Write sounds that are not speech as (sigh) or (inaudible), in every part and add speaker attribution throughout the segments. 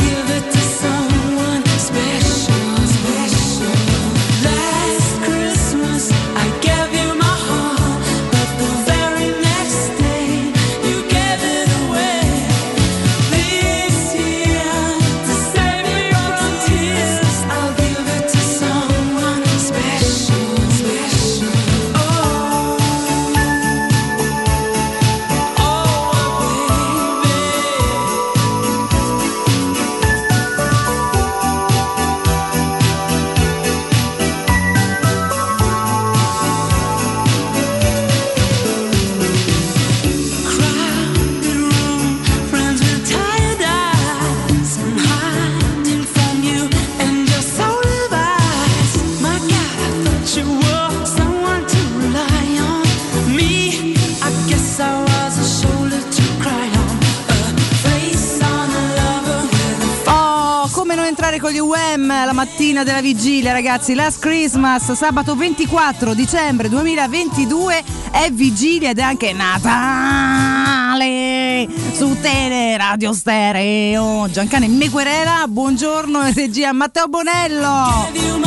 Speaker 1: Oh, Oh, oh,
Speaker 2: Oh, non entrare con gli UM la mattina della vigilia, ragazzi. Last Christmas, sabato 24 dicembre 2022 è vigilia ed è anche Natale su Tele Radio Stereo. Giancane Mequerela, buongiorno e regia Matteo Bonello.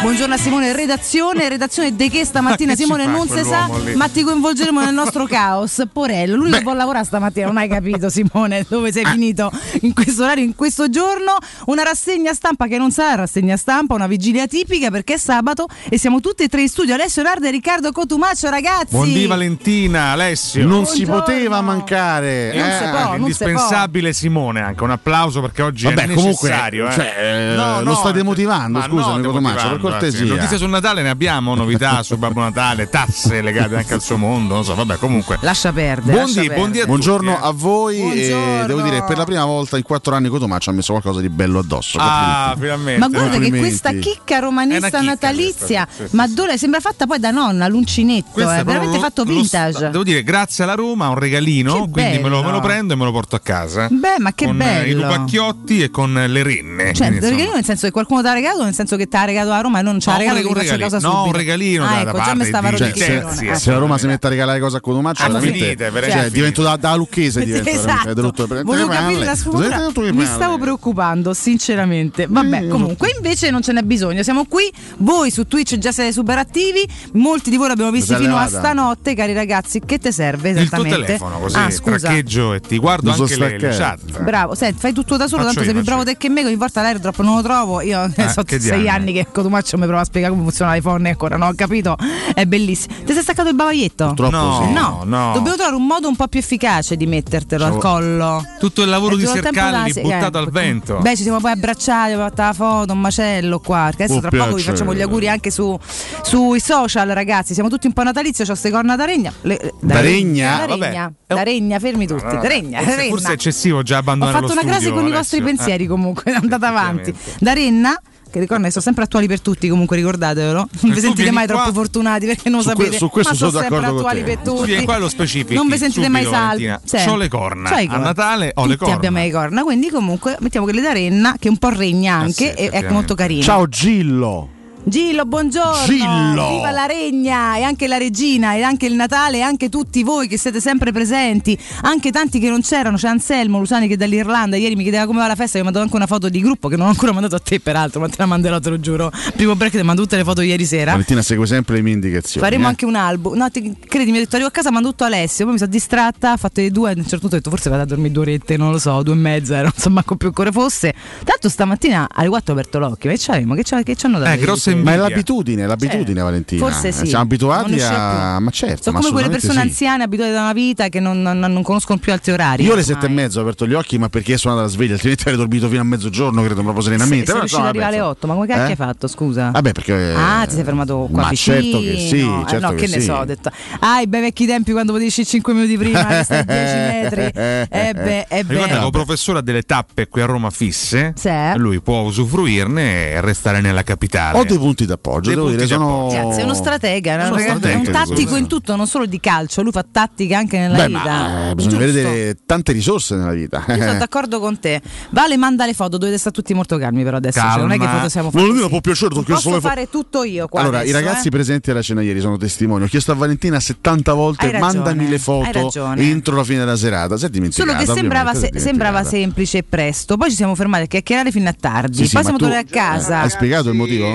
Speaker 2: Buongiorno a Simone, redazione, redazione De che stamattina
Speaker 3: Ma che ci
Speaker 2: Simone
Speaker 3: fa
Speaker 2: non se sa,
Speaker 3: quell'uomo lì?
Speaker 2: ma Ah, ti coinvolgeremo nel
Speaker 4: (laughs)
Speaker 2: nostro caos. Porello, lui non può lavorare stamattina, non hai capito Simone dove
Speaker 4: Ah.
Speaker 2: sei finito in questo orario, in questo giorno. Una rassegna stampa che non sarà rassegna stampa, una vigilia tipica perché è sabato e siamo tutti e tre in studio. Alessio Nardo e Riccardo Cotumaccio, ragazzi.
Speaker 4: Buondì Valentina, Alessio.
Speaker 2: Non si Buongiorno.
Speaker 4: poteva mancare.
Speaker 2: Non si può, non si
Speaker 4: indispensabile Simone anche, un applauso perché oggi
Speaker 5: Vabbè,
Speaker 4: è
Speaker 5: comunque,
Speaker 4: necessario. eh.
Speaker 5: cioè, eh, lo state motivando,
Speaker 4: ma
Speaker 5: scusami,
Speaker 4: no,
Speaker 5: Cotomaccio,
Speaker 4: demotivando, eh,
Speaker 5: per cortesia.
Speaker 4: anzi, Notizie sul Natale ne abbiamo, novità su Babbo Natale, tasse legate anche al suo mondo, non so, vabbè comunque.
Speaker 2: Lascia perdere.
Speaker 4: Buondì, buondì a tutti. eh.
Speaker 5: Buongiorno a voi
Speaker 4: Buongiorno.
Speaker 5: e devo dire per la prima volta in quattro anni Cotomaccio ha messo qualcosa di bello addosso.
Speaker 4: Ah, finalmente.
Speaker 2: Ma guarda che
Speaker 5: Complimenti.
Speaker 2: questa chicca romanista
Speaker 5: È una chicca
Speaker 2: natalizia,
Speaker 5: questa, sì, sì,
Speaker 2: ma dove sembra fatta poi da nonna, l'uncinetto,
Speaker 4: Questo
Speaker 2: è
Speaker 4: è proprio
Speaker 2: veramente
Speaker 4: lo- eh,
Speaker 2: fatto
Speaker 4: lo
Speaker 2: vintage.
Speaker 4: sta- devo dire, grazie alla Roma, un regalino.
Speaker 2: Che
Speaker 4: quindi me lo,
Speaker 2: bello.
Speaker 4: me lo prendo e me lo porto a casa.
Speaker 2: Beh, ma che
Speaker 4: con eh, i
Speaker 2: bello.
Speaker 4: lupacchiotti e con le renne.
Speaker 2: Cioè,
Speaker 4: Quindi,
Speaker 2: perché
Speaker 4: insomma,
Speaker 2: io nel senso che qualcuno ti ha regalato, nel senso che ti ha regalato a Roma e non ci ha
Speaker 4: No, un
Speaker 2: regalato
Speaker 4: reg- un
Speaker 2: ti faccio
Speaker 4: regalino.
Speaker 2: causa
Speaker 4: No,
Speaker 2: subito.
Speaker 4: un regalino
Speaker 2: ah,
Speaker 4: da-
Speaker 2: ecco, già
Speaker 4: da parte
Speaker 2: mi stava
Speaker 4: di-
Speaker 5: Cioè,
Speaker 2: rodendo.
Speaker 5: se,
Speaker 4: Terzi,
Speaker 5: se
Speaker 4: eh.
Speaker 5: la Roma si mette a regalare cose a Cotomaccio,
Speaker 4: Ah,
Speaker 5: veramente,
Speaker 4: finite, veramente
Speaker 5: cioè,
Speaker 4: finite.
Speaker 5: divento da, da lucchese. Divento,
Speaker 2: Esatto.
Speaker 5: veramente, da tutto-
Speaker 2: Volevo capire la
Speaker 5: Dovete
Speaker 2: sfumatura.
Speaker 5: tutto il
Speaker 2: Mi
Speaker 5: male.
Speaker 2: stavo preoccupando, sinceramente. Vabbè, comunque invece non ce n'è bisogno. Siamo qui, voi su Twitch già siete super attivi, molti di voi l'abbiamo visti
Speaker 4: sei
Speaker 2: fino a
Speaker 4: levata?
Speaker 2: stanotte, cari ragazzi, che te serve
Speaker 4: il tuo
Speaker 2: esattamente?
Speaker 4: telefono così
Speaker 2: ah, scusa.
Speaker 4: traccheggio e ti guardo
Speaker 5: Non so
Speaker 4: anche le, le
Speaker 5: staccare.
Speaker 4: chat.
Speaker 2: Bravo, senti, fai tutto da solo,
Speaker 4: Faccio
Speaker 2: tanto sei
Speaker 4: io,
Speaker 2: più
Speaker 4: faccio
Speaker 2: bravo te che me, che ogni volta l'airdrop non lo trovo. Io ne
Speaker 4: Eh,
Speaker 2: so
Speaker 4: che
Speaker 2: sei
Speaker 4: diamine.
Speaker 2: anni che Cotumaccio mi prova a spiegare come funziona l'iPhone e ancora non ho capito. È bellissimo. Ti sei staccato il bavaglietto?
Speaker 4: Purtroppo No, sì.
Speaker 2: no,
Speaker 4: no.
Speaker 2: Dobbiamo trovare un modo un po' più efficace di mettertelo al
Speaker 4: Cioè,
Speaker 2: collo.
Speaker 4: Tutto il lavoro
Speaker 2: È
Speaker 4: di
Speaker 2: durato tempo
Speaker 4: Sercalli
Speaker 2: da-
Speaker 4: buttato
Speaker 2: eh,
Speaker 4: al vento.
Speaker 2: Beh, ci siamo poi abbracciati, abbiamo fatto la foto, un macello qua. Perché adesso
Speaker 4: Oh,
Speaker 2: tra poco vi
Speaker 4: piacere.
Speaker 2: facciamo gli auguri anche su, sui social, ragazzi. Siamo tutti un po' natalizio, c'ho ste corna da regna. Le-
Speaker 4: Da regna?
Speaker 2: Da
Speaker 4: Vabbè. Ah.
Speaker 2: regna, da regna, fermi tutti. Da regna, da
Speaker 4: forse,
Speaker 2: regna.
Speaker 4: forse è eccessivo già
Speaker 2: Ho
Speaker 4: abbandonare
Speaker 2: fatto una
Speaker 4: lo
Speaker 2: crasi
Speaker 4: studio,
Speaker 2: con i vostri
Speaker 4: Alessio. Eh,
Speaker 2: pensieri
Speaker 4: (laughs)
Speaker 2: comunque, andate avanti.
Speaker 4: effettivamente.
Speaker 2: Da Renna, che ricordo che sono sempre attuali per tutti, comunque ricordatevelo. Non
Speaker 4: tu
Speaker 2: vi sentite
Speaker 4: vieni
Speaker 2: mai
Speaker 4: qua-
Speaker 2: troppo fortunati perché non lo
Speaker 4: Su
Speaker 2: sapete.
Speaker 4: que- su questo
Speaker 2: ma
Speaker 4: sono
Speaker 2: sempre
Speaker 4: d'accordo con
Speaker 2: attuali
Speaker 4: te.
Speaker 2: per
Speaker 4: Tu
Speaker 2: tutti.
Speaker 4: vieni qua e lo specifichi,
Speaker 2: Non vi sentite mai
Speaker 4: subito,
Speaker 2: salvi.
Speaker 4: Valentina. C'ho le corna.
Speaker 2: C'ho le
Speaker 4: A Natale ho le
Speaker 2: Tutti
Speaker 4: corna.
Speaker 2: abbiamo le corna, quindi comunque mettiamo quelle da Renna, che un po' regna
Speaker 4: Eh
Speaker 2: anche,
Speaker 5: sì,
Speaker 2: e è
Speaker 5: effettivamente.
Speaker 2: ecco, molto carina.
Speaker 5: Ciao Gillo.
Speaker 2: Gillo, buongiorno!
Speaker 5: Gillo!
Speaker 2: Viva la regna e anche la regina e anche il Natale e anche tutti voi che siete sempre presenti, anche tanti che non c'erano, c'è Anselmo Lusani che dall'Irlanda ieri mi chiedeva come va la festa, io ho mandato anche una foto di gruppo che non ho ancora mandato a te peraltro, ma te la manderò, te lo giuro. Primo break ti mando tutte le foto ieri sera.
Speaker 5: Valentina segue sempre le mie indicazioni.
Speaker 2: Faremo
Speaker 5: eh.
Speaker 2: anche un album. No, ti, credimi, ho detto arrivo a casa, mando tutto a Alessio. Poi mi sono distratta, ho fatto le due. A un certo punto ho detto forse vado a dormire due orette, non lo so, due e mezza, non so manco più che ore fosse. Tanto stamattina alle 4 ho aperto l'occhio. E c'hai, ma che c'ha- che ci
Speaker 5: Eh,
Speaker 2: hanno dato? ieri sera?
Speaker 5: Ma è l'abitudine, l'abitudine, Valentina.
Speaker 2: Forse sì.
Speaker 5: Siamo
Speaker 2: Non
Speaker 5: abituati
Speaker 2: ne
Speaker 5: a. Ma certo,
Speaker 2: Sono
Speaker 5: ma
Speaker 2: come quelle
Speaker 5: assolutamente
Speaker 2: persone
Speaker 5: sì.
Speaker 2: anziane abituate da una vita che non, non- non conoscono più altri orari.
Speaker 5: Io alle sette e mezzo ho aperto gli occhi, ma perché sono andata a sveglia, altrimenti avrei dormito fino a mezzogiorno, credo, proprio
Speaker 2: Sei,
Speaker 5: serenamente.
Speaker 2: sei
Speaker 5: Però,
Speaker 2: riuscito ad
Speaker 5: insomma,
Speaker 2: arrivare alle
Speaker 5: vabbè,
Speaker 2: 8, ma come cacchio hai
Speaker 5: Eh?
Speaker 2: fatto? Scusa.
Speaker 5: Vabbè, perché.
Speaker 2: Ah, ti sei fermato qua
Speaker 5: ma
Speaker 2: vicino.
Speaker 5: certo che sì,
Speaker 2: Ah,
Speaker 5: certo
Speaker 2: no, che,
Speaker 5: che
Speaker 2: ne
Speaker 5: sì.
Speaker 2: so, ho detto. Ah, i bei vecchi tempi quando potevi uscire 5 minuti prima, che stai a
Speaker 5: (laughs)
Speaker 2: 10 metri. Eh
Speaker 4: (laughs)
Speaker 2: beh, eh beh.
Speaker 4: Ricorda che un professore ha delle tappe qui a Roma fisse,
Speaker 2: Sì.
Speaker 4: lui può usufruirne e restare nella capitale.
Speaker 5: Ho dei punti d'appoggio,
Speaker 4: Dei
Speaker 5: devo
Speaker 4: punti
Speaker 5: dire, sono-
Speaker 4: d'appoggio.
Speaker 2: Cazzo, è uno stratega, è
Speaker 4: Uno
Speaker 2: un, ragazzo- è un
Speaker 4: stratega,
Speaker 2: tattico
Speaker 4: scusa.
Speaker 2: in tutto, non solo di calcio, lui fa tattica anche nella
Speaker 5: Beh,
Speaker 2: vita.
Speaker 5: ma eh, bisogna
Speaker 2: Giusto.
Speaker 5: vedere eh. tante risorse nella vita.
Speaker 2: Io sono d'accordo con te. Vale, manda le foto, dovete stare tutti molto calmi però adesso. cioè, non è che foto siamo fatti.
Speaker 5: Valentina, può piacere,
Speaker 2: Non
Speaker 5: perché sono
Speaker 2: Posso
Speaker 5: le fo-
Speaker 2: fare tutto io qua
Speaker 5: Allora,
Speaker 2: adesso,
Speaker 5: i ragazzi
Speaker 2: eh.
Speaker 5: presenti alla cena ieri sono testimoni. Ho chiesto a Valentina 70 volte:
Speaker 2: Hai ragione,
Speaker 5: mandami le
Speaker 2: hai
Speaker 5: foto
Speaker 2: ragione.
Speaker 5: entro la fine della serata. Si è dimenticata.
Speaker 2: Solo che sembrava, se-
Speaker 5: ovviamente, si è
Speaker 2: sembrava
Speaker 5: dimenticata.
Speaker 2: semplice e presto, poi ci siamo fermati a chiacchierare fino a tardi,
Speaker 5: Sì, sì,
Speaker 2: poi
Speaker 5: ma
Speaker 2: siamo
Speaker 5: tu-
Speaker 4: Eh,
Speaker 5: Eh,
Speaker 2: tornati a casa. Eh,
Speaker 5: Hai spiegato il motivo?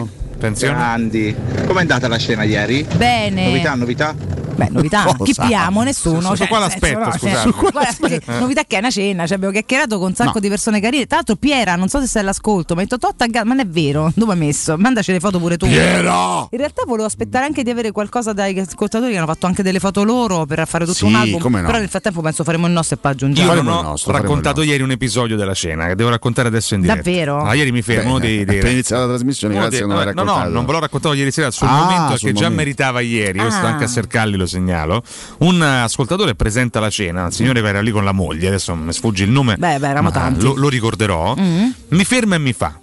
Speaker 6: Grandi. Com'è andata la scena ieri?
Speaker 2: Bene.
Speaker 6: Novità, novità?
Speaker 5: eh,
Speaker 2: Beh, novità, chi piamo? Nessuno.
Speaker 6: Su- su
Speaker 2: cioè,
Speaker 6: qua
Speaker 2: nel senso,
Speaker 6: l'aspetto,
Speaker 2: no, cioè,
Speaker 6: scusate. Su qua
Speaker 2: guarda,
Speaker 6: l'aspetto.
Speaker 2: che novità che è una cena, cioè, abbiamo chiacchierato con un sacco
Speaker 6: No.
Speaker 2: di persone carine. Tra l'altro Piera, non so se sei all'ascolto, ma ha detto Totta, ma non è vero, (laughs) dove hai messo? Mandaci le foto pure tu.
Speaker 5: Piera!
Speaker 2: In realtà volevo aspettare anche di avere qualcosa dagli ascoltatori che hanno fatto anche delle foto loro per fare tutto
Speaker 4: Sì,
Speaker 2: un album.
Speaker 4: come no.
Speaker 2: Però nel frattempo penso faremo il nostro e poi aggiungiamo.
Speaker 4: Io non ho raccontato ieri un episodio della cena che devo raccontare adesso in diretta.
Speaker 2: Davvero?
Speaker 4: Ah, ieri mi fermo uno
Speaker 5: Bene,
Speaker 4: dei,
Speaker 5: appena iniziata la trasmissione,
Speaker 4: uno
Speaker 5: grazie
Speaker 4: dei-
Speaker 5: che non l'hai
Speaker 4: no, no,
Speaker 5: raccontato.
Speaker 4: non ve l'ho raccontato ieri sera sul
Speaker 5: Ah,
Speaker 4: momento
Speaker 5: sul
Speaker 4: che già
Speaker 5: momento.
Speaker 4: meritava ieri, questo
Speaker 5: Ah.
Speaker 4: anche a Sercalli lo segnalo. Un eh, ascoltatore presenta la cena, il signore che era lì con la moglie, adesso mi sfugge il nome.
Speaker 2: Beh, beh, eravamo
Speaker 4: ma
Speaker 2: tanti.
Speaker 4: Lo, lo ricorderò.
Speaker 2: Mm.
Speaker 4: Mi ferma e mi fa.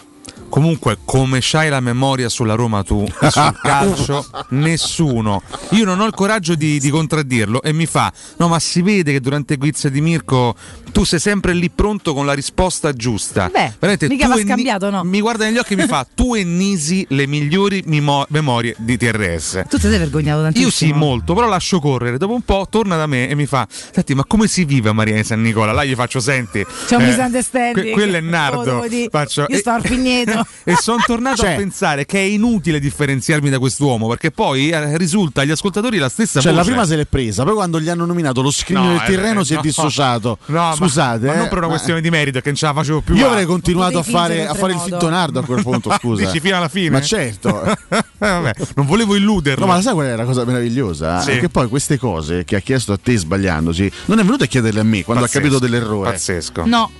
Speaker 4: Comunque, come c'hai la memoria sulla Roma tu, e
Speaker 2: (laughs)
Speaker 4: sul calcio, nessuno. Io non ho il coraggio di, di contraddirlo e mi fa, no ma si vede che durante Guizza di Mirko tu sei sempre lì pronto con la risposta giusta.
Speaker 2: Beh,
Speaker 4: Veramente,
Speaker 2: mica
Speaker 4: tu
Speaker 2: va
Speaker 4: e Ni-
Speaker 2: scambiato, Esatto, no?
Speaker 4: Mi guarda negli occhi e mi fa, tu ennisi le migliori mimo- memorie di TRS.
Speaker 2: Tu ti sei vergognato tantissimo.
Speaker 4: Io sì, molto, però lascio correre. Dopo un po' torna da me e mi fa: Senti, ma come si vive a Maria di San Nicola? Là gli faccio: Senti,
Speaker 2: C'è un
Speaker 4: eh,
Speaker 2: misunderstanding.
Speaker 4: que- quello è
Speaker 2: Oh,
Speaker 4: Nardo.
Speaker 2: devo dire,
Speaker 4: Faccio-
Speaker 2: io sto al Figneto.
Speaker 4: (laughs) e sono tornato
Speaker 5: Cioè-
Speaker 4: a pensare che è inutile differenziarmi da quest'uomo perché poi eh, risulta agli ascoltatori la stessa
Speaker 5: Cioè, la
Speaker 4: voce.
Speaker 5: prima se l'è presa, poi quando gli hanno nominato lo scrigno
Speaker 4: No,
Speaker 5: del Tirreno
Speaker 4: eh,
Speaker 5: si è
Speaker 4: no.
Speaker 5: dissociato.
Speaker 4: (laughs) No, ma-
Speaker 5: Scusate,
Speaker 4: ma,
Speaker 5: eh,
Speaker 4: non per una
Speaker 5: ma-
Speaker 4: questione di merito, che non ce la facevo più.
Speaker 5: Io
Speaker 4: ah.
Speaker 5: avrei continuato a
Speaker 2: Potevi
Speaker 5: fare,
Speaker 2: fingere
Speaker 5: a fare il
Speaker 2: oltremodo.
Speaker 5: fintonardo a
Speaker 4: (laughs)
Speaker 5: quel punto, scusa.
Speaker 4: Dici fino alla fine?
Speaker 5: Ma certo.
Speaker 4: (laughs) Vabbè, non volevo illuderlo.
Speaker 5: No, ma la sai qual è la cosa meravigliosa?
Speaker 4: Sì.
Speaker 5: È Che poi queste cose che ha chiesto a te sbagliandosi, non è venuto a chiederle a me quando
Speaker 4: Pazzesco,
Speaker 5: ha capito dell'errore.
Speaker 4: Pazzesco.
Speaker 2: No.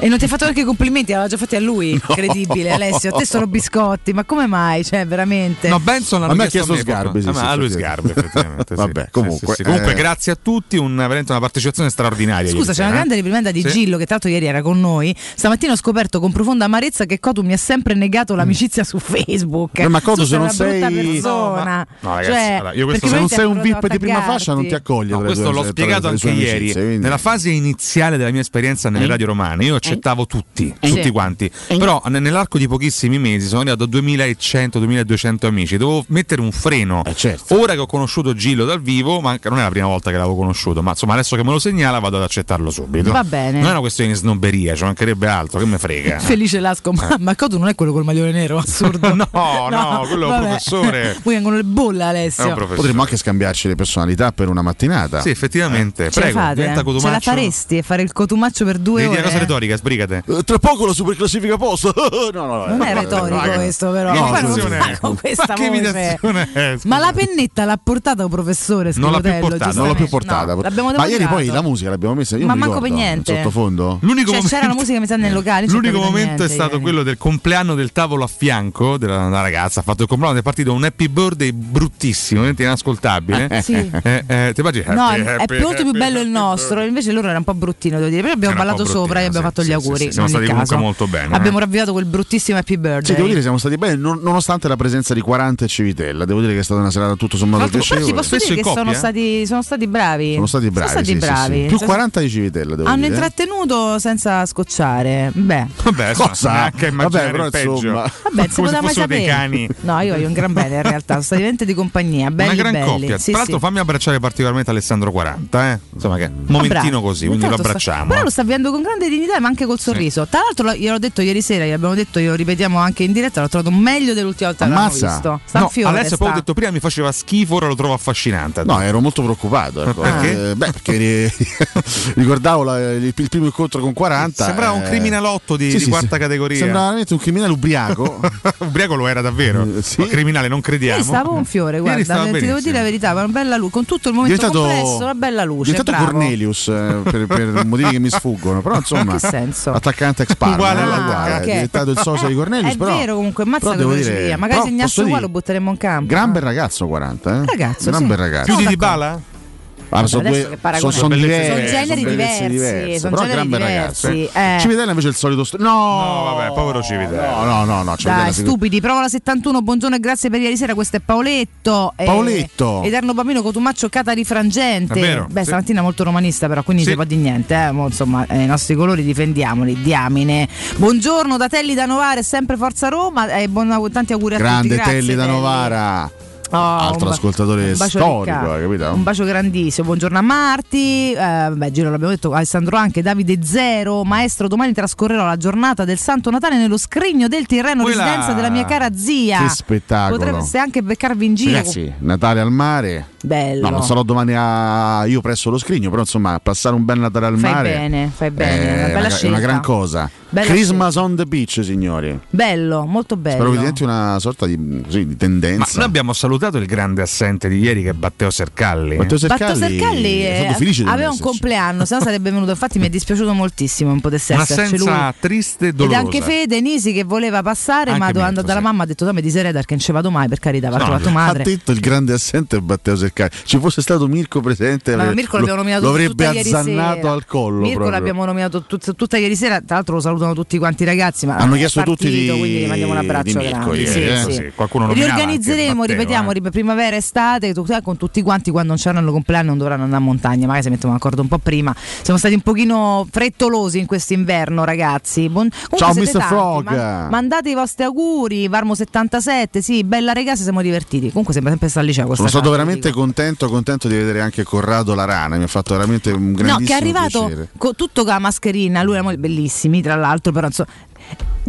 Speaker 2: E non ti ha fatto neanche i complimenti, l'aveva già fatti a lui. Incredibile, Alessio. A te sono biscotti, ma come mai? Cioè, veramente.
Speaker 4: No, Benson
Speaker 5: A
Speaker 4: l'hanno
Speaker 5: me ha
Speaker 4: chiesto,
Speaker 5: chiesto
Speaker 4: a me
Speaker 5: Sgarbi,
Speaker 4: proprio.
Speaker 5: sì,
Speaker 4: Ah, ma
Speaker 5: sì,
Speaker 4: a lui
Speaker 5: sì.
Speaker 4: Sgarbi,
Speaker 5: (laughs)
Speaker 4: effettivamente. sì.
Speaker 5: Vabbè,
Speaker 4: Sì,
Speaker 5: comunque,
Speaker 4: sì, sì. Comunque,
Speaker 5: eh.
Speaker 4: grazie a tutti, un- veramente una partecipazione straordinaria.
Speaker 2: Scusa,
Speaker 4: ieri
Speaker 2: c'è una
Speaker 4: sera, eh.
Speaker 2: grande reprimenda di
Speaker 4: Sì.
Speaker 2: Gillo che tra l'altro ieri era con noi. Stamattina ho scoperto con profonda amarezza che Cotu mi ha sempre
Speaker 4: Mm.
Speaker 2: negato l'amicizia su Facebook.
Speaker 5: No, ma Cotu,
Speaker 2: Tu
Speaker 5: se non
Speaker 2: sei una brutta
Speaker 5: sei-
Speaker 2: persona.
Speaker 4: No, ma- no, ragazzi,
Speaker 2: Cioè,
Speaker 4: allora, io questo-
Speaker 2: perché
Speaker 5: Se non
Speaker 2: probabilmente
Speaker 5: sei un
Speaker 2: hanno provato
Speaker 5: VIP di
Speaker 2: ad
Speaker 5: prima
Speaker 2: attaccarti.
Speaker 5: fascia, non ti accoglie.
Speaker 4: No,
Speaker 5: tra le
Speaker 4: questo
Speaker 5: tue-
Speaker 4: l'ho
Speaker 5: tra le
Speaker 4: spiegato
Speaker 5: tue
Speaker 4: anche
Speaker 5: amicizie,
Speaker 4: ieri.
Speaker 5: quindi-
Speaker 4: Nella fase iniziale della mia esperienza nelle radio romane, io accettavo tutti, tutti
Speaker 2: Sì.
Speaker 4: quanti. Però ne- nell'arco di pochissimi mesi sono arrivato a 2100-2200 amici. Dovevo mettere un freno.
Speaker 5: Eh, certo.
Speaker 4: Ora che ho conosciuto Gillo dal vivo, ma anche- non è la prima volta che l'avevo conosciuto, ma insomma adesso che me lo segnala vado ad accettarlo subito.
Speaker 2: Va bene.
Speaker 4: Non è una questione di snobberia, ci mancherebbe altro, che me frega.
Speaker 2: Felice Lasco, ma, ma Cotu non è quello col maglione
Speaker 4: (laughs)
Speaker 2: nero, assurdo.
Speaker 4: No,
Speaker 2: (laughs)
Speaker 4: no, quello è un professore.
Speaker 2: Poi vengono le bolle,
Speaker 4: È un
Speaker 2: Alessio.
Speaker 4: professore.
Speaker 5: Potremmo anche scambiarci le personalità per una mattinata.
Speaker 4: Sì, effettivamente.
Speaker 2: Ce
Speaker 4: Prego,
Speaker 2: la fate?
Speaker 4: diventa
Speaker 2: Ce la
Speaker 4: Cotumaccio.
Speaker 2: faresti a fare il cotumaccio per due
Speaker 4: Devi
Speaker 2: ore?
Speaker 4: dire una cosa retorica, sbrigate.
Speaker 5: Eh, Tra poco la superclassifica posto. (laughs) no, no,
Speaker 2: Non è
Speaker 5: no,
Speaker 2: retorico
Speaker 5: raga.
Speaker 2: questo, però.
Speaker 4: Che
Speaker 2: Ma poi non
Speaker 4: imitazione
Speaker 2: lo fa
Speaker 4: è?
Speaker 2: con questa
Speaker 4: Ma che
Speaker 2: voce.
Speaker 4: imitazione è? Scusa.
Speaker 2: Ma la pennetta l'ha portata un professore
Speaker 4: Non l'ha più
Speaker 2: Schilotello,
Speaker 4: portata,
Speaker 5: Non l'ho più
Speaker 2: giustamente.
Speaker 5: portata.
Speaker 2: No, l'abbiamo
Speaker 5: Ma ieri poi
Speaker 2: demotivato.
Speaker 5: la musica l'abbiamo messa. Io
Speaker 2: Ma
Speaker 5: mi
Speaker 2: manco per
Speaker 5: ricordo,
Speaker 2: niente.
Speaker 5: in Sottofondo?
Speaker 4: L'unico
Speaker 2: Cioè,
Speaker 4: momento-
Speaker 2: c'era la musica mi sa nel locale. non c'è
Speaker 4: L'unico
Speaker 2: capito
Speaker 4: momento è
Speaker 2: niente,
Speaker 4: stato
Speaker 2: ieri.
Speaker 4: quello del compleanno del tavolo a fianco della una ragazza. Ha fatto il compleanno, è partito un happy birthday bruttissimo, veramente inascoltabile.
Speaker 2: Ah, Sì.
Speaker 4: Eh, eh, ti immagini?
Speaker 2: No,
Speaker 4: Happy,
Speaker 2: è- è
Speaker 4: happy,
Speaker 2: molto più
Speaker 4: happy,
Speaker 2: bello il
Speaker 4: happy
Speaker 2: nostro, invece loro era un po' bruttino, devo dire. Però abbiamo
Speaker 4: eh. Era un
Speaker 2: ballato
Speaker 4: po'
Speaker 2: sopra e
Speaker 4: bruttino,
Speaker 2: abbiamo fatto
Speaker 4: sì,
Speaker 2: gli
Speaker 4: sì,
Speaker 2: auguri.
Speaker 4: sì, siamo
Speaker 2: in ogni
Speaker 4: stati
Speaker 2: caso.
Speaker 4: comunque molto bene,
Speaker 2: Abbiamo
Speaker 4: eh.
Speaker 2: ravvivato quel bruttissimo happy birthday.
Speaker 5: Sì, devo dire, siamo stati bene, non- nonostante la presenza di 40 e Civitella. Devo dire che è stata una serata tutto sommato
Speaker 4: Tra l'altro,
Speaker 2: Però ti
Speaker 5: piacevole.
Speaker 2: posso
Speaker 4: Spesso
Speaker 2: dire che
Speaker 4: in
Speaker 2: sono
Speaker 4: coppia, eh?
Speaker 2: stati, sono stati bravi.
Speaker 5: Sono stati bravi.
Speaker 2: Sono stati
Speaker 5: sì, sì, sì.
Speaker 2: bravi.
Speaker 5: Più
Speaker 2: Sono-
Speaker 5: 40 di Civitella, devo
Speaker 2: Hanno
Speaker 5: dire. eh.
Speaker 2: intrattenuto senza scocciare. Beh.
Speaker 4: eh. Vabbè,
Speaker 5: Cosa?
Speaker 4: anche Ah, immaginare
Speaker 5: Vabbè, però,
Speaker 4: il peggio.
Speaker 5: insomma.
Speaker 2: Vabbè, non si
Speaker 4: Come se
Speaker 2: poteva mai
Speaker 4: fossero
Speaker 2: sapere.
Speaker 4: dei cani.
Speaker 2: No, io voglio un gran bene in realtà, sono stati veramente di compagnia, belli
Speaker 4: Una gran
Speaker 2: belli.
Speaker 4: coppia.
Speaker 2: Sì,
Speaker 4: Tra l'altro,
Speaker 2: sì.
Speaker 4: fammi abbracciare particolarmente Alessandro 40. Eh? Insomma, che
Speaker 2: Ah,
Speaker 4: momentino
Speaker 2: bravo.
Speaker 4: così, quindi lo
Speaker 2: Intanto sta-
Speaker 4: abbracciamo.
Speaker 2: però
Speaker 4: eh.
Speaker 2: lo sta avviando con grande dignità, ma anche col sorriso. Tra l'altro, lo- gliel'ho detto ieri sera, gliel'abbiamo detto, glielo ripetiamo anche in diretta. L'ho trovato meglio dell'ultima volta che l'abbiamo
Speaker 5: Ammazza.
Speaker 2: visto. Sta
Speaker 4: no,
Speaker 2: un fiore.
Speaker 4: Alessio,
Speaker 2: sta.
Speaker 4: poi ho detto prima mi faceva schifo, ora lo trovo affascinante.
Speaker 5: No, ero molto preoccupato. ecco.
Speaker 4: Perché?
Speaker 5: Eh, beh, perché ri- (laughs) ricordavo la- il, il primo incontro con eh, 40.
Speaker 4: Sembrava un criminalotto di- di quarta categoria.
Speaker 5: Sembrava veramente un criminale ubriaco.
Speaker 4: (laughs) Ubriaco lo era davvero.
Speaker 5: Eh, sì.
Speaker 4: Ma criminale, non crediamo.
Speaker 2: Ieri Eh, stava un fiore,
Speaker 4: Ieri
Speaker 2: guarda,
Speaker 4: stava
Speaker 2: ti devo
Speaker 4: benissimo.
Speaker 2: dire la verità, aveva una bella luce, con tutto il momento complesso, una bella luce.
Speaker 5: diventato
Speaker 2: bravo.
Speaker 5: Cornelius eh,
Speaker 2: (laughs)
Speaker 5: per, per motivi che mi sfuggono, però insomma,
Speaker 2: Che senso?
Speaker 5: attaccante ex Parma,
Speaker 4: Uguale
Speaker 5: eh,
Speaker 4: alla-
Speaker 5: uguale,
Speaker 2: Ah, ok.
Speaker 5: è diventato il socio di Cornelius.
Speaker 2: È
Speaker 5: però,
Speaker 2: vero comunque, mazza
Speaker 5: però
Speaker 2: quello
Speaker 5: devo
Speaker 2: che ci
Speaker 5: dire-
Speaker 2: via. Magari se
Speaker 5: però posso
Speaker 2: Ignasso
Speaker 5: dire,
Speaker 2: qua lo butteremmo in campo.
Speaker 5: Gran bel ragazzo 40, eh?
Speaker 2: Ragazzo,
Speaker 5: gran
Speaker 2: sì.
Speaker 5: bel
Speaker 4: Più
Speaker 5: ragazzo.
Speaker 4: di
Speaker 2: d'accordo.
Speaker 4: Dybala?
Speaker 5: Ah, ma sono
Speaker 2: adesso
Speaker 5: due-
Speaker 2: che paragone.
Speaker 5: sono- sono
Speaker 4: Sono
Speaker 5: diversi,
Speaker 4: bellezze
Speaker 5: sono
Speaker 2: Sono
Speaker 4: diverse.
Speaker 2: generi
Speaker 5: bellezze
Speaker 2: diversi,
Speaker 5: diverse,
Speaker 2: sono
Speaker 5: però
Speaker 2: generi
Speaker 5: gran bel
Speaker 2: diversi,
Speaker 5: ragazzo.
Speaker 2: eh.
Speaker 5: Civitella invece è il solito st- No!
Speaker 4: No, vabbè, povero Civitella.
Speaker 5: No, no, no, no Civitella
Speaker 2: Dai,
Speaker 5: sicur-
Speaker 2: stupidi, prova la 71, buongiorno e grazie per ieri sera, questo è Paoletto. eh,
Speaker 5: Paoletto.
Speaker 2: Eterno bambino Cotumaccio Catarifrangente.
Speaker 4: È vero,
Speaker 2: Beh,
Speaker 4: sì.
Speaker 2: stamattina molto romanista però, quindi
Speaker 4: Sì.
Speaker 2: si può di niente, eh. Mo, insomma, eh, i nostri colori difendiamoli, diamine. Buongiorno da Telli da Novara, è sempre Forza Roma e buon- tanti auguri a tutti.
Speaker 5: Grande
Speaker 2: grazie,
Speaker 5: Telli da Novara.
Speaker 2: Oh,
Speaker 5: Altro
Speaker 2: un ba-
Speaker 5: ascoltatore
Speaker 2: un bacio
Speaker 5: storico,
Speaker 2: ricca-
Speaker 5: hai capito?
Speaker 2: Un bacio grandissimo. Buongiorno a Marti, eh, beh, Giro l'abbiamo detto, Alessandro anche, Davide Zero, maestro, domani trascorrerò la giornata del Santo Natale nello scrigno del Tirreno,
Speaker 4: Quella-
Speaker 2: residenza della mia cara zia.
Speaker 5: Che spettacolo.
Speaker 2: Potreste anche beccarvi in giro.
Speaker 5: Ragazzi, Natale al mare.
Speaker 2: Bello.
Speaker 5: No, non sarò domani a io presso lo scrigno, però insomma, passare un bel Natale al
Speaker 2: Fai
Speaker 5: mare. Eh,
Speaker 2: bene, fai bene,
Speaker 5: è
Speaker 2: una bella
Speaker 5: è
Speaker 2: scelta.
Speaker 5: una gran cosa.
Speaker 2: Bella
Speaker 5: Christmas on the beach, signori.
Speaker 2: Bello, molto bello.
Speaker 5: Spero che diventi una sorta di, sì, di
Speaker 4: Ma
Speaker 5: tendenza.
Speaker 4: noi abbiamo salutato il grande assente di ieri che è Matteo Sercalli. eh.
Speaker 5: Matteo Sercalli,
Speaker 2: Batto Sercalli
Speaker 5: è
Speaker 2: eh,
Speaker 5: stato felice di non
Speaker 2: aveva un
Speaker 5: esserci.
Speaker 2: complianno, se no sarebbe venuto. Infatti, mi è dispiaciuto moltissimo non potesse esserci lui.
Speaker 4: Un'assenza triste e
Speaker 2: Ed
Speaker 4: dolorosa.
Speaker 2: anche Fede Nisi che voleva passare,
Speaker 4: Anche
Speaker 2: ma
Speaker 4: Mirko,
Speaker 2: andando dalla
Speaker 4: sì.
Speaker 2: mamma ha detto: Dammi di sereda perché non ci vado mai, per carità, va
Speaker 4: No,
Speaker 2: trovato
Speaker 4: ha
Speaker 5: Ha
Speaker 2: madre.
Speaker 5: detto il grande assente è Matteo Sercalli. Ci fosse stato Mirko presente,
Speaker 2: Ma
Speaker 5: avrebbe-
Speaker 2: Mirko l'abbiamo nominato
Speaker 5: lo avrebbe
Speaker 2: tutta ieri
Speaker 5: azzannato
Speaker 2: sera.
Speaker 5: al collo.
Speaker 2: Mirko
Speaker 5: proprio.
Speaker 2: l'abbiamo nominato tut- tutta ieri sera. Tra l'altro, lo salutano tutti quanti i ragazzi. Ma
Speaker 5: Hanno
Speaker 2: è
Speaker 5: chiesto
Speaker 2: partito,
Speaker 5: tutti di-
Speaker 2: Quindi gli mandiamo un
Speaker 5: di
Speaker 2: abbraccio
Speaker 5: Mirko
Speaker 2: grande.
Speaker 5: ieri,
Speaker 2: Sì,
Speaker 5: eh?
Speaker 2: sì.
Speaker 4: Sì, qualcuno lo
Speaker 2: Riorganizzeremo,
Speaker 4: eh.
Speaker 2: ripetiamo, rip- primavera, estate, tu- eh, con tutti quanti quando non c'erano compleanno non dovranno andare a montagna, magari si mettono d'accordo un po' prima. Siamo stati un pochino frettolosi in quest'inverno, ragazzi. Buon- comunque
Speaker 5: Ciao,
Speaker 2: siete
Speaker 5: Mr.
Speaker 2: tanti,
Speaker 5: Frog.
Speaker 2: man- mandate i vostri auguri, Varmo 77, sì, bella ragazzi, siamo divertiti. Comunque sembra sempre stare al liceo questa
Speaker 5: Sono stato
Speaker 2: casa,
Speaker 5: veramente
Speaker 2: dico.
Speaker 5: contento, contento di vedere anche Corrado La Rana, mi ha fatto veramente un grandissimo
Speaker 2: No, che è arrivato
Speaker 5: piacere.
Speaker 2: con tutto con la mascherina, lui era molto bellissimi, tra l'altro, però insomma.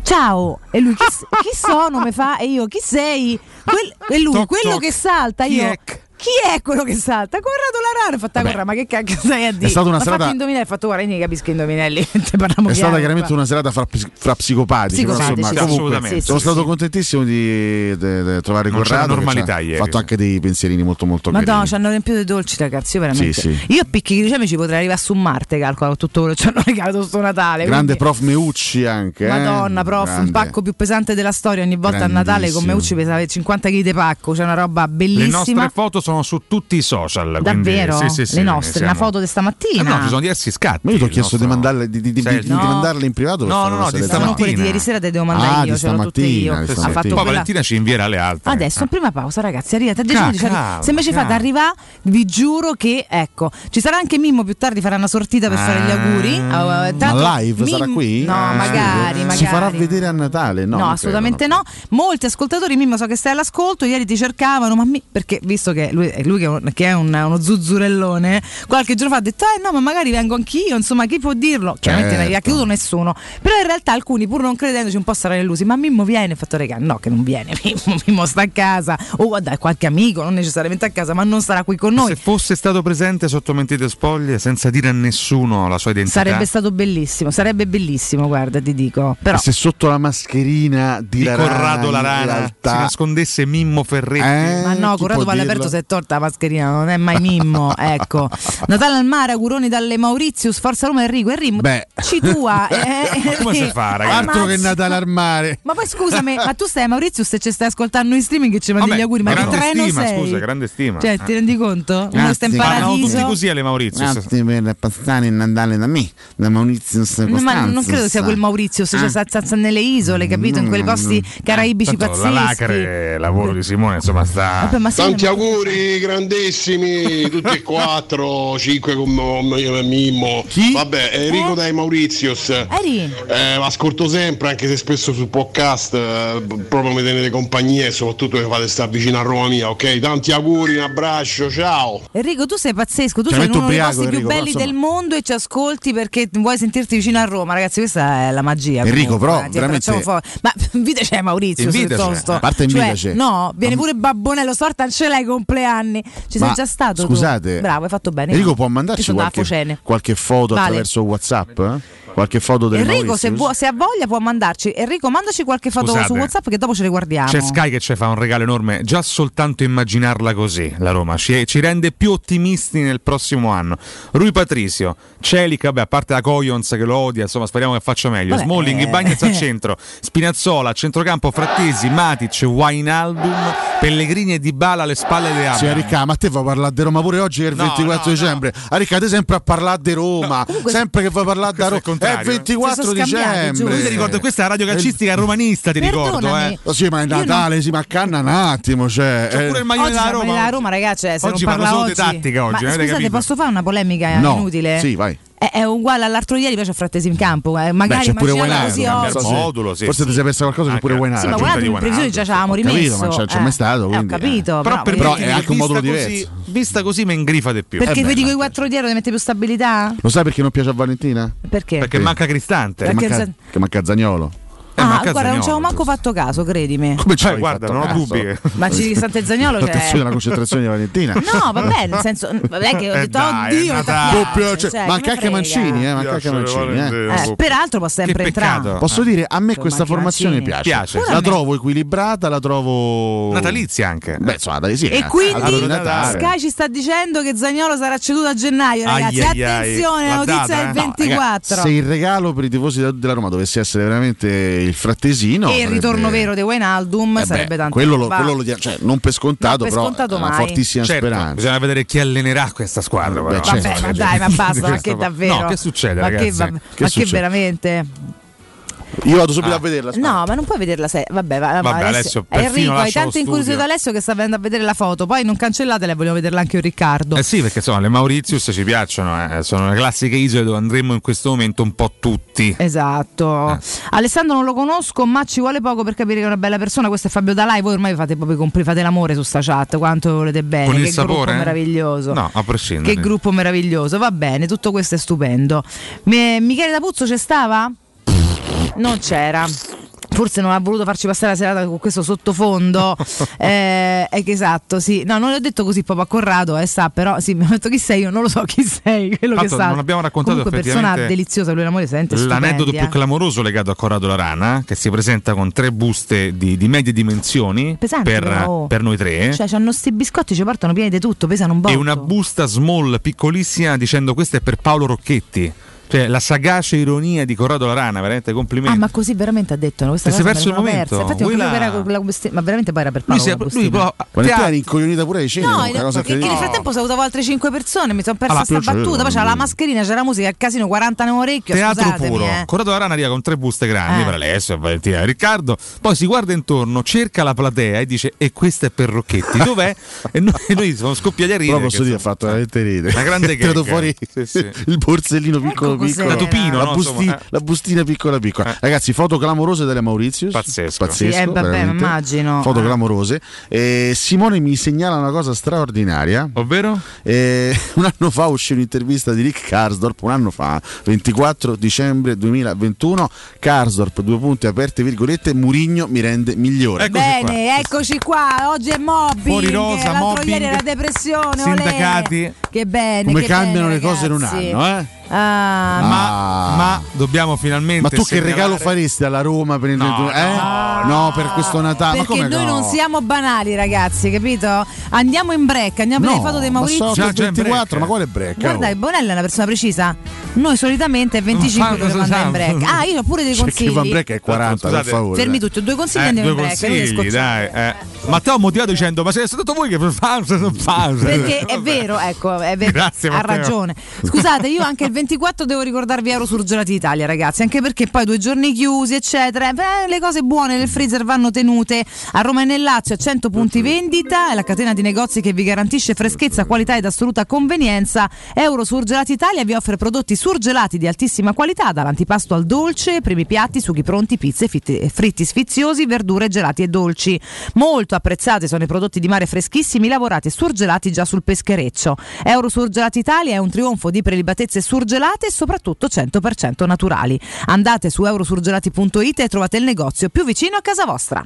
Speaker 2: Ciao! E lui chi, chi sono? Mi fa e io chi sei? Quel- e lui,
Speaker 4: Toc,
Speaker 2: quello
Speaker 4: toc.
Speaker 2: che salta,
Speaker 4: Chi
Speaker 2: io.
Speaker 4: è c-
Speaker 2: Chi è quello che salta? Corrado Larano è fatta corra, ma che cacchio stai a dire?
Speaker 5: stata una
Speaker 2: Ma
Speaker 5: serata-
Speaker 2: fatti indovinare, hai fatto guarda, io ne capisco indovinelli, (laughs) te parliamo
Speaker 5: È stata
Speaker 2: chiaro,
Speaker 5: veramente
Speaker 2: qua.
Speaker 5: una serata fra, psi- fra psicopatici. però
Speaker 2: eh, Psicopatici,
Speaker 5: insomma,
Speaker 2: sì,
Speaker 5: comunque,
Speaker 4: assolutamente.
Speaker 2: Sì, sì,
Speaker 5: sono
Speaker 2: sì.
Speaker 5: stato contentissimo di, de- de trovare
Speaker 4: Non c'era
Speaker 5: Corrado. che
Speaker 4: normalità
Speaker 5: ci ha
Speaker 4: ieri.
Speaker 5: fatto anche dei pensierini molto molto
Speaker 2: Madonna,
Speaker 5: carini.
Speaker 2: ci hanno riempito di dolci, ragazzi. Io veramente.
Speaker 5: Sì, sì.
Speaker 2: Io a picchi glicemi ci potrei arrivare su Marte, calcolo tutto quello che ci hanno regalato sto Natale. quindi-
Speaker 5: Grande prof Meucci anche. eh?
Speaker 2: Madonna, prof, un
Speaker 5: Grande.
Speaker 2: pacco più pesante della storia. Ogni volta a Natale con
Speaker 5: Grandissimo.
Speaker 2: Meucci pesava 50 kg di pacco, c'è una roba
Speaker 4: Le
Speaker 2: bellissima.
Speaker 4: nostre foto sono su tutti i social. quindi-
Speaker 2: Davvero?
Speaker 4: sì, sì, sì,
Speaker 2: le nostre,
Speaker 4: siamo-
Speaker 2: una foto di
Speaker 4: Eh
Speaker 2: stamattina.
Speaker 4: no, ci sono diversi scatti.
Speaker 5: Ma io ti ho
Speaker 4: il
Speaker 5: chiesto di
Speaker 4: nostro-
Speaker 5: mandarle, di, di- di-
Speaker 4: Sei-
Speaker 5: di- di
Speaker 2: No.
Speaker 5: mandarle in privato. per
Speaker 4: No,
Speaker 5: fare
Speaker 4: no,
Speaker 5: una
Speaker 4: no, di
Speaker 5: selezione.
Speaker 2: Sono quelle di
Speaker 4: stamattina.
Speaker 2: ieri sera te devo mandare
Speaker 5: Ah,
Speaker 2: io,
Speaker 5: di
Speaker 2: ce l'ho tutte
Speaker 5: stamattina,
Speaker 2: io.
Speaker 5: di
Speaker 2: Ha
Speaker 5: stamattina.
Speaker 2: fatto
Speaker 4: Poi
Speaker 2: quella- Ah,
Speaker 4: Valentina ci invierà le altre.
Speaker 2: Adesso, prima pausa, ragazzi, arrivate a 10
Speaker 4: eh. Ca-
Speaker 2: minuti. cioè,
Speaker 4: calma,
Speaker 2: se invece fate
Speaker 4: calma.
Speaker 2: arrivare, vi giuro che ecco, ci sarà anche Mimmo più tardi, farà una sortita per fare gli auguri.
Speaker 4: Ah.
Speaker 2: Ah, eh,
Speaker 5: Ma
Speaker 2: tanto
Speaker 5: live sarà
Speaker 2: Mim-
Speaker 5: qui?
Speaker 2: No,
Speaker 4: Eh,
Speaker 5: In
Speaker 2: magari,
Speaker 5: studio?
Speaker 2: magari.
Speaker 5: Si farà vedere a Natale? No,
Speaker 2: No,
Speaker 5: non
Speaker 2: assolutamente
Speaker 5: credo,
Speaker 2: no. Molti ascoltatori, Mimmo, so che stai all'ascolto, ieri ti cercavano, ma mi- perché visto che lui, è lui che, è un- che è un- uno zuzzurellone, qualche giorno fa ha detto, eh no, ma magari vengo anch'io, insomma, chi può dirlo? Chiaramente non gli ha
Speaker 5: Certo.
Speaker 2: creduto nessuno, però in realtà alcuni, pur non credendoci, un po' saranno illusi, ma Mimmo viene, ho fatto regà, no, che non viene, (laughs) Mimmo, Mimmo sta a casa, o guarda, qualche amico, non necessariamente a casa, ma non sarà qui con
Speaker 4: Se
Speaker 2: ecco, noi.
Speaker 4: fosse stato presente sotto mentite spoglie, senza dire a nessuno la sua identità,
Speaker 2: Sarebbe stato bellissimo, sarebbe bellissimo, guarda, ti dico. Però
Speaker 5: Se sotto la mascherina di,
Speaker 4: di
Speaker 5: la
Speaker 4: Corrado La
Speaker 5: Rana, in
Speaker 4: Rana si
Speaker 5: realtà,
Speaker 4: nascondesse Mimmo Ferretti.
Speaker 5: Eh,
Speaker 2: Ma no,
Speaker 5: chi
Speaker 2: Corrado
Speaker 5: può
Speaker 2: Vallaperto
Speaker 5: dirlo?
Speaker 2: si è torta la mascherina, non è mai
Speaker 4: (laughs)
Speaker 2: Mimmo. ecco. Natale al mare, auguroni dalle Mauritius, Forza Roma Enrico, Enrico,
Speaker 5: Beh.
Speaker 2: ci
Speaker 4: (laughs)
Speaker 2: tua.
Speaker 5: (laughs)
Speaker 2: eh,
Speaker 4: Ma come
Speaker 2: eh,
Speaker 4: si fa, ragazzi?
Speaker 2: ammazza.
Speaker 5: Altro che Natale al mare.
Speaker 2: Ma poi
Speaker 4: (laughs)
Speaker 2: scusami, ma tu stai a Mauritius e ci stai ascoltando in streaming e ci mandi
Speaker 4: Vabbè,
Speaker 2: gli auguri, ma che
Speaker 4: grande
Speaker 2: treno
Speaker 4: stima,
Speaker 2: sei?
Speaker 4: scusa, grande stima. Eh,
Speaker 2: Cioè, ti rendi conto? Uno sta in
Speaker 5: Grazie.
Speaker 4: Parlano
Speaker 5: paradiso. Ah,
Speaker 4: tutti
Speaker 2: paradiso.
Speaker 4: così alle Maurizio.
Speaker 5: Grazie per passare il Natale da me, da Maurizio
Speaker 2: No, Ma non credo sia quel Mauritius,
Speaker 4: Eh.
Speaker 2: cioè sta- sta- sta nelle isole, capito? In
Speaker 4: Mm,
Speaker 2: quei posti caraibici
Speaker 4: Tanto La
Speaker 2: pazzeschi.
Speaker 4: lacre, lavoro di Simone, insomma, sta.
Speaker 2: Vabbè, ma sei-
Speaker 7: Tanti auguri grandissimi, tutti e
Speaker 2: (laughs)
Speaker 7: quattro, cinque con con Mimmo.
Speaker 5: Chi?
Speaker 7: Vabbè, Enrico
Speaker 2: Eh?
Speaker 7: dai Mauritius.
Speaker 2: Eri,
Speaker 7: Eh, ascolto sempre, anche se spesso sul podcast, eh, b- proprio mi tenete compagnia e soprattutto che fate sta vicino a Roma mia, ok? Tanti auguri, un abbraccio, ciao!
Speaker 2: Enrico, tu sei pazzesco, tu
Speaker 5: Cioè,
Speaker 2: sei
Speaker 5: metto
Speaker 2: uno dei
Speaker 5: ubriaco,
Speaker 2: posti più
Speaker 5: Enrico, però,
Speaker 2: belli
Speaker 5: insomma.
Speaker 2: del mondo e ci ascolti perché vuoi sentirti vicino a Roma, ragazzi, questa è la magia.
Speaker 5: Enrico,
Speaker 2: comunque,
Speaker 5: però,
Speaker 2: eh, ti
Speaker 5: veramente-
Speaker 2: abbracciamo forte. Ma (laughs) invita c'è Maurizio,
Speaker 4: Invitaci,
Speaker 2: piuttosto.
Speaker 5: a parte
Speaker 2: Cioè,
Speaker 5: invitaci.
Speaker 2: No, viene pure Babbonello, sorta non ce l'hai compleanni. Ci sei
Speaker 5: Ma,
Speaker 2: già stato? tu?
Speaker 5: Scusate,
Speaker 2: Bravo, hai fatto bene.
Speaker 5: Enrico può
Speaker 2: Io
Speaker 5: mandarci
Speaker 2: sono dalla
Speaker 5: qualche,
Speaker 2: Focene.
Speaker 5: qualche foto
Speaker 2: Vale.
Speaker 5: attraverso WhatsApp? eh? Qualche foto del
Speaker 2: Enrico, se, vuo- se ha voglia può mandarci. Enrico, mandaci qualche foto
Speaker 4: Scusate.
Speaker 2: su WhatsApp che dopo ce le guardiamo.
Speaker 4: C'è Sky che ci fa un regalo enorme, già soltanto immaginarla così, la Roma, ci, ci rende più ottimisti nel prossimo anno. Rui Patricio, Celica, vabbè, a parte la Coyons che lo odia, insomma speriamo che faccia meglio.
Speaker 2: Vabbè,
Speaker 4: Smalling,
Speaker 2: eh. (laughs)
Speaker 4: Ibagnez a centro, Spinazzola a centrocampo, Frattesi, Matic, Wijnaldum, Pellegrini e Dybala alle spalle di
Speaker 5: Sì,
Speaker 4: Abram.
Speaker 5: Ricca, ma te vuoi parlare di Roma pure oggi che è il
Speaker 4: No,
Speaker 5: 24
Speaker 4: no,
Speaker 5: dicembre? No. te sempre a parlare di Roma, sempre che vuoi parlare da
Speaker 4: questo è
Speaker 5: Roma.
Speaker 4: il contrario,
Speaker 5: È
Speaker 4: eh.
Speaker 5: 24
Speaker 2: Si sono scambiati, giusto.
Speaker 4: Io
Speaker 5: dicembre.
Speaker 4: ti ricordo, questa è la radio calcistica romanista, ti ricordo,
Speaker 2: Perdonami.
Speaker 4: eh.
Speaker 5: Oh, Sì, ma è
Speaker 2: Io non-
Speaker 5: Natale, sì, ma canna un attimo, cioè.
Speaker 4: C'è
Speaker 5: eh,
Speaker 4: pure il maglione
Speaker 2: Oggi
Speaker 4: della
Speaker 2: la
Speaker 4: Roma.
Speaker 2: Roma, ragazzi, eh, se
Speaker 4: Oggi
Speaker 2: non
Speaker 4: parlo
Speaker 2: parla
Speaker 4: solo
Speaker 2: oggi.
Speaker 4: di tattica oggi,
Speaker 2: Ma
Speaker 4: avete
Speaker 2: scusate,
Speaker 4: capito?
Speaker 2: posso fare una polemica
Speaker 5: No.
Speaker 2: Eh, inutile?
Speaker 5: Sì, vai.
Speaker 2: È, è uguale all'altro ieri, invece a frattesi in campo. eh,
Speaker 5: Beh,
Speaker 2: magari
Speaker 5: c'è pure
Speaker 2: immaginata
Speaker 5: Wainaldo,
Speaker 2: così
Speaker 4: cambia
Speaker 2: oggi.
Speaker 4: il
Speaker 5: so se-
Speaker 4: Modulo, sì,
Speaker 5: Forse
Speaker 4: sì.
Speaker 5: ti sei perso qualcosa su
Speaker 4: Anche-
Speaker 5: pure Wainaldo.
Speaker 2: Sì, ma
Speaker 4: Aggiunta
Speaker 2: guarda,
Speaker 4: di
Speaker 2: in previsione già
Speaker 4: Guanaldo,
Speaker 2: ci avevamo rimesso.
Speaker 5: certo. Ho capito, ma non c'è mai stato,
Speaker 2: Eh, ho
Speaker 5: quindi, eh.
Speaker 2: capito.
Speaker 4: Però,
Speaker 2: voglio
Speaker 4: per me
Speaker 5: Però
Speaker 2: dire-
Speaker 5: è anche un modulo
Speaker 4: vista
Speaker 5: diverso.
Speaker 4: Così, vista così mi ingrifa di più.
Speaker 2: Perché
Speaker 5: Eh, beh,
Speaker 2: vedi
Speaker 5: ma-
Speaker 2: quei quattro dietro ne mette più stabilità?
Speaker 5: Lo sai perché non piace a Valentina?
Speaker 2: Perché?
Speaker 4: Perché manca Cristante.
Speaker 2: Perché-
Speaker 5: Che manca,
Speaker 2: se-
Speaker 5: che manca Zagnolo.
Speaker 4: Eh,
Speaker 2: Ah,
Speaker 4: manca
Speaker 2: guarda, non ci avevo
Speaker 4: Zagnolo,
Speaker 2: manco
Speaker 4: giusto.
Speaker 2: fatto caso, credimi.
Speaker 5: Come ci
Speaker 4: Eh,
Speaker 5: hai
Speaker 4: guarda,
Speaker 5: fatto
Speaker 4: non ho
Speaker 5: caso?
Speaker 4: dubbi.
Speaker 2: Ma ci Santezagnolo c'è.
Speaker 5: Attenzione alla concentrazione di Valentina.
Speaker 2: cioè. (laughs) No, vabbè, nel senso,
Speaker 5: (laughs)
Speaker 2: non è che ho
Speaker 4: Eh,
Speaker 2: detto,
Speaker 4: dai,
Speaker 2: oddio,
Speaker 4: è
Speaker 2: mi
Speaker 4: Natale.
Speaker 2: piace",
Speaker 5: Doppio, cioè,
Speaker 2: cioè,
Speaker 5: manca
Speaker 2: che
Speaker 5: anche
Speaker 2: me frega.
Speaker 5: Mancini, eh, manca anche
Speaker 4: Piacere,
Speaker 5: Mancini. eh.
Speaker 4: Valentino.
Speaker 2: Eh, peraltro può sempre
Speaker 4: Che peccato.
Speaker 2: entrare.
Speaker 5: Posso dire, a me questa
Speaker 2: Mancini.
Speaker 5: formazione piace.
Speaker 4: Ah. Piace.
Speaker 2: Pure a
Speaker 5: La
Speaker 2: me.
Speaker 5: trovo equilibrata, la trovo.
Speaker 4: Natalizia anche.
Speaker 5: Beh, insomma, dai, sì.
Speaker 2: E
Speaker 5: eh.
Speaker 2: quindi
Speaker 5: Allora, Natale.
Speaker 2: Sky ci sta dicendo che Zagnolo sarà ceduto a gennaio, ragazzi.
Speaker 4: Ai, ai, ai.
Speaker 2: Attenzione, la
Speaker 4: L'ha
Speaker 2: notizia
Speaker 4: data,
Speaker 2: del
Speaker 4: eh? No,
Speaker 5: Raga,
Speaker 2: 24.
Speaker 5: se il regalo per i tifosi della- della Roma dovesse essere veramente il frattesino
Speaker 2: e il
Speaker 5: sarebbe-
Speaker 2: ritorno vero di Wijnaldum
Speaker 5: Eh beh,
Speaker 2: sarebbe tanto
Speaker 5: quello lo,
Speaker 2: va.
Speaker 5: quello lo dia- cioè, non per scontato,
Speaker 2: No, per
Speaker 5: però
Speaker 2: scontato
Speaker 5: è una
Speaker 2: mai.
Speaker 5: fortissima
Speaker 4: Certo,
Speaker 5: speranza.
Speaker 4: bisogna vedere chi allenerà questa squadra. però.
Speaker 5: Beh,
Speaker 2: Vabbè,
Speaker 5: certo,
Speaker 2: ma
Speaker 5: certo. (laughs)
Speaker 2: dai, ma basta, ma che
Speaker 4: Questo-
Speaker 2: davvero.
Speaker 4: No, che succede,
Speaker 2: ma
Speaker 4: ragazzi?
Speaker 2: Che, va-
Speaker 4: Che
Speaker 2: ma che
Speaker 5: succede?
Speaker 2: veramente?
Speaker 5: Io vado subito
Speaker 4: Ah.
Speaker 5: a vederla.
Speaker 2: No, ma non puoi vederla se. Vabbè, va,
Speaker 4: Vabbè, Alessio, perfino
Speaker 2: Enrico, hai
Speaker 4: lascia lo
Speaker 2: tanto incuriosito
Speaker 4: studio.
Speaker 2: Alessio che sta venendo a vedere la foto. Poi non cancellatela e vogliamo vederla anche io, Riccardo.
Speaker 4: Eh sì, perché insomma le Mauritius ci piacciono, eh. sono le classiche isole dove andremo in questo momento un po' tutti. Eh,
Speaker 2: Esatto. Alessandro non lo conosco, ma ci vuole poco per capire che è una bella persona. Questo è Fabio Dalai. Voi ormai fate proprio i compli, fate l'amore su sta chat. Quanto volete bene.
Speaker 4: Con
Speaker 2: Eh, che
Speaker 4: il sapore?
Speaker 2: gruppo meraviglioso.
Speaker 4: No, a prescindere.
Speaker 2: Che gruppo meraviglioso, va bene, tutto questo è stupendo. Mi- Michele D'Apuzzo c'è stava? Non c'era. Forse non ha voluto farci passare la serata con questo
Speaker 4: (laughs)
Speaker 2: sottofondo. eh, è che esatto, sì. No, non l'ho detto così proprio a Corrado, eh, sa, però sì, mi ha detto chi sei, io non lo so chi sei, quello
Speaker 4: Tanto
Speaker 2: che sa.
Speaker 4: non abbiamo raccontato
Speaker 2: Comunque persona
Speaker 4: effettivamente
Speaker 2: deliziosa, lui l'amore sente
Speaker 4: L'aneddoto più clamoroso legato a Corrado La Rana, che si presenta con tre buste di, di medie dimensioni
Speaker 2: Pesante
Speaker 4: per,
Speaker 2: però, oh.
Speaker 4: per noi tre.
Speaker 2: Cioè, c'hanno sti biscotti, ci portano pieni di tutto, pesano un botto.
Speaker 4: Eh? e una busta small piccolissima dicendo questa è per Paolo Rocchetti. Cioè la sagace ironia di Corrado La Rana, veramente complimenti.
Speaker 2: Ah, ma così veramente ha detto? no? Questa
Speaker 4: Si è
Speaker 2: cosa me
Speaker 4: perso
Speaker 2: la
Speaker 4: il
Speaker 2: sono
Speaker 4: momento,
Speaker 2: persa. Infatti,
Speaker 4: quella-
Speaker 2: quello che era con la bustina- ma veramente poi era per
Speaker 4: lui,
Speaker 2: Paolo.
Speaker 4: si è-
Speaker 2: la
Speaker 4: lui
Speaker 2: bustina.
Speaker 4: proprio
Speaker 5: Quando tu
Speaker 4: teatro-
Speaker 5: eri incoglionita pure di
Speaker 2: No,
Speaker 5: cinema,
Speaker 2: hai
Speaker 5: una
Speaker 2: detto
Speaker 5: cosa
Speaker 2: che, che nel
Speaker 5: incredibile.
Speaker 2: frattempo salutavo altre 5 persone, mi sono persa
Speaker 5: Ah,
Speaker 2: sta
Speaker 5: più c'è,
Speaker 2: battuta, poi c'era la
Speaker 5: quindi.
Speaker 2: mascherina, c'era la musica, il casino 40 nell'orecchio,
Speaker 4: Teatro
Speaker 2: scusatemi,
Speaker 4: puro.
Speaker 2: eh.
Speaker 4: Corrado La Rana arriva con tre buste grandi
Speaker 2: Eh.
Speaker 4: per Alessio, Valentina e Riccardo. Poi si guarda intorno, cerca la platea e dice: E questa è per Rocchetti,
Speaker 2: (laughs)
Speaker 4: dov'è? e noi, e noi siamo scoppiati a ridere.
Speaker 5: Però posso
Speaker 4: che
Speaker 5: dire, ha fatto veramente ridere. (laughs)
Speaker 4: Una grande
Speaker 5: Ha tirato
Speaker 4: gag.
Speaker 5: fuori
Speaker 4: Sì, sì.
Speaker 5: il borsellino
Speaker 2: cos'era.
Speaker 5: piccolo piccolo.
Speaker 2: La tupino,
Speaker 5: la,
Speaker 4: no,
Speaker 5: busti-
Speaker 4: insomma, eh.
Speaker 5: la bustina piccola piccola.
Speaker 4: Eh.
Speaker 5: Ragazzi, foto clamorose delle Mauritius.
Speaker 4: Pazzesco.
Speaker 5: Pazzesco,
Speaker 2: Sì, eh, vabbè,
Speaker 5: veramente.
Speaker 2: immagino.
Speaker 5: Foto
Speaker 2: Eh.
Speaker 5: clamorose. Eh, Simone mi segnala una cosa straordinaria.
Speaker 4: Ovvero?
Speaker 5: Eh, (laughs) un anno fa uscì un'intervista di Rick Karsdorp, un anno fa, 24 dicembre 2021, Karsdorp, due punti aperte virgolette, Murigno mi rende migliore.
Speaker 4: Eccoci qua.
Speaker 2: Ah, Bene, eccoci qua. Oggi è mobbing.
Speaker 4: Fuori rosa,
Speaker 2: L'altro
Speaker 4: mobbing,
Speaker 2: ieri era depressione. olè.
Speaker 4: sindacati.
Speaker 2: Che bene.
Speaker 5: Come
Speaker 2: che
Speaker 5: cambiano
Speaker 2: bene,
Speaker 5: le cose in un
Speaker 2: ragazzi.
Speaker 5: anno, eh?
Speaker 2: Ah, ma-
Speaker 4: Ma,
Speaker 5: Ah.
Speaker 4: ma dobbiamo finalmente.
Speaker 5: Ma tu che
Speaker 4: segnalare-
Speaker 5: regalo faresti alla Roma per il
Speaker 4: No,
Speaker 5: 31? eh?
Speaker 4: no,
Speaker 5: No, per questo Natale. ma
Speaker 2: perché
Speaker 5: come
Speaker 2: noi
Speaker 5: no?
Speaker 2: non siamo banali, ragazzi, capito? Andiamo in break, andiamo a
Speaker 5: No,
Speaker 2: vedere le foto dei
Speaker 5: ma
Speaker 2: Maurizio.
Speaker 5: sono
Speaker 4: Già,
Speaker 5: il
Speaker 4: già in
Speaker 5: 24,
Speaker 4: break.
Speaker 5: ma quale break?
Speaker 2: Guarda,
Speaker 5: oh?
Speaker 2: il Bonella è una persona precisa. Noi solitamente è 25
Speaker 4: Fanno
Speaker 2: che
Speaker 4: cosa
Speaker 2: andare in
Speaker 4: sanno.
Speaker 2: break. Ah, io ho pure dei
Speaker 5: C'è chi va in
Speaker 2: consigli.
Speaker 5: break è 40, per
Speaker 4: Scusate.
Speaker 5: favore.
Speaker 2: Fermi
Speaker 5: dai.
Speaker 2: tutti, due consigli e
Speaker 4: Eh,
Speaker 2: andiamo
Speaker 4: due
Speaker 2: in break. non vi
Speaker 4: consigli,
Speaker 2: scocciate.
Speaker 4: dai. Eh. Matteo ha motivato dicendo: Ma siete stato voi che fate?
Speaker 2: Perché
Speaker 4: (laughs)
Speaker 2: è vero, ecco, è vero,
Speaker 4: Grazie,
Speaker 2: ha
Speaker 4: Matteo.
Speaker 2: ragione. Scusate, io anche il 24 devo ricordarvi Eurosurgelati Italia, ragazzi, anche perché poi due giorni chiusi, eccetera. Eh, Beh, le cose buone nel freezer vanno tenute. A Roma e nel Lazio 100 punti vendita, è la catena di negozi che vi garantisce freschezza, qualità ed assoluta convenienza. Eurosurgelati Italia vi offre prodotti surgelati di altissima qualità, dall'antipasto al dolce, primi piatti, sughi pronti, pizze, fitti- eh, fritti sfiziosi, verdure, gelati e dolci. Molto apprezzati sono i prodotti di mare freschissimi, lavorati e surgelati già sul peschereccio. Eurosurgelati Italia è un trionfo di prelibatezze surgelate e soprattutto 100% naturali. Andate su eurosurgelati.it e trovate il negozio più vicino a casa vostra.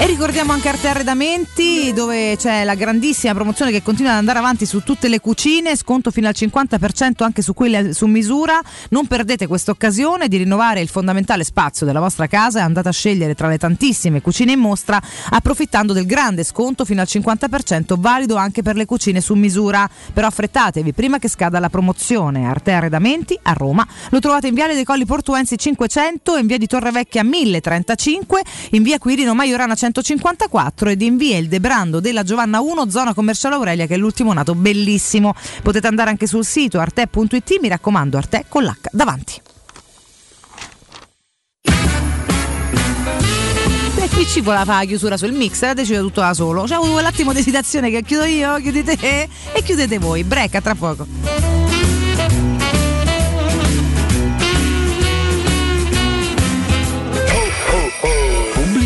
Speaker 2: E ricordiamo anche Arte Arredamenti dove c'è la grandissima promozione che continua ad andare avanti su tutte le cucine, sconto fino al 50% anche su quelle su misura. Non perdete questa occasione di rinnovare il fondamentale spazio della vostra casa e andate a scegliere tra le tantissime cucine in mostra approfittando del grande sconto fino al 50% valido anche per le cucine su misura. Però affrettatevi prima che scada la promozione. Arte Arredamenti a Roma lo trovate in Viale dei Colli Portuensi 500, in Via di Torrevecchia 1035, in Via Quirino Maiorana 154 ed in Via El Debrando della Giovanna 1, zona commerciale Aurelia che è l'ultimo nato bellissimo. Potete andare anche sul sito arte.it, mi raccomando Arte con l'H davanti. E qui ci voleva fare la chiusura sul mixer, ha deciso tutto da solo. C'è avuto quell'attimo di esitazione che chiudo io, chiudi te e chiudete voi. Break, a tra poco.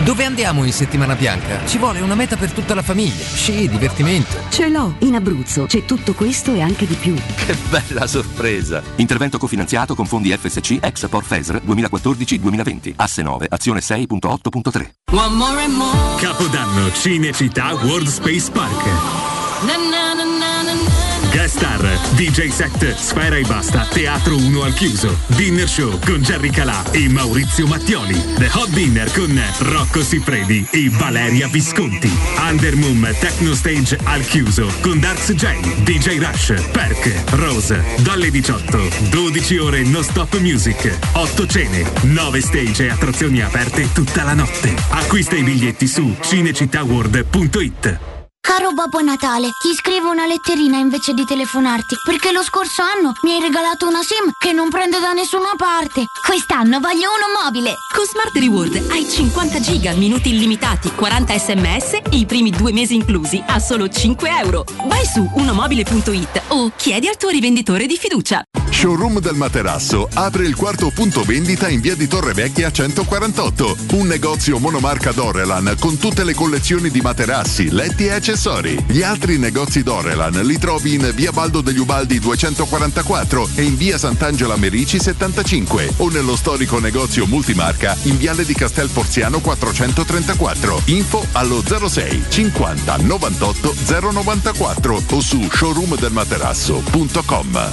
Speaker 8: Dove andiamo in settimana bianca? Ci vuole una meta per tutta la famiglia. Sci, divertimento.
Speaker 2: Ce l'ho, in Abruzzo c'è tutto questo e anche di più.
Speaker 9: Che bella sorpresa! Intervento cofinanziato con fondi FSC Export FESR 2014-2020, asse 9, azione 6.8.3.
Speaker 10: One more and more. Capodanno Cinecittà World Space Park.
Speaker 1: Na na na na na na.
Speaker 10: Guest star, DJ set, Sfera e Basta, Teatro 1 al chiuso, Dinner Show con Jerry Calà e Maurizio Mattioli, The Hot Dinner con Rocco Siffredi e Valeria Visconti, Undermoon Techno Stage al chiuso con Darks J, DJ Rush, Perk, Rose, dalle 18, 12 ore non stop music, 8 cene, 9 stage e attrazioni aperte tutta la notte. Acquista i biglietti su cinecittàworld.it.
Speaker 11: Caro Babbo Natale, ti scrivo una letterina invece di telefonarti, perché lo scorso anno mi hai regalato una SIM che non prendo da nessuna parte. Quest'anno voglio uno mobile.
Speaker 12: Con Smart Reward hai 50 giga, minuti illimitati, 40 sms e i primi due mesi inclusi a solo 5 euro. Vai su unomobile.it o chiedi al tuo rivenditore di fiducia.
Speaker 13: Showroom del Materasso apre il quarto punto vendita in via di Torre Vecchia 148, un negozio monomarca Dorelan con tutte le collezioni di materassi, letti e accessori. Gli altri negozi Dorelan li trovi in via Baldo degli Ubaldi 244 e in via Sant'Angela Merici 75 o nello storico negozio multimarca in viale di Castel Porziano 434. Info allo 06 50 98 094 o su showroomdelmaterasso.com.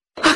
Speaker 14: A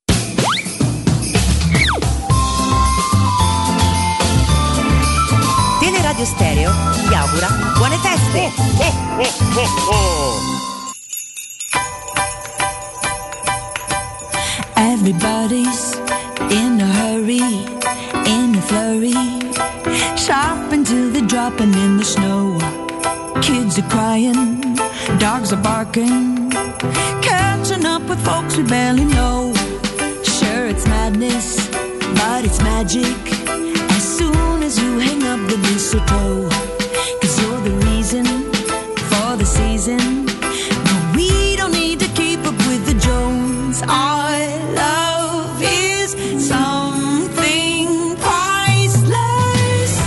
Speaker 15: Teleradio Stereo vi augura buone feste! Eh, oh.
Speaker 16: Everybody's in a hurry, in a flurry, shopping till they're dropping in the snow. Kids are crying, dogs are barking, catching up with folks we barely know. Sure, it's madness, but it's magic. As soon as you hang up the mistletoe, cause you're the reason for the season. But we don't need to keep up with the Jones. Our love is something priceless.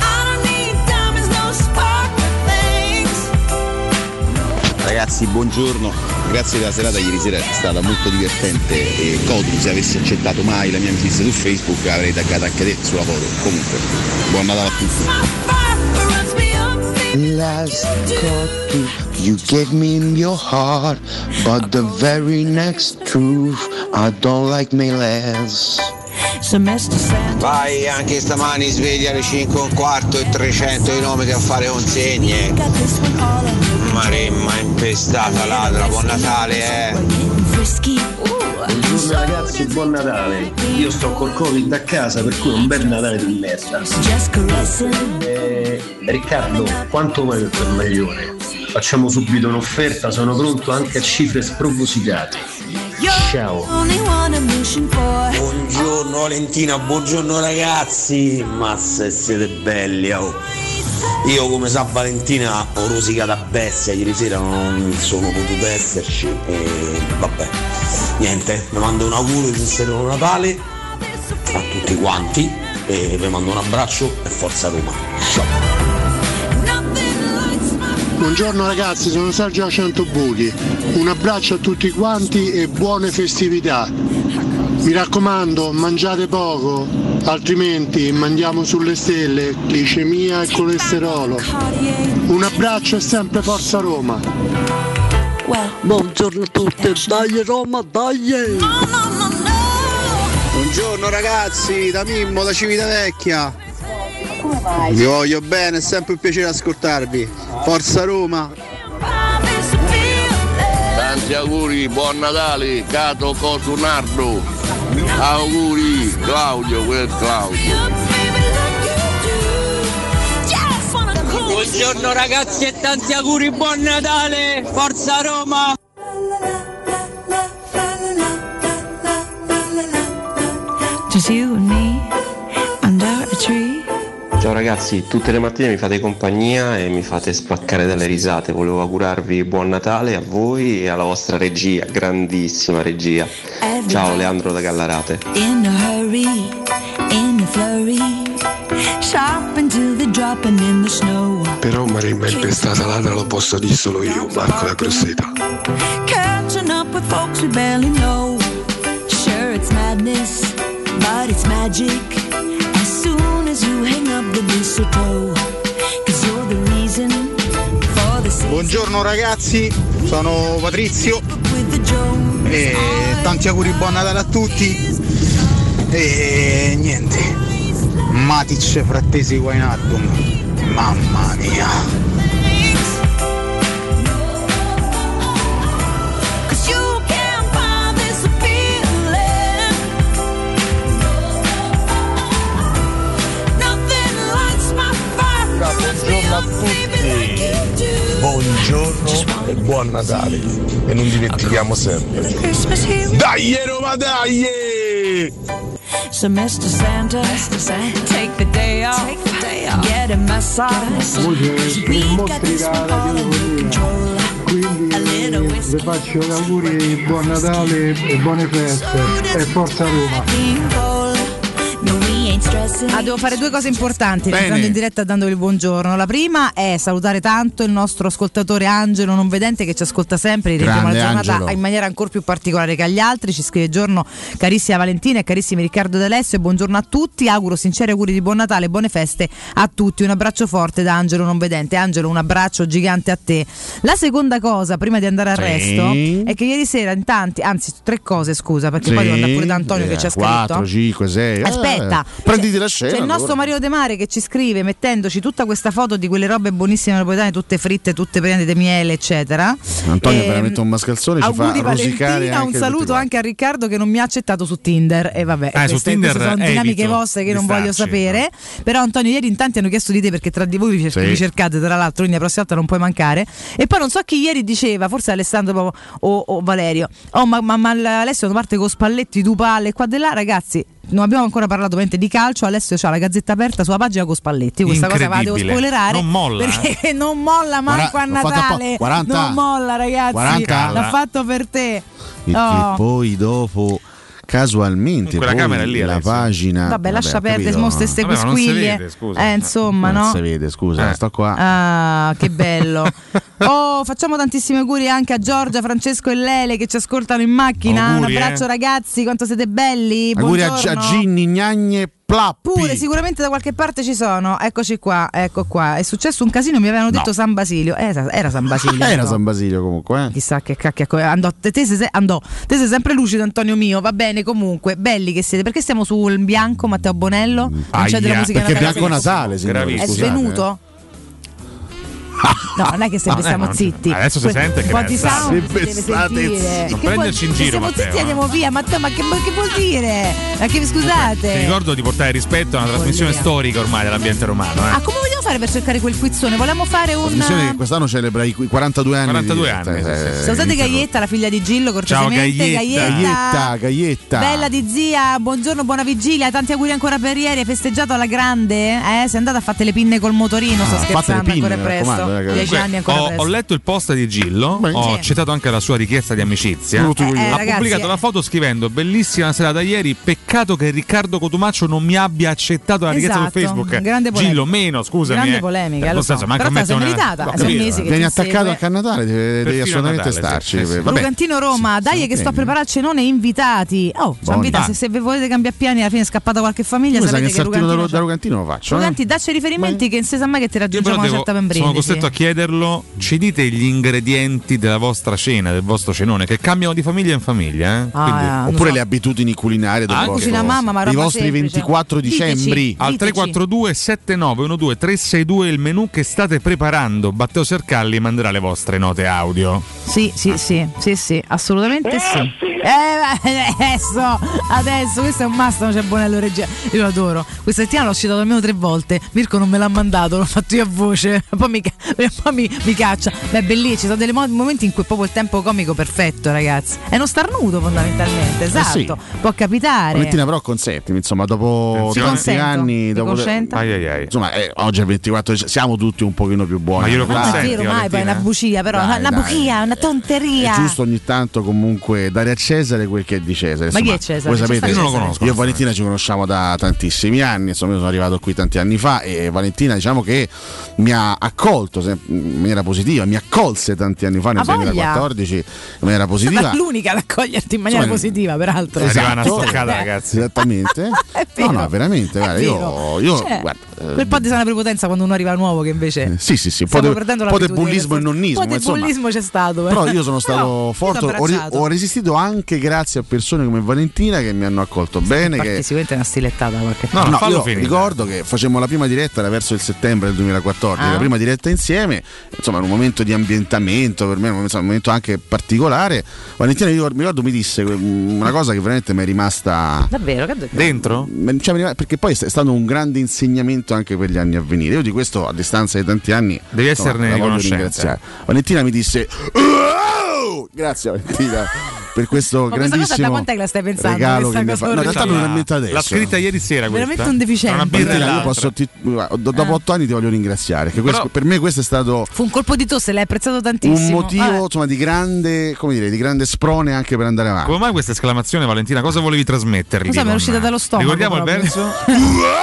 Speaker 16: I don't need diamonds, no sparkle things.
Speaker 6: Ragazzi, buongiorno. Grazie della serata ieri sera è stata molto divertente e Codu se avessi accettato mai la mia amicizia su Facebook avrei taggato anche te sulla foto. Comunque, buon Natale a tutti.
Speaker 17: Last cotton you gave me in your heart, but the very next truth I don't like me less.
Speaker 16: semester sand.
Speaker 6: Vai anche stamani sveglia alle 5 e un quarto e 300 km a fare consegne. Eh,
Speaker 16: Got this one all I know.
Speaker 6: Maremma impestata ladra, buon Natale eh!
Speaker 16: Frisky.
Speaker 18: Buongiorno ragazzi, buon Natale. Io sto col Covid a casa, per cui un bel Natale di merda.
Speaker 16: Just caressing.
Speaker 18: Eh, Riccardo, quanto vuoi per un maglione? Facciamo subito un'offerta, sono pronto anche a cifre spropositate. Ciao.
Speaker 16: Only one emotion for.
Speaker 18: Buongiorno Valentina, buongiorno
Speaker 6: Ragazzi, ma se siete belli, oh. Io come sa Valentina ho rosicato a bestia, ieri sera non sono potuto esserci e vabbè, niente, vi mando un augurio di un sereno Natale a tutti quanti e vi mando un abbraccio e forza Roma.
Speaker 19: Buongiorno ragazzi, sono Sergio Acentobuchi. Un abbraccio a tutti quanti e buone festività. Mi raccomando, mangiate poco, altrimenti mandiamo sulle stelle glicemia e colesterolo. Un abbraccio e sempre Forza Roma.
Speaker 20: Buongiorno a tutti, dai Roma, dai!
Speaker 6: Buongiorno ragazzi, da Mimmo, da Civitavecchia. Vi voglio bene, è sempre un piacere ascoltarvi. Forza Roma!
Speaker 19: Tanti auguri, buon Natale, Cato Cotunardo. Auguri Claudio, quel Claudio.
Speaker 3: Buongiorno ragazzi e tanti auguri, buon Natale, forza Roma!
Speaker 16: Just you and me under a tree.
Speaker 21: Ciao ragazzi, tutte le mattine mi fate compagnia e mi fate spaccare dalle risate. Volevo augurarvi buon Natale a voi e alla vostra regia, grandissima regia. Ciao Leandro da Gallarate.
Speaker 16: In a hurry, in a flurry. Sharp until the dropping in the snow.
Speaker 22: Però Maremma impestata ladra lo posso dire solo io, Marco da Grosseto.
Speaker 16: Catching up with folks we barely know. Sure, it's madness, but it's magic. As soon as you hang up the mistletoe, cause you're the reason for the season.
Speaker 6: Buongiorno ragazzi, sono Patrizio
Speaker 16: With the Joe,
Speaker 6: e tanti auguri buon Natale a tutti e niente. Matic frattesi Wainardum, mamma mia.
Speaker 16: cause you can't buy this feeling. Nothing lights my fire.
Speaker 23: Buongiorno a tutti. Buongiorno e buon Natale. E non dimentichiamo sempre.
Speaker 16: Christmas here.
Speaker 23: Dai Roma, dai!
Speaker 16: So Mr. Santa, take the day off, get a massage.
Speaker 18: Voce mostri da Radio Telefonia. Quindi eh, vi faccio gli auguri di buon Natale e buone feste. E forza Roma.
Speaker 2: Ah, devo fare due cose importanti
Speaker 18: Bene.
Speaker 2: entrando in diretta e dando il buongiorno. La prima è salutare tanto il nostro ascoltatore Angelo non vedente che ci ascolta sempre, gli rendiamo la
Speaker 17: Grande
Speaker 2: giornata
Speaker 17: Angelo.
Speaker 2: in maniera ancora più particolare che agli altri. Ci scrive giorno carissima Valentina e carissimi Riccardo D'Alessio e buongiorno a tutti. Auguro sinceri auguri di buon Natale e buone feste a tutti. Un abbraccio forte da Angelo non vedente. Angelo, un abbraccio gigante a te. La seconda cosa, prima di andare al
Speaker 17: Sì.
Speaker 2: resto, è che ieri sera in tanti, anzi tre cose, scusa, perché poi devo andare pure da Antonio che ci ha scritto.
Speaker 17: 4, 5, 6.
Speaker 2: Aspetta,
Speaker 17: eh. Ah, prenditi
Speaker 2: C'è-
Speaker 17: la scena.
Speaker 2: C'è il nostro
Speaker 17: allora.
Speaker 2: Mario De Mare che ci scrive mettendoci tutta questa foto di quelle robe buonissime napoletane, tutte fritte, tutte piene di miele, eccetera.
Speaker 17: Antonio è
Speaker 2: Ehm,
Speaker 17: veramente un mascalzone, ci fa
Speaker 2: auguri
Speaker 17: rosicare
Speaker 2: Valentina,
Speaker 17: anche
Speaker 2: un
Speaker 17: tutti
Speaker 2: saluto
Speaker 17: quanti.
Speaker 2: anche a Riccardo che non mi ha accettato su Tinder e vabbè,
Speaker 17: Ah, su
Speaker 2: queste,
Speaker 17: Tinder
Speaker 2: queste sono
Speaker 17: evito
Speaker 2: dinamiche vostre che
Speaker 17: di
Speaker 2: non voglio
Speaker 17: starci,
Speaker 2: sapere, però Antonio ieri in tanti hanno chiesto di te perché tra di voi vi, cer-
Speaker 17: Sì.
Speaker 2: vi cercate tra l'altro, quindi la prossima volta non puoi mancare e poi non so chi ieri diceva, forse Alessandro proprio o, o Valerio, oh ma, ma, ma Alessio parte con Spalletti, tu palle qua di là ragazzi non abbiamo ancora parlato ovviamente di calcio, Alessio c'ha la gazzetta aperta sulla pagina con Spalletti, Io questa cosa ve la devo
Speaker 17: Incredibile.
Speaker 2: spoilerare
Speaker 17: Non molla,
Speaker 2: (laughs) perché non molla manco a
Speaker 17: Guarda, l'ho fatta
Speaker 2: Natale,
Speaker 17: appo- 40.
Speaker 2: non molla ragazzi,
Speaker 17: 40.
Speaker 2: l'ha fatto per te.
Speaker 17: E che
Speaker 2: Oh.
Speaker 17: poi dopo casualmente
Speaker 24: quella
Speaker 17: poi
Speaker 24: camera lì,
Speaker 17: la
Speaker 24: Alessio.
Speaker 17: pagina
Speaker 2: Vabbè, lascia
Speaker 17: ho
Speaker 2: perdere
Speaker 17: capito.
Speaker 2: mo ste ste
Speaker 17: Vabbè, ma non si
Speaker 2: quisquiglie.
Speaker 17: vede, scusa.
Speaker 2: Eh, insomma,
Speaker 17: non
Speaker 2: no?
Speaker 17: si vede scusa sto qua
Speaker 2: Ah, che
Speaker 5: (laughs)
Speaker 2: bello. oh, facciamo tantissimi auguri anche a Giorgia, Francesco e Lele che ci ascoltano in macchina.
Speaker 17: Auguri,
Speaker 2: Un abbraccio
Speaker 17: eh.
Speaker 2: ragazzi, quanto siete belli.
Speaker 17: auguri a,
Speaker 2: Buongiorno.
Speaker 17: a Ginni Gnagne
Speaker 5: Plappi.
Speaker 2: Pure, sicuramente da qualche parte ci sono. Eccoci qua, ecco qua. È successo un casino, mi avevano
Speaker 5: No.
Speaker 2: detto San Basilio. Era, era San Basilio.
Speaker 5: Era
Speaker 2: no?
Speaker 5: San Basilio comunque. eh.
Speaker 2: Chissà che cacchia. co- Andò, te, te sei, se- andò. Te sei sempre lucido, Antonio mio. Va bene, comunque. Belli che siete. Perché stiamo sul bianco, Matteo Bonello? Non c'è della musica
Speaker 5: perché
Speaker 2: natalizia?
Speaker 5: Bianco Natale, signora,
Speaker 2: È
Speaker 5: scusate, eh.
Speaker 2: svenuto? No, non è che se
Speaker 4: No, eh,
Speaker 2: stiamo
Speaker 4: no,
Speaker 2: zitti.
Speaker 4: adesso si
Speaker 2: Que-
Speaker 4: sente che
Speaker 2: un po' di
Speaker 4: resta.
Speaker 2: sound
Speaker 4: Se
Speaker 2: si deve
Speaker 4: state
Speaker 2: sentire.
Speaker 4: zitti. Non
Speaker 2: Che
Speaker 4: prenderci in
Speaker 2: vuol- se
Speaker 4: giro,
Speaker 2: siamo
Speaker 4: Matteo,
Speaker 2: zitti
Speaker 4: eh.
Speaker 2: andiamo via, Matteo, ma che, ma che vuol dire? Ma che scusate.
Speaker 4: Ti ricordo di portare rispetto a una trasmissione storica ormai dell'ambiente romano. Eh.
Speaker 2: Ah, come vogliamo fare per cercare quel quizzone? Volevamo fare un.
Speaker 5: Attenzione che quest'anno celebra i 42 anni.
Speaker 4: 42
Speaker 5: di-
Speaker 4: anni,
Speaker 5: eh,
Speaker 2: Salutate Gaietta, la figlia di Gillo,
Speaker 5: Ciao
Speaker 2: cortesemente.
Speaker 5: Gaglietta. Gaglietta, Gaglietta.
Speaker 2: Bella di zia, buongiorno, buona vigilia, tanti auguri ancora per ieri, hai festeggiato alla grande? Eh, sei andata a fate le pinne col motorino, sto
Speaker 5: fate Ah, le
Speaker 2: scherzando,
Speaker 5: pinne,
Speaker 2: ancora è
Speaker 5: mi
Speaker 2: presto.
Speaker 5: raccomando, eh, che-
Speaker 2: Dieci
Speaker 5: Comunque,
Speaker 2: anni è ancora
Speaker 4: Ho,
Speaker 2: presto.
Speaker 4: ho letto il post di Gillo, ho citato anche la sua richiesta di amicizia.
Speaker 5: Eh, eh,
Speaker 4: ha
Speaker 2: ragazzi,
Speaker 4: pubblicato
Speaker 2: eh.
Speaker 4: la foto scrivendo: Bellissima serata ieri. Peccato che Riccardo Cotumaccio non mi abbia accettato la richiesta
Speaker 2: Esatto,
Speaker 4: su Facebook.
Speaker 2: grande polemica.
Speaker 4: Gillo, meno, scusami.
Speaker 2: Grande
Speaker 4: eh.
Speaker 2: polemica,
Speaker 4: Eh,
Speaker 2: lo
Speaker 4: nel
Speaker 2: so.
Speaker 4: senso, manca
Speaker 2: Però
Speaker 4: a me
Speaker 2: te la sei
Speaker 4: che è una-
Speaker 2: meritata,
Speaker 4: No,
Speaker 2: sono
Speaker 4: capito?
Speaker 2: mesi che
Speaker 5: Vieni
Speaker 2: ti
Speaker 5: attaccato
Speaker 2: segue.
Speaker 5: anche a Natale, devi- devi
Speaker 4: Perfino
Speaker 5: assolutamente
Speaker 4: a Natale,
Speaker 5: starci.
Speaker 4: sì, sì, sì.
Speaker 5: Vabbè.
Speaker 2: Lucantino Roma, dai che sto a preparare il cenone invitati. Oh, San
Speaker 5: Buoni.
Speaker 2: Vita,
Speaker 5: Ah.
Speaker 2: se, se vi volete cambiare piani alla fine è scappata qualche famiglia,
Speaker 5: Scusa, che
Speaker 2: sapete
Speaker 5: il
Speaker 2: che
Speaker 5: saltino da,
Speaker 2: Lucantino.
Speaker 5: Ru- da Rugantino lo faccio. eh?
Speaker 2: Lucantino, dacci riferimenti che non si sa mai che ti
Speaker 4: Io
Speaker 2: raggiungiamo
Speaker 4: però
Speaker 2: una
Speaker 4: devo-
Speaker 2: Diciamo certa pembrina.
Speaker 4: sono costretto a chiederlo, ci dite gli ingredienti della vostra cena, del vostro cenone, che cambiano di famiglia in famiglia. eh?
Speaker 2: Ah,
Speaker 4: Quindi-
Speaker 2: eh, non
Speaker 5: Oppure le abitudini culinarie del
Speaker 4: Anche
Speaker 5: vostro,
Speaker 4: cucina mamma, ma
Speaker 5: dei
Speaker 4: roba
Speaker 5: vostri
Speaker 4: semplice.
Speaker 5: 24 dicembri.
Speaker 4: al 342 7912 362 il menu che state preparando. Matteo Sercalli manderà le vostre note audio.
Speaker 2: Sì, sì, sì, sì, sì, assolutamente sì. Eh, eh, adesso, adesso, questo è un must, non c'è Bonello regia. Io lo adoro. Questa settimana l'ho citato almeno tre volte. Mirko non me l'ha mandato, l'ho fatto io a voce. (laughs) Poi mi, ca- eh, poi mi, mi caccia. Beh, bellissimo, ci sono dei momenti in cui è proprio il tempo comico perfetto, ragazzi. È uno starnuto fondamentalmente, esatto.
Speaker 5: Eh sì.
Speaker 2: Può capitare.
Speaker 5: Valentina però consentimi, insomma, dopo
Speaker 2: Ti
Speaker 5: tanti
Speaker 2: consento,
Speaker 5: anni,
Speaker 2: ti
Speaker 5: dopo
Speaker 2: consento. Ai,
Speaker 5: Insomma, eh, oggi è il 24 dicembre, siamo tutti un pochino più buoni.
Speaker 4: Ma io lo
Speaker 2: Ma non è
Speaker 5: Dai.
Speaker 2: vero, mai poi è una buccia, però.
Speaker 5: eh. Dai,
Speaker 2: una
Speaker 5: dai.
Speaker 2: bucchia, una tonteria.
Speaker 5: È giusto ogni tanto comunque dare a Cesare quel che è di Cesare.
Speaker 2: Ma
Speaker 5: Insomma,
Speaker 2: chi è Cesare?
Speaker 5: Voi
Speaker 2: C'è stato
Speaker 5: sapete,
Speaker 2: Io non lo Cesare? conosco,
Speaker 5: Io e Valentina ci conosciamo da tantissimi anni, insomma io sono arrivato qui tanti anni fa e Valentina diciamo che mi ha accolto se- in maniera positiva, mi accolse tanti anni fa nel
Speaker 2: Ha voglia?
Speaker 5: 2014 in maniera positiva.
Speaker 2: Ma l'unica ad accoglierti in maniera
Speaker 5: Insomma,
Speaker 2: positiva, peraltro. (laughs)
Speaker 5: Esatto. Esattamente. no, no,
Speaker 2: vero.
Speaker 5: veramente, guarda, Ah, io,
Speaker 2: vero.
Speaker 5: io
Speaker 2: Cioè,
Speaker 5: guarda, eh,
Speaker 2: Quel po' di sana prepotenza quando uno arriva nuovo che invece
Speaker 5: sì, sì, sì, un po'
Speaker 2: stiamo
Speaker 5: di-
Speaker 2: perdendo
Speaker 5: un po' di
Speaker 2: l'abitudine,
Speaker 5: bullismo
Speaker 2: nel senso-
Speaker 5: e nonnismo,
Speaker 2: Un po' di
Speaker 5: insomma.
Speaker 2: bullismo c'è stato. eh.
Speaker 5: Però io sono
Speaker 2: (laughs)
Speaker 5: stato forte,
Speaker 2: t'ho
Speaker 5: ho, ri-
Speaker 2: abbracciato.
Speaker 5: ho resistito anche grazie a persone come Valentina che mi hanno accolto bene.
Speaker 2: infatti
Speaker 5: Che...
Speaker 2: sicuramente è una stilettata qualche
Speaker 5: No,
Speaker 2: cosa.
Speaker 5: no,
Speaker 2: fallo
Speaker 5: io
Speaker 2: finire.
Speaker 5: ricordo che facemmo la prima diretta era verso il settembre del 2014,
Speaker 2: Ah.
Speaker 5: la prima diretta insieme, insomma era un momento di ambientamento, per me era un insomma, un momento anche particolare. Valentina mi ricordo, mi ricordo mi disse que- una cosa che veramente mi è rimasta
Speaker 2: Davvero? Che ha detto?
Speaker 4: Dentro?
Speaker 5: cioè, perché poi è stato un grande insegnamento anche per gli anni a venire. Io di questo a distanza di tanti anni
Speaker 4: Devi
Speaker 5: insomma,
Speaker 4: esserne
Speaker 5: la voglio
Speaker 4: riconoscente.
Speaker 5: ringraziare. Valentina mi disse "Oh!" Grazie Valentina per
Speaker 2: Ma
Speaker 5: questo
Speaker 2: questa cosa da
Speaker 5: grandissimo
Speaker 2: quant'è che la stai pensando?
Speaker 5: regalo
Speaker 2: questa
Speaker 5: che mi ha
Speaker 2: cosa
Speaker 5: fatto. No, in realtà me lo
Speaker 2: orribile?
Speaker 5: invento adesso.
Speaker 4: L'ha scritta ieri sera questa.
Speaker 2: Veramente un deficiente. Eh.
Speaker 4: Tra una birra e
Speaker 5: Valentina, io
Speaker 4: l'altra.
Speaker 5: posso ti- guarda, do- dopo otto anni ti voglio ringraziare. Che questo-
Speaker 4: Però-
Speaker 5: per me questo è stato
Speaker 2: Fu un colpo di tosse, l'hai apprezzato
Speaker 5: un
Speaker 2: tantissimo.
Speaker 5: motivo
Speaker 2: Vabbè.
Speaker 5: insomma, di grande, come dire, di grande sprone anche per andare avanti.
Speaker 4: Come mai questa esclamazione, Valentina? Cosa volevi trasmettergli?
Speaker 2: Non so, mi è
Speaker 4: con-
Speaker 2: uscita dallo stomaco.
Speaker 4: Ricordiamo il
Speaker 2: proprio.
Speaker 4: verso?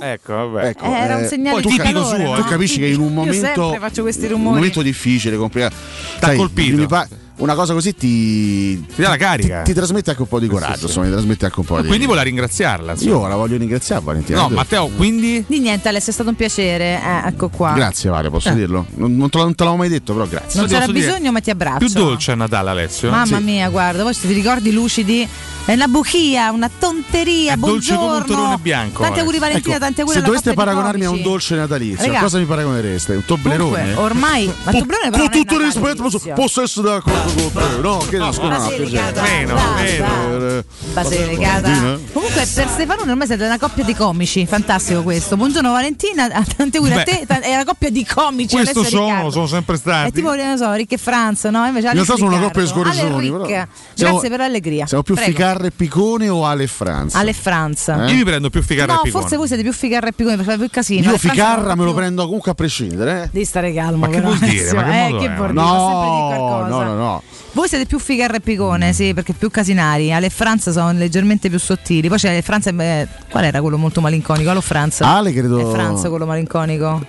Speaker 4: ecco, vabbè.
Speaker 5: Ecco,
Speaker 2: Eh, era un segnale
Speaker 5: poi tu
Speaker 2: di
Speaker 5: capi- eh,
Speaker 2: calore, no?
Speaker 5: Tu capisci che in un
Speaker 2: Io
Speaker 5: momento,
Speaker 2: sempre faccio questi
Speaker 5: un
Speaker 2: rumori.
Speaker 5: momento difficile, complicato, sai,
Speaker 4: colpito.
Speaker 5: mi pa- una cosa così ti, ti
Speaker 4: dà la carica. Ah,
Speaker 5: ti, trasmette anche un po' di coraggio, insomma, ti trasmette anche un po' di
Speaker 4: Quindi voleva ringraziarla. insomma.
Speaker 5: Io la voglio ringraziare Valentina.
Speaker 4: No, Matteo, quindi
Speaker 2: Di niente, Alessio, è stato un piacere. Eh, ecco qua.
Speaker 5: Grazie Vale,
Speaker 4: Eh.
Speaker 5: posso dirlo? Non, non te l'ho- non te l'avevo mai detto, però grazie.
Speaker 2: Non c'era bisogno, ma ti abbraccio.
Speaker 4: più dolce a Natale, Alessio.
Speaker 2: Mamma
Speaker 4: Sì.
Speaker 2: mia, guarda, voi se ti ricordi lucidi, è una buchia, una tonteria,
Speaker 5: dolce come un
Speaker 2: buongiorno.
Speaker 5: torrone bianco,
Speaker 2: Tanti
Speaker 5: eh.
Speaker 2: auguri Valentina,
Speaker 5: Ecco,
Speaker 2: tanti auguri
Speaker 5: Se
Speaker 2: alla
Speaker 5: doveste
Speaker 2: coppia di
Speaker 5: paragonarmi a un
Speaker 2: comici.
Speaker 5: dolce natalizio,
Speaker 2: Raga.
Speaker 5: a cosa mi paragonereste? Un toblerone?
Speaker 2: Comunque, ormai ma
Speaker 5: Po-
Speaker 2: Toblerone però
Speaker 5: con
Speaker 2: non è
Speaker 5: tutto il
Speaker 2: natalizio.
Speaker 5: rispetto, posso- posso essere d'accordo con te. Eh, No, che no, scusa,
Speaker 2: Ma
Speaker 5: no,
Speaker 2: sei
Speaker 5: che-
Speaker 2: legata.
Speaker 5: Meno,
Speaker 2: Basta.
Speaker 5: meno.
Speaker 2: Basilicata.
Speaker 5: Valentina?
Speaker 2: Comunque per Stefanone ormai siete una coppia di comici, fantastico questo. Buongiorno Valentina, (laughs) tanti auguri a
Speaker 4: Beh.
Speaker 2: te, ta- è una coppia di comici.
Speaker 4: Questo
Speaker 2: Alessio e
Speaker 4: sono,
Speaker 2: Riccardo.
Speaker 4: sono sempre stati.
Speaker 2: È tipo, non so, Rick e Franz, no? Invece
Speaker 5: In
Speaker 2: Alex
Speaker 5: realtà eh, sono una
Speaker 2: Riccardo.
Speaker 5: coppia di scorzoni,
Speaker 2: Ale e Rick,
Speaker 5: però. Siamo-
Speaker 2: Grazie per l'allegria.
Speaker 5: Siamo più
Speaker 2: Prego.
Speaker 5: Ficarre e Picone o Ale e Franza?
Speaker 2: Ale e Franza.
Speaker 5: Eh?
Speaker 4: Io mi prendo più Ficarra
Speaker 2: no,
Speaker 4: e Picone.
Speaker 2: forse voi siete più ficarra e picone perché fate più casino.
Speaker 5: Io
Speaker 2: Ale e Franza
Speaker 5: Ficarra
Speaker 2: non-
Speaker 5: me lo prendo comunque a prescindere. eh.
Speaker 2: Devi stare calmo.
Speaker 5: Ma che
Speaker 2: però,
Speaker 5: vuol dire?
Speaker 2: Alessio.
Speaker 5: Ma che
Speaker 2: eh,
Speaker 5: modo
Speaker 2: che
Speaker 5: è?
Speaker 2: vuol dire?
Speaker 5: No,
Speaker 2: Sto sempre di qualcosa.
Speaker 5: no, Mm. no, no.
Speaker 2: Voi siete più figarra e picone, sì, perché più casinari. Ale e Franza sono leggermente più sottili. Poi c'è Ale e Franza. eh, qual era quello molto malinconico? Ale o Franza?
Speaker 5: Ale credo-
Speaker 2: È Franza quello malinconico.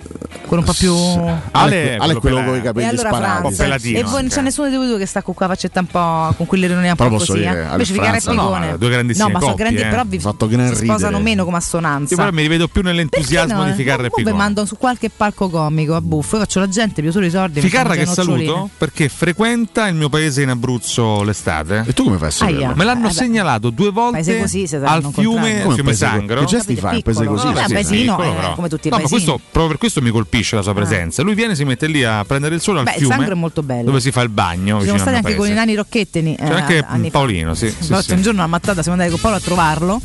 Speaker 2: quello un po' più.
Speaker 5: Ale, Ale è
Speaker 4: quello
Speaker 5: quello
Speaker 4: pelà.
Speaker 5: con i
Speaker 2: E
Speaker 5: capelli
Speaker 2: allora
Speaker 5: sparati.
Speaker 2: Franz, e voi non c'è nessuno dei due che sta con quella faccetta un po' con quell'ironia un po'
Speaker 5: Però posso
Speaker 2: così. eh?
Speaker 5: dire, Ale
Speaker 2: Invece Figaro e
Speaker 5: Franz- no,
Speaker 2: Picone.
Speaker 5: ma due grandissime
Speaker 2: No, ma sono
Speaker 5: coppie,
Speaker 2: grandi,
Speaker 5: eh.
Speaker 2: però vi
Speaker 5: Fatto gran
Speaker 2: si sposano
Speaker 5: ridere.
Speaker 2: meno come assonanza.
Speaker 4: Io però mi rivedo più nell'entusiasmo di Ficarra e
Speaker 2: Poi vi
Speaker 4: Picone.
Speaker 2: eh, mando su qualche palco comico a buffo, io faccio la gente, più solo i soldi.
Speaker 4: Ficarra che
Speaker 2: mettiamo già noccioline.
Speaker 4: saluto perché frequenta il mio paese in Abruzzo l'estate. E
Speaker 5: tu come fai a
Speaker 2: saperlo? Aia.
Speaker 4: Me l'hanno
Speaker 2: Eh beh,
Speaker 4: segnalato due volte
Speaker 2: paese così, se dai,
Speaker 4: al
Speaker 2: non
Speaker 4: fiume,
Speaker 2: contrario.
Speaker 4: al
Speaker 5: Come
Speaker 4: fiume
Speaker 5: paese co-
Speaker 4: Sangro.
Speaker 5: che gesti fa, il paese così?
Speaker 4: No,
Speaker 5: Eh,
Speaker 4: sì,
Speaker 5: paesino,
Speaker 4: piccolo,
Speaker 5: eh,
Speaker 4: però.
Speaker 2: come tutti i
Speaker 4: No, ma
Speaker 2: paesini. Eh.
Speaker 4: questo, proprio per questo mi colpisce la sua presenza. Lui viene, si mette lì a prendere il sole al
Speaker 2: Beh, il
Speaker 4: fiume.
Speaker 2: Sangro è molto bello.
Speaker 4: Dove si fa il bagno.
Speaker 2: Ci siamo
Speaker 4: vicino
Speaker 2: stati
Speaker 4: al
Speaker 2: anche
Speaker 4: mio
Speaker 2: con i
Speaker 4: paese.
Speaker 2: nani Rocchettini. eh,
Speaker 4: C'era anche
Speaker 2: anni fa.
Speaker 4: Paolino, sì. sì,
Speaker 2: Però
Speaker 4: sì.
Speaker 2: un giorno una mattata siamo andati con Paolo a trovarlo.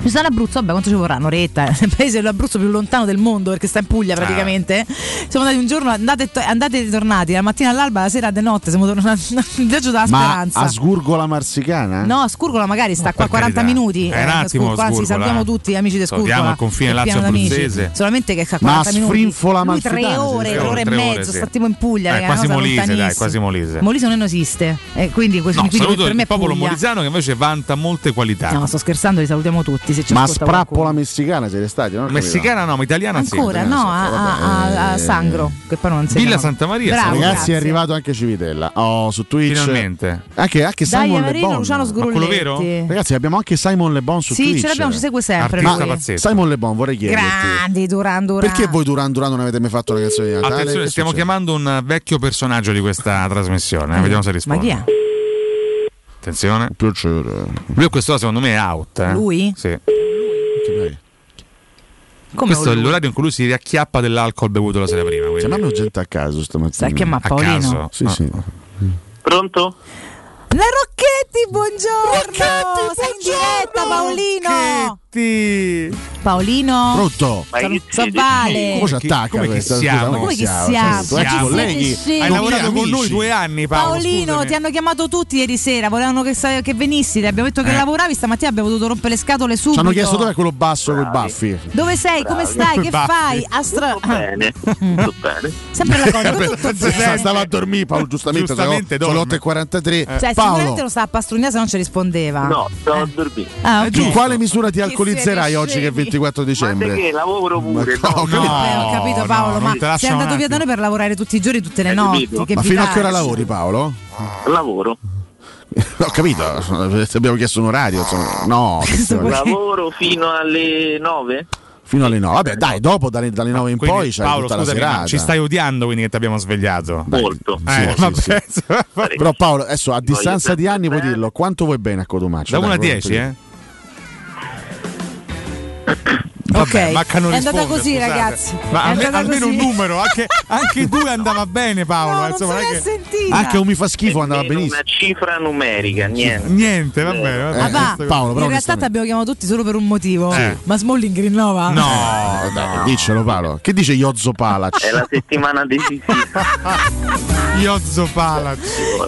Speaker 2: Mi sono all'Abruzzo, vabbè quanto ci vorrà? Un'oretta, è (laughs) il paese dell'Abruzzo più lontano del mondo perché sta in
Speaker 4: Eh.
Speaker 2: Puglia praticamente. Siamo andati un giorno, andate, e to- andate e ritornati, la mattina all'alba, la sera a notte, siamo tornati (laughs) in viaggio della
Speaker 5: Ma
Speaker 2: speranza.
Speaker 5: a Sgurgola Marsicana?
Speaker 2: No, a Scurgola magari sta qua
Speaker 5: Eh? per
Speaker 2: 40
Speaker 5: carità.
Speaker 2: minuti.
Speaker 5: È un attimo,
Speaker 2: Scurgola, anzi,
Speaker 5: Scurgola.
Speaker 2: salutiamo tutti gli amici di
Speaker 5: Salutiamo
Speaker 2: Scurgola.
Speaker 5: il confine
Speaker 2: del
Speaker 5: Lazio
Speaker 2: piano d'amici.
Speaker 5: Abruzzese.
Speaker 2: Solamente che è qua
Speaker 5: Ma
Speaker 2: 40 minuti.
Speaker 5: sfrinfola
Speaker 2: Lui tre
Speaker 5: amalfitana, sì,
Speaker 2: ore,
Speaker 5: sì.
Speaker 2: tre ore e
Speaker 5: Tre ore,
Speaker 2: mezzo,
Speaker 5: sì.
Speaker 2: stattiamo in Puglia.
Speaker 4: Eh,
Speaker 2: raga,
Speaker 4: quasi
Speaker 2: una cosa
Speaker 4: Molise, dai,
Speaker 2: lontanissima.
Speaker 4: quasi Molise.
Speaker 2: Molise non esiste. E quindi, questo-
Speaker 4: No,
Speaker 2: quindi
Speaker 4: saluto
Speaker 2: per me
Speaker 4: il
Speaker 2: è
Speaker 4: popolo
Speaker 2: Puglia.
Speaker 4: molisano che invece vanta molte qualità.
Speaker 2: No, sto scherzando, li salutiamo tutti. Se ci
Speaker 5: Ma
Speaker 2: ascolta
Speaker 5: sprappola messicana siete stati? no?
Speaker 4: Messicana no, ma italiana sì.
Speaker 2: qualcuno. Ancora, no, ah, a, a- a- a Sangro, che poi non si
Speaker 4: Villa
Speaker 2: chiama.
Speaker 4: Santa Maria,
Speaker 2: Bravo,
Speaker 5: Ragazzi
Speaker 2: grazie.
Speaker 5: è arrivato anche Civitella oh, su Twitch.
Speaker 4: Finalmente.
Speaker 5: Anche, anche
Speaker 2: Dai,
Speaker 5: Simon
Speaker 2: Marino,
Speaker 5: Le Bon.
Speaker 2: Luciano Ma quello Sgrulletti. vero?
Speaker 5: Ragazzi abbiamo anche Simon Le Bon su
Speaker 2: Sì, ce
Speaker 5: Twitch.
Speaker 2: l'abbiamo, ci segue sempre Artista lui. pazzesco.
Speaker 5: Simon Le Bon vorrei chiederti.
Speaker 2: Grandi Duran Duran.
Speaker 5: Perché voi Duran Duran non avete mai fatto le canzoni di Natale?
Speaker 4: Attenzione,
Speaker 5: Che
Speaker 4: stiamo
Speaker 5: succede? Ah.
Speaker 4: chiamando un vecchio personaggio di questa trasmissione. eh, Vediamo se risponde.
Speaker 2: Ma chi
Speaker 4: Attenzione. Lui a quest'ora secondo me è out. eh.
Speaker 2: Lui?
Speaker 4: Sì.
Speaker 2: Come
Speaker 4: Questo è
Speaker 2: lui?
Speaker 4: l'orario in cui lui si riacchiappa dell'alcol bevuto la sera prima. quindi.
Speaker 5: Chiamiamo gente a caso stamattina.
Speaker 2: Sai che ma
Speaker 4: A
Speaker 2: Paolino?
Speaker 4: caso?
Speaker 5: Sì, sì.
Speaker 6: Pronto?
Speaker 2: La Rocchetti, buongiorno! Sei in diretta, Paolino! Paolino!
Speaker 5: Pronto?
Speaker 2: Ma che siete? Vale.
Speaker 5: Come ci attacca
Speaker 4: Come chi
Speaker 5: questa?
Speaker 4: siamo?
Speaker 5: Scusa,
Speaker 4: Come chi
Speaker 2: siamo?
Speaker 5: Sono ex
Speaker 2: Siete
Speaker 5: Ecco, colleghi.
Speaker 2: scemi.
Speaker 4: Hai
Speaker 5: Non
Speaker 4: lavorato
Speaker 5: amici.
Speaker 4: con noi due anni, Paolo.
Speaker 2: Paolino,
Speaker 4: scusami.
Speaker 2: ti hanno chiamato tutti ieri sera, volevano che, sa- che venissi, ti abbiamo detto che lavoravi, stamattina abbiamo dovuto rompere le scatole subito.
Speaker 5: Eh. Ci hanno chiesto dov'è quello basso col baffi.
Speaker 2: Dove sei? Come stai? Che
Speaker 5: Baffi.
Speaker 2: fai? Astra-
Speaker 5: Bene, tutto bene.
Speaker 2: Sempre la
Speaker 5: (laughs)
Speaker 2: cosa, tutto bene.
Speaker 5: Stava a dormire Paolo, giustamente.
Speaker 4: Giustamente
Speaker 5: sono le 8.43.
Speaker 2: (laughs) Cioè, sicuramente
Speaker 5: Paolo,
Speaker 2: lo stava a pastrugnare se non ci rispondeva.
Speaker 5: stavo a dormire.
Speaker 2: Ah, ok.
Speaker 5: In quale misura ti
Speaker 2: Che
Speaker 5: alcolizzerai
Speaker 2: siete
Speaker 5: oggi che è
Speaker 2: scemi.
Speaker 5: 24 dicembre?
Speaker 2: perché?
Speaker 5: lavoro pure. No,
Speaker 2: Eh, ho capito Paolo,
Speaker 5: Eh. non
Speaker 2: ma
Speaker 5: te
Speaker 2: sei
Speaker 5: lasciano
Speaker 2: andato
Speaker 5: un
Speaker 2: via da noi per lavorare tutti i giorni,
Speaker 5: Eh,
Speaker 2: tutte le notti. Che
Speaker 5: ma
Speaker 2: vi
Speaker 5: fino a
Speaker 2: pare?
Speaker 5: che ora lavori Paolo? Lavoro. (laughs) Ho capito, ti abbiamo chiesto un orario, insomma.
Speaker 2: (laughs)
Speaker 5: no,
Speaker 6: Lavoro fino alle 9?
Speaker 5: fino alle 9. Vabbè, dai, dopo dalle, dalle 9 in
Speaker 4: Quindi,
Speaker 5: poi c'è
Speaker 4: Paolo,
Speaker 5: tutta la
Speaker 4: scusami, ma
Speaker 5: serata.
Speaker 4: ci stai odiando quindi che ti abbiamo svegliato. Molto. Eh,
Speaker 5: Sì, sì,
Speaker 4: vabbè,
Speaker 5: sì. Però Paolo, adesso a distanza di anni puoi dirlo, quanto vuoi bene a Cotumaccio?
Speaker 4: Da
Speaker 5: Dai,
Speaker 4: 1 a
Speaker 5: quello
Speaker 4: 10,
Speaker 5: te lo
Speaker 4: eh?
Speaker 2: Ok,
Speaker 4: Macca non
Speaker 2: è andata
Speaker 4: risponde,
Speaker 2: così,
Speaker 4: scusate.
Speaker 2: ragazzi.
Speaker 4: Ma
Speaker 2: È
Speaker 4: alme-
Speaker 2: andata
Speaker 4: almeno
Speaker 2: così.
Speaker 4: un numero,
Speaker 2: (laughs)
Speaker 4: anche, anche i due andava bene
Speaker 5: eh,
Speaker 4: Paolo. insomma, non è Ah, che-
Speaker 5: dico. Anche un mi fa schifo andava benissimo.
Speaker 6: Una cifra numerica, niente.
Speaker 5: Eh.
Speaker 4: Niente, va bene. va bene.
Speaker 2: Papà,
Speaker 4: Questo-
Speaker 2: Ah, in realtà ti abbiamo chiamato tutti solo per un motivo. Ma Smalling rinnova?
Speaker 5: No, dai, diccelo Paolo. Che dice Iozzo Palac?
Speaker 6: È la settimana decisiva.
Speaker 4: Iozzo Palac.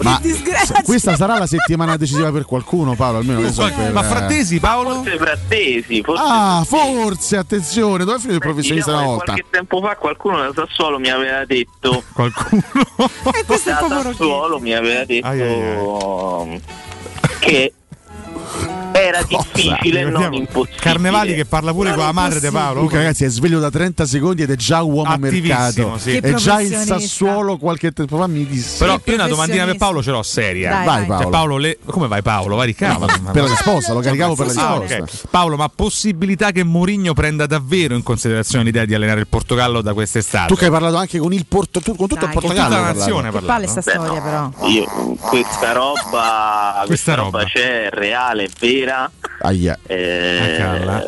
Speaker 5: Ma
Speaker 6: disgrazia.
Speaker 5: questa sarà la settimana decisiva per qualcuno, Paolo, almeno ne so per- eh,
Speaker 4: Ma Frattesi, Paolo?
Speaker 6: Forse Frattesi, forse
Speaker 5: Ah, forse, attenzione, dove è finito il professionista una
Speaker 6: diciamo che
Speaker 5: volta?
Speaker 6: qualche tempo fa qualcuno da Sassuolo mi aveva detto
Speaker 4: (laughs) qualcuno
Speaker 6: (laughs) e questo da Sassuolo mi aveva detto che era difficile non
Speaker 4: Ricordiamo,
Speaker 6: impossibile
Speaker 4: Carnevali che parla pure con la madre di Paolo.
Speaker 5: Luca, ragazzi, è sveglio da 30 secondi ed è già uomo
Speaker 4: Attivissimo,
Speaker 5: mercato.
Speaker 4: sì. Che
Speaker 5: È già il
Speaker 4: professionista.
Speaker 5: Sassuolo qualche tempo fa mi disse.
Speaker 4: Però io una domandina per Paolo ce l'ho seria.
Speaker 5: Dai, Vai,
Speaker 4: Cioè,
Speaker 5: Paolo.
Speaker 4: le- Come vai Paolo? Vai ricavo.
Speaker 5: per la risposta, lo caricavo per la risposta.
Speaker 4: Ah, Paolo, ma possibilità che Mourinho prenda davvero in considerazione l'idea di allenare il Portogallo da quest'estate?
Speaker 5: Tu che hai parlato anche con il Porto, tu- con tutto il
Speaker 4: con
Speaker 5: Portogallo.
Speaker 4: tutta la
Speaker 5: hai parlato.
Speaker 4: nazione
Speaker 2: Che palle sta storia, però.
Speaker 6: io
Speaker 4: (laughs)
Speaker 6: questa roba questa, roba. c'è è reale è vera
Speaker 5: Aia.
Speaker 6: eh,
Speaker 4: Ah,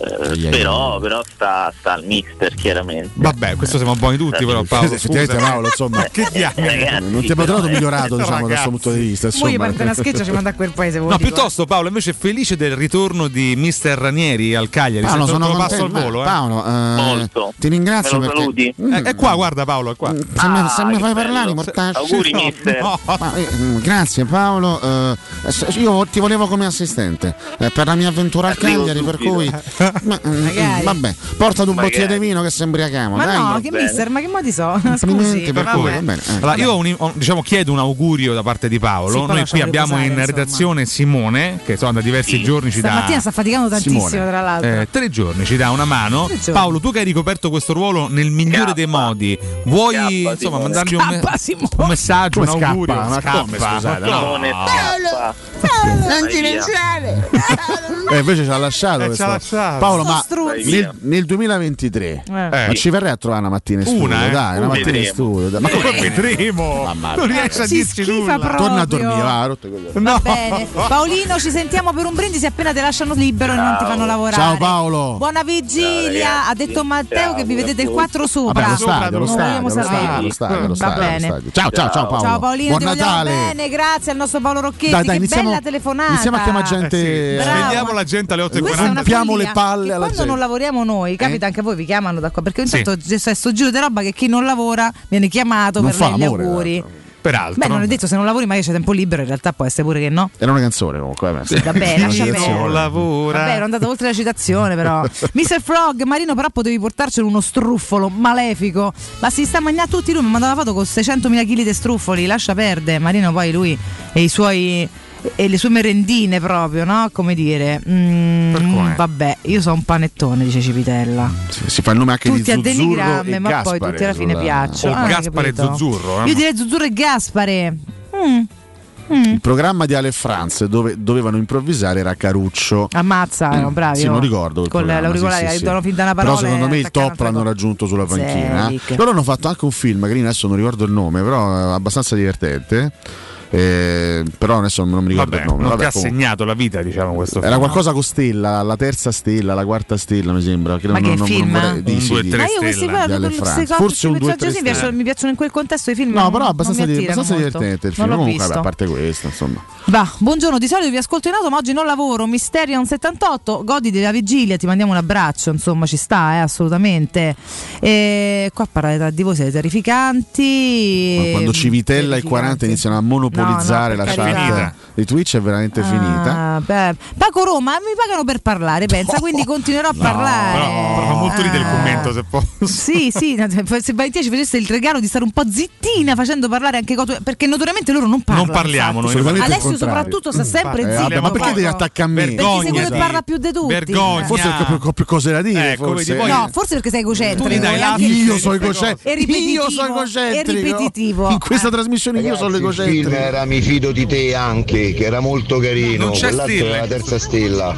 Speaker 6: però, però sta, sta al mister chiaramente
Speaker 4: Vabbè, questo siamo buoni tutti, però Paolo.
Speaker 5: Eh, Effettivamente,
Speaker 4: scusa.
Speaker 5: Paolo, insomma,
Speaker 4: (laughs) che diamine.
Speaker 5: non ti abbiamo
Speaker 4: (laughs)
Speaker 5: trovato migliorato, diciamo, da questo punto di vista.
Speaker 2: Mo' gli
Speaker 5: insomma.
Speaker 2: parte una scheggia ci manda a quel paese.
Speaker 4: No,
Speaker 5: eh.
Speaker 4: piuttosto Paolo invece felice del ritorno di Mister Ranieri al Cagliari.
Speaker 5: Paolo,
Speaker 4: Se te
Speaker 5: sono
Speaker 4: lo passo al
Speaker 5: contento.
Speaker 4: volo. eh.
Speaker 5: Paolo, eh, Molto. ti ringrazio Me lo Ah, perché- saluti?
Speaker 4: Eh, È qua, guarda Paolo, è qua.
Speaker 5: Se, me, se me fai parlare, mortacci.
Speaker 4: Auguri, mister.
Speaker 5: Ma, eh, mm, grazie Paolo. eh, se- io ti volevo come assistente. Eh, per la mia avventura al
Speaker 2: Arrivo
Speaker 5: Cagliari, per
Speaker 2: subito.
Speaker 4: (laughs)
Speaker 5: cui. Ma, mm,
Speaker 2: Magari.
Speaker 5: vabbè, portati un
Speaker 2: Magari.
Speaker 5: bottiglio di vino che si imbriachiamo.
Speaker 2: Ma
Speaker 5: dai.
Speaker 2: no, che mister, ma che modi so? Scusi,
Speaker 5: Complimenti, per
Speaker 2: vabbè.
Speaker 5: cui, va bene, eh.
Speaker 4: Allora, io ho un- ho- diciamo, chiedo un augurio da parte di Paolo.
Speaker 2: Sì, poi
Speaker 4: Noi qui
Speaker 2: lasciamo
Speaker 4: abbiamo
Speaker 2: riposare,
Speaker 4: in
Speaker 2: insomma.
Speaker 4: redazione Simone, che sono da diversi giorni ci dà.
Speaker 2: Stamattina sta faticando tantissimo,
Speaker 4: Simone,
Speaker 2: tra l'altro.
Speaker 4: eh, tre giorni ci dà una mano.
Speaker 2: Tre giorni.
Speaker 4: Paolo, tu che hai ricoperto questo ruolo nel migliore dei modi, vuoi insomma, mandargli un, me- un messaggio,
Speaker 5: Come
Speaker 4: un
Speaker 5: scappa?
Speaker 4: augurio?
Speaker 5: Ma come, scusate,
Speaker 4: ma
Speaker 5: no.
Speaker 4: come?
Speaker 1: Paolo, non ti lanciare!
Speaker 5: Eh, invece ci ha lasciato.
Speaker 1: Eh,
Speaker 5: questo-
Speaker 1: ci ha lasciato.
Speaker 5: Paolo,
Speaker 1: Sto
Speaker 5: ma
Speaker 1: struzzo.
Speaker 5: nel, nel 2023
Speaker 1: Eh.
Speaker 5: ma
Speaker 1: Sì.
Speaker 5: ci verrai a trovare una mattina in studio?
Speaker 4: Una, eh?
Speaker 5: Dai, una
Speaker 4: Una.
Speaker 5: mattina in
Speaker 4: Vedremo.
Speaker 5: studio. dai. Ma
Speaker 4: Ma
Speaker 5: come?
Speaker 4: vedremo?
Speaker 5: Mamma
Speaker 4: Non
Speaker 5: mia.
Speaker 4: riesce a
Speaker 2: Si
Speaker 4: dirci
Speaker 2: schifa
Speaker 4: nulla.
Speaker 2: proprio.
Speaker 5: Torna a dormire, va, rotto i coglioni.
Speaker 2: Va
Speaker 4: (laughs)
Speaker 2: bene. Paolino, ci sentiamo per un brindisi appena ti lasciano libero e non ti fanno lavorare.
Speaker 5: Ciao, Paolo.
Speaker 2: Buona vigilia,
Speaker 5: Ciao, ragazzi.
Speaker 2: ha detto Matteo che vi vedete il 4 sopra.
Speaker 5: Vabbè, lo stadio, lo stadio, lo
Speaker 2: Vogliamo
Speaker 5: stadio,
Speaker 2: sapere.
Speaker 5: lo stadio, lo
Speaker 2: Va
Speaker 5: stadio,
Speaker 2: bene.
Speaker 5: lo stadio. Ciao, ciao, ciao Paolo.
Speaker 2: Ciao Paolino,
Speaker 5: Buon
Speaker 2: ti vogliamo
Speaker 5: Natale.
Speaker 2: bene, grazie al nostro Paolo Rocchetti.
Speaker 5: Dai, dai,
Speaker 2: che
Speaker 5: iniziamo-
Speaker 2: bella telefonata.
Speaker 5: iniziamo a chiamare gente- Eh sì.
Speaker 2: Brava.
Speaker 4: Vediamo la gente alle 8.40.
Speaker 2: Questa è una
Speaker 5: Rompiamo
Speaker 2: follia,
Speaker 5: le palle
Speaker 2: che
Speaker 5: alla
Speaker 2: quando
Speaker 5: gente. Eh?
Speaker 2: non lavoriamo noi, capita anche a voi, vi chiamano da qua perché
Speaker 4: Sì.
Speaker 2: intanto c'è questo giro di roba che chi non lavora viene chiamato
Speaker 5: Non
Speaker 2: per
Speaker 5: fa esatto.
Speaker 2: lei gli
Speaker 5: l'amore,
Speaker 2: auguri.
Speaker 4: Peraltro.
Speaker 2: Beh, non è detto se non lavori, ma che c'è tempo libero, in realtà può essere pure che no.
Speaker 5: Era una canzone comunque. eh, ma-
Speaker 2: Sì, vabbè,
Speaker 5: Una
Speaker 2: lascia perdere.
Speaker 5: canzone.
Speaker 2: Vabbè, ero andato oltre la citazione,
Speaker 5: (laughs)
Speaker 2: però. Mr. Frog, Marino, però potevi portarcelo uno struffolo malefico. Ma si sta mangiando tutti lui, mi ha mandato la foto con 600.000 kg di struffoli, lascia perdere. Marino poi lui e i suoi e le sue merendine proprio, no? Come dire. Mm, vabbè, io so un panettone, dice Cipitella.
Speaker 5: Si fa il nome anche
Speaker 2: Tutti a
Speaker 5: di Zuzzurro
Speaker 2: denigramme,
Speaker 5: e
Speaker 2: ma poi
Speaker 5: Gaspare eh.
Speaker 2: tutti alla fine
Speaker 5: sulla- Oh,
Speaker 2: piacciono. Ah, capito.
Speaker 5: eh,
Speaker 2: Io direi Zuzzurro eh. e Gaspare. Mm. Mm.
Speaker 5: Il programma di Ale France dove dovevano improvvisare era Caruccio.
Speaker 2: Ammazza, erano bravi.
Speaker 5: Mm. Sì, non
Speaker 2: oh.
Speaker 5: ricordo. il
Speaker 2: Con
Speaker 5: programma,
Speaker 2: l'auricolare,
Speaker 5: sì, sì, sì.
Speaker 2: arrivano fin da una parola.
Speaker 5: Però secondo me
Speaker 2: e
Speaker 5: il top l'hanno raggiunto sulla panchina.
Speaker 2: Zelig.
Speaker 5: Loro hanno fatto anche un film, carino, adesso non ricordo il nome, però eh, abbastanza divertente. Eh, però adesso non mi ricordo
Speaker 4: Vabbè,
Speaker 5: il nome.
Speaker 4: non
Speaker 5: Vabbè,
Speaker 4: ti ha
Speaker 5: comunque.
Speaker 4: segnato la vita, diciamo, questo
Speaker 5: Era qualcosa con stella, la terza stella, la quarta stella, mi sembra. Che
Speaker 2: Ma
Speaker 5: non,
Speaker 2: che
Speaker 5: non- non
Speaker 2: film?
Speaker 5: vorrei- di-
Speaker 4: Un,
Speaker 5: sì,
Speaker 4: due,
Speaker 5: di-
Speaker 4: tre
Speaker 2: Ma io questi qua,
Speaker 5: di Ale
Speaker 2: questi
Speaker 5: France.
Speaker 2: cose-
Speaker 5: Forse un
Speaker 2: questi
Speaker 5: 2 3
Speaker 2: personaggi mi piacciono- mi piacciono in quel contesto i film.
Speaker 5: No,
Speaker 2: non-
Speaker 5: però
Speaker 2: non
Speaker 5: abbastanza,
Speaker 2: mi
Speaker 5: di-
Speaker 2: attirano
Speaker 5: abbastanza
Speaker 2: molto.
Speaker 5: divertente il
Speaker 2: Non
Speaker 5: film.
Speaker 2: l'ho
Speaker 5: Comunque, vabbè,
Speaker 2: visto. Eh,
Speaker 5: a parte questo, insomma.
Speaker 2: Va, buongiorno, di solito vi ascolto in auto, ma oggi non lavoro. Mysterion 78, godi della vigilia, ti mandiamo un abbraccio, insomma, ci sta, eh, assolutamente. E qua parlate di voi, siete terrificanti.
Speaker 5: Ma quando Civitella e
Speaker 2: terrificanti.
Speaker 5: 40 iniziano a monopolizzare
Speaker 2: No, no,
Speaker 5: la
Speaker 2: per
Speaker 5: chat
Speaker 2: carità.
Speaker 5: di Twitch è veramente finita.
Speaker 2: Ah, beh, Paco Roma, mi pagano per parlare, pensa, quindi continuerò a parlare.
Speaker 4: fa molto
Speaker 2: Eh.
Speaker 4: ridere il commento, se posso.
Speaker 2: Sì, sì, no, se Valentina ci facesse il regalo di stare un po' zittina facendo parlare anche Cotu, perché notoriamente loro non parlano.
Speaker 4: Non parliamo
Speaker 2: infatti.
Speaker 4: noi, infatti.
Speaker 2: Alessio
Speaker 5: Solitamente il
Speaker 2: soprattutto sta sempre
Speaker 5: Eh,
Speaker 2: zitto.
Speaker 5: vabbè, ma perché
Speaker 2: Paco.
Speaker 5: devi attaccare a me?
Speaker 2: Perché sei quello che parla più di tutti.
Speaker 5: Vergogna. Forse perché ho più- ho più cose da dire.
Speaker 4: Ecco, vedi,
Speaker 5: forse.
Speaker 4: poi-
Speaker 2: No, forse perché sei egocentrico.
Speaker 5: dai
Speaker 2: e
Speaker 5: la-
Speaker 2: anche-
Speaker 5: io sono egocentrico.
Speaker 2: e ripetitivo,
Speaker 5: Io sono egocentrico.
Speaker 2: E ripetitivo. Eh.
Speaker 5: In questa trasmissione io sono l'egocentrico.
Speaker 6: era Mi fido di te anche, che era molto carino.
Speaker 5: Non c'è
Speaker 6: Quell'altro
Speaker 5: stella.
Speaker 6: era la terza stella.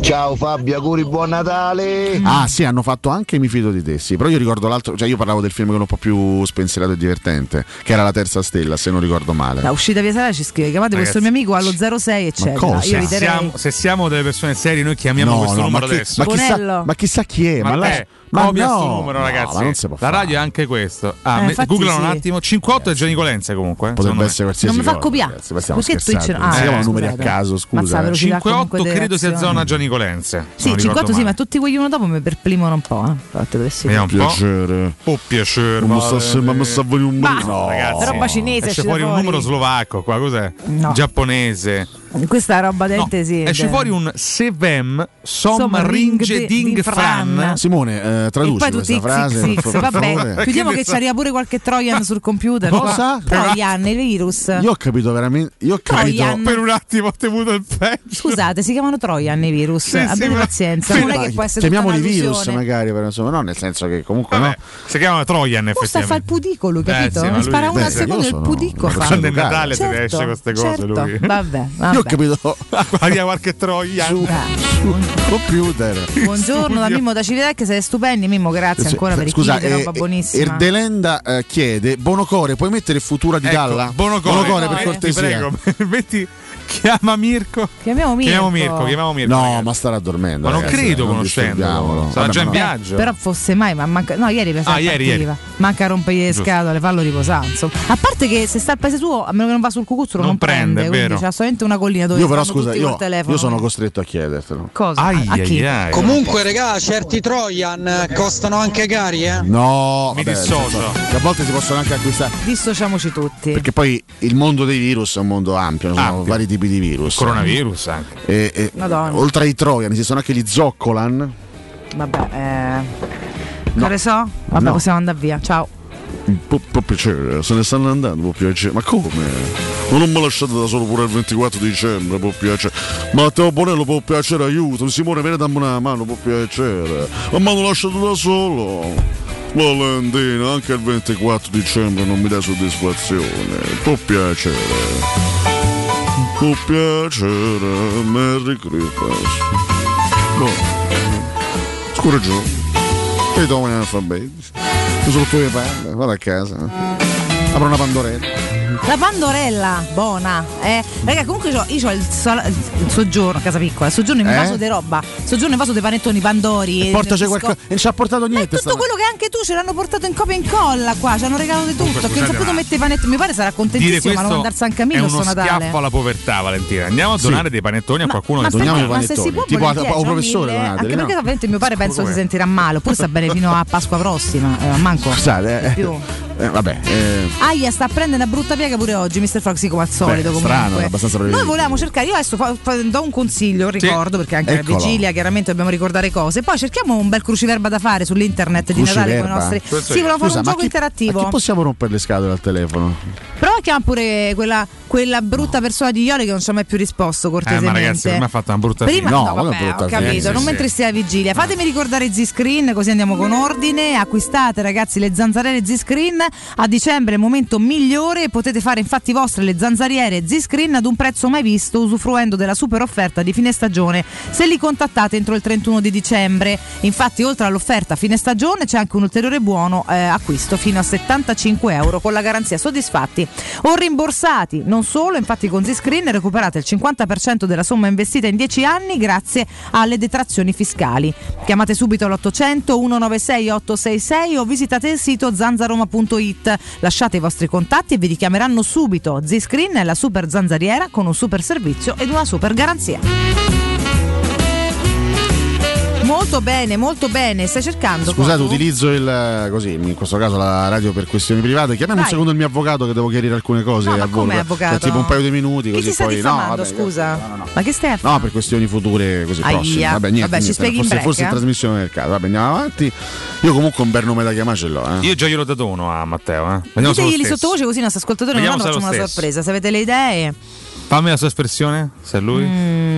Speaker 6: Ciao Fabio, auguri, buon Natale.
Speaker 5: Ah sì, hanno fatto anche Mi fido di te, sì, però io ricordo l'altro, cioè io parlavo del film che era un po' più spensierato e divertente, che era La terza stella, se non ricordo male.
Speaker 2: La uscita via Sara ci scrive: chiamate questo mio
Speaker 4: Ragazzi,
Speaker 2: amico allo 06, eccetera. Io
Speaker 4: se,
Speaker 2: riderei.
Speaker 4: siamo, se siamo delle persone serie, noi chiamiamo
Speaker 5: No,
Speaker 4: questo
Speaker 5: no,
Speaker 4: numero
Speaker 5: ma chi-
Speaker 4: adesso.
Speaker 5: ma chissà-
Speaker 2: Bonello.
Speaker 5: ma chissà chi è, ma,
Speaker 4: Ma,
Speaker 5: la-
Speaker 4: eh,
Speaker 5: ma
Speaker 4: copia
Speaker 5: no,
Speaker 4: sto numero,
Speaker 5: no,
Speaker 4: ragazzi.
Speaker 5: ma non si può
Speaker 4: la radio è anche questo. Ah,
Speaker 2: Eh,
Speaker 4: me-
Speaker 2: infatti
Speaker 4: googlano un
Speaker 2: sì.
Speaker 4: attimo. 58 è Gianni Colenza comunque. eh,
Speaker 5: Potrebbe essere qualsiasi
Speaker 2: Non mi fa
Speaker 5: cosa,
Speaker 2: copiare.
Speaker 5: ragazzi, ma stiamo
Speaker 2: Perché Twitch-
Speaker 5: scherzando, non
Speaker 2: ah,
Speaker 5: si chiamano
Speaker 2: eh,
Speaker 5: numeri a
Speaker 2: scusate.
Speaker 5: caso,
Speaker 2: Mazza,
Speaker 5: scusa. eh.
Speaker 2: velocità comunque
Speaker 4: 58
Speaker 2: delle
Speaker 4: credo sia
Speaker 2: reazioni.
Speaker 4: zona Gianni Colenza.
Speaker 2: Sì, 58 sì, ma tutti quegli uno dopo mi perplimono un po'. eh. Infatti, dovessi
Speaker 4: Vediamo un po'.
Speaker 5: Piacere.
Speaker 4: Oh, piacere.
Speaker 5: Ma mi
Speaker 4: vale.
Speaker 5: sta- ma mi sta venendo un
Speaker 2: Ma-
Speaker 4: No, ragazzi.
Speaker 2: roba cinese
Speaker 4: Esce
Speaker 2: esce
Speaker 4: fuori un
Speaker 2: fuori.
Speaker 4: numero slovacco qua, cos'è?
Speaker 2: No.
Speaker 4: Giapponese.
Speaker 2: Questa roba
Speaker 4: No,
Speaker 2: dente sì.
Speaker 4: esce
Speaker 2: del-
Speaker 4: fuori un Sevem
Speaker 2: Sommaringe
Speaker 4: Sommaringe Ding
Speaker 2: Ding
Speaker 4: Fran.
Speaker 2: Fran.
Speaker 5: Simone, eh,
Speaker 2: E poi
Speaker 5: traduci
Speaker 2: tutti
Speaker 5: questa frase. per
Speaker 2: XX,
Speaker 5: favore.
Speaker 2: vabbè. Chiudiamo
Speaker 4: Che
Speaker 2: che
Speaker 4: ne
Speaker 2: ci
Speaker 4: so.
Speaker 2: arriva pure qualche Trojan sul computer.
Speaker 5: Cosa?
Speaker 2: Trojan, il virus.
Speaker 5: Io ho capito veramente, io ho capito.
Speaker 2: Trojan.
Speaker 4: Per un attimo ho temuto il peggio.
Speaker 2: Scusate, si chiamano Trojan i virus.
Speaker 5: Sì, sì,
Speaker 2: Abbiate
Speaker 5: ma-
Speaker 2: pazienza. Non è che può essere tutta
Speaker 5: Chiamiamoli
Speaker 2: un'allusione.
Speaker 5: virus magari, però insomma, no, nel senso che comunque no.
Speaker 4: Si chiama Trojan
Speaker 2: Oh, sta a fare il
Speaker 4: effettivamente. Eh,
Speaker 2: pudicolo, capito?
Speaker 4: sì, ma lui-
Speaker 2: Spara uno
Speaker 4: Beh,
Speaker 2: al secondo
Speaker 4: io
Speaker 2: del
Speaker 4: sono-
Speaker 2: pudico. fa.
Speaker 4: Quando è Natale se ne esce
Speaker 2: Certo,
Speaker 4: queste cose
Speaker 2: certo.
Speaker 4: lui. (laughs)
Speaker 2: Vabbè,
Speaker 5: Io ho
Speaker 2: vabbè.
Speaker 5: capito.
Speaker 4: Arriva qualche Trojan.
Speaker 5: (laughs) Computer.
Speaker 2: Buongiorno da Mimmo da Civitec, siete stupendi. Mimmo, grazie ancora per i
Speaker 5: Scusa,
Speaker 2: chili, che
Speaker 5: eh,
Speaker 2: roba buonissima.
Speaker 5: Erdelenda eh, chiede Bonocore, puoi mettere Futura di
Speaker 4: Ecco,
Speaker 5: Dalla?
Speaker 4: Bonocore,
Speaker 5: per
Speaker 4: eh,
Speaker 5: cortesia.
Speaker 4: Ti prego, (laughs) metti, chiama Mirko.
Speaker 2: Chiamiamo Mirko.
Speaker 4: Chiamiamo Mirko, chiamiamo Mirko.
Speaker 5: no, ma starà dormendo.
Speaker 4: Ma non
Speaker 5: ragazzi,
Speaker 4: credo
Speaker 5: non
Speaker 4: conoscendolo.
Speaker 5: disturbiamolo.
Speaker 4: Sarà già in
Speaker 5: ma no.
Speaker 4: viaggio.
Speaker 2: Però fosse mai, ma manca. No, ieri per
Speaker 4: Ah, ieri, ieri.
Speaker 2: Manca rompere le
Speaker 4: Giusto.
Speaker 2: scatole, fallo riposare. Insomma. A parte che se sta al paese suo, a meno che non va sul cucuzzolo,
Speaker 4: Non
Speaker 2: non,
Speaker 4: prende, è
Speaker 2: prende. quindi
Speaker 4: vero.
Speaker 2: c'ha solamente una collina dove
Speaker 5: Io però
Speaker 2: stanno
Speaker 5: scusa,
Speaker 2: tutti col
Speaker 5: io,
Speaker 2: telefono.
Speaker 5: io sono costretto a chiedertelo.
Speaker 2: Cosa? A- a chi?
Speaker 5: ai.
Speaker 6: Comunque, regà, certi Trojan eh, costano anche cari, eh.
Speaker 5: No,
Speaker 6: Mi
Speaker 5: vabbè,
Speaker 6: dissocio.
Speaker 5: nel senso, A volte si possono anche acquistare.
Speaker 2: Dissociamoci tutti.
Speaker 5: Perché poi il mondo dei virus è un mondo ampio, ci sono vari tipi di virus.
Speaker 4: Coronavirus eh. anche.
Speaker 5: E- e-
Speaker 2: Madonna.
Speaker 5: oltre ai troiani ci sono anche gli zoccolan.
Speaker 2: Vabbè, eh. Non ne so? Vabbè,
Speaker 5: No.
Speaker 2: possiamo andare via. Ciao.
Speaker 5: Può, può piacere, se ne stanno andando, può piacere. Ma come? Ma non mi lasciate da solo pure il 24 dicembre, può piacere. Matteo Bonello può piacere, aiuto. Simone, vieni dammi una mano, può piacere. Ma mi hanno lasciato da solo. Valentina, anche il 24 dicembre non mi dà soddisfazione. Può piacere. Può piacere. Merry Christmas. No. Scuro giù. E domani analfabeti. Sono tue palle, vado a casa. Apro una pandorella.
Speaker 2: La pandorella, buona. Eh, raga, comunque c'ho- io ho il, sal- il soggiorno a casa piccola, il soggiorno in
Speaker 5: Eh?
Speaker 2: vaso di roba, il soggiorno in vaso dei panettoni, pandori.
Speaker 5: Portaci
Speaker 2: eh,
Speaker 5: qualcosa.
Speaker 2: biscotti.
Speaker 5: E non ci ha portato niente.
Speaker 2: Tutto quello che anche tu ce l'hanno portato in copia e incolla qua, ci hanno regalato di tutto.
Speaker 4: Comunque,
Speaker 2: che non
Speaker 4: scusate,
Speaker 2: saputo
Speaker 4: ma-
Speaker 2: mettere i panettoni. Mi pare sarà
Speaker 4: Dire
Speaker 2: contentissimo, ma non
Speaker 4: questo
Speaker 2: andare a San
Speaker 4: è
Speaker 2: Camillo
Speaker 4: uno
Speaker 2: sto Natale.
Speaker 4: schiaffo alla povertà, Valentina. Andiamo a donare dei panettoni a qualcuno
Speaker 2: ma
Speaker 4: che
Speaker 2: se- ma se si può volentieri, cioè, mille, anche perché ovviamente mio padre penso
Speaker 5: Come?
Speaker 2: si sentirà male oppure
Speaker 5: (laughs)
Speaker 2: sta bene fino a Pasqua prossima eh, manco
Speaker 5: Scusate,
Speaker 2: di
Speaker 5: eh,
Speaker 2: più.
Speaker 5: eh, vabbè, eh,
Speaker 2: Aia sta a prendere una brutta piega pure oggi Mr. Foxy come al solito
Speaker 5: Beh,
Speaker 2: comunque.
Speaker 5: strano, era abbastanza
Speaker 2: Noi
Speaker 5: prevedibile.
Speaker 2: volevamo cercare, io adesso fa- fa- do un consiglio, un ricordo perché anche
Speaker 5: Eccolo.
Speaker 2: la vigilia chiaramente dobbiamo ricordare cose, poi cerchiamo un bel cruciverba da fare sull'internet di Natale con i
Speaker 5: cruciverba.
Speaker 2: nostri... Sì, volevamo fare
Speaker 5: Scusa,
Speaker 2: un
Speaker 5: ma
Speaker 2: gioco
Speaker 5: chi-
Speaker 2: interattivo.
Speaker 5: a Chi possiamo rompere le scatole al telefono?
Speaker 2: Prova a chiamare pure quella, quella brutta persona di Iole che non ci ha mai più risposto
Speaker 4: Eh,
Speaker 2: cortesemente.
Speaker 4: ma ragazzi, prima ha fatto una brutta
Speaker 2: Prima
Speaker 4: fine. Eh.
Speaker 2: no, vabbè, ho capito, non mentre stia a vigilia. Fatemi ricordare Z-Screen così andiamo
Speaker 4: Mm.
Speaker 2: con ordine. Acquistate ragazzi le zanzariere Z-Screen a dicembre è il momento migliore. Potete fare infatti vostre le zanzariere Z-Screen ad un prezzo mai visto usufruendo della super offerta di fine stagione se li contattate entro il 31 di dicembre. Infatti oltre all'offerta fine stagione c'è anche un ulteriore buono eh, acquisto fino a 75 euro con la garanzia soddisfatti o rimborsati. Non solo, infatti con Z-Screen recuperate il 50% della somma investita in 10 anni grazie alle detrazioni fiscali. Chiamate subito l'800 196 866 o visitate il sito zanzaroma.it. Lasciate i vostri contatti e vi richiameranno subito. Z-Screen è la super zanzariera con un super servizio ed una super garanzia. Molto bene, molto bene. Stai cercando?
Speaker 5: Scusate,
Speaker 2: Cotu?
Speaker 5: utilizzo il eh, così, in questo caso la radio per questioni private. Chiamiamo un
Speaker 2: Vai.
Speaker 5: secondo il mio avvocato che devo chiarire alcune cose
Speaker 2: ma
Speaker 5: a voi.
Speaker 2: come avvocato?
Speaker 5: Cioè, tipo un paio di minuti
Speaker 2: Chi
Speaker 5: così
Speaker 2: ti sta
Speaker 5: poi
Speaker 2: diffamando,
Speaker 5: vabbè,
Speaker 2: scusa? Ma che stai a fare?
Speaker 5: No, per questioni future così
Speaker 2: Aia.
Speaker 5: prossime. Vabbè, niente,
Speaker 2: Vabbè, ci
Speaker 5: niente,
Speaker 2: spieghi in
Speaker 5: forse,
Speaker 2: break,
Speaker 5: forse in
Speaker 2: eh?
Speaker 5: trasmissione del caso. Vabbè, andiamo avanti. Io comunque un bel nome da chiamare ce l'ho, eh.
Speaker 4: Io già glielo dono a Matteo. Eh. Vediamo se lo
Speaker 2: Diteglieli
Speaker 4: stesso.
Speaker 2: sottovoce così i nostri ascoltatori non
Speaker 4: Vediamo
Speaker 2: hanno
Speaker 4: se è lo
Speaker 2: facciamo una sorpresa.
Speaker 4: stesso.
Speaker 2: Se avete le idee.
Speaker 4: Fammi la sua espressione, se è lui.
Speaker 2: Mm.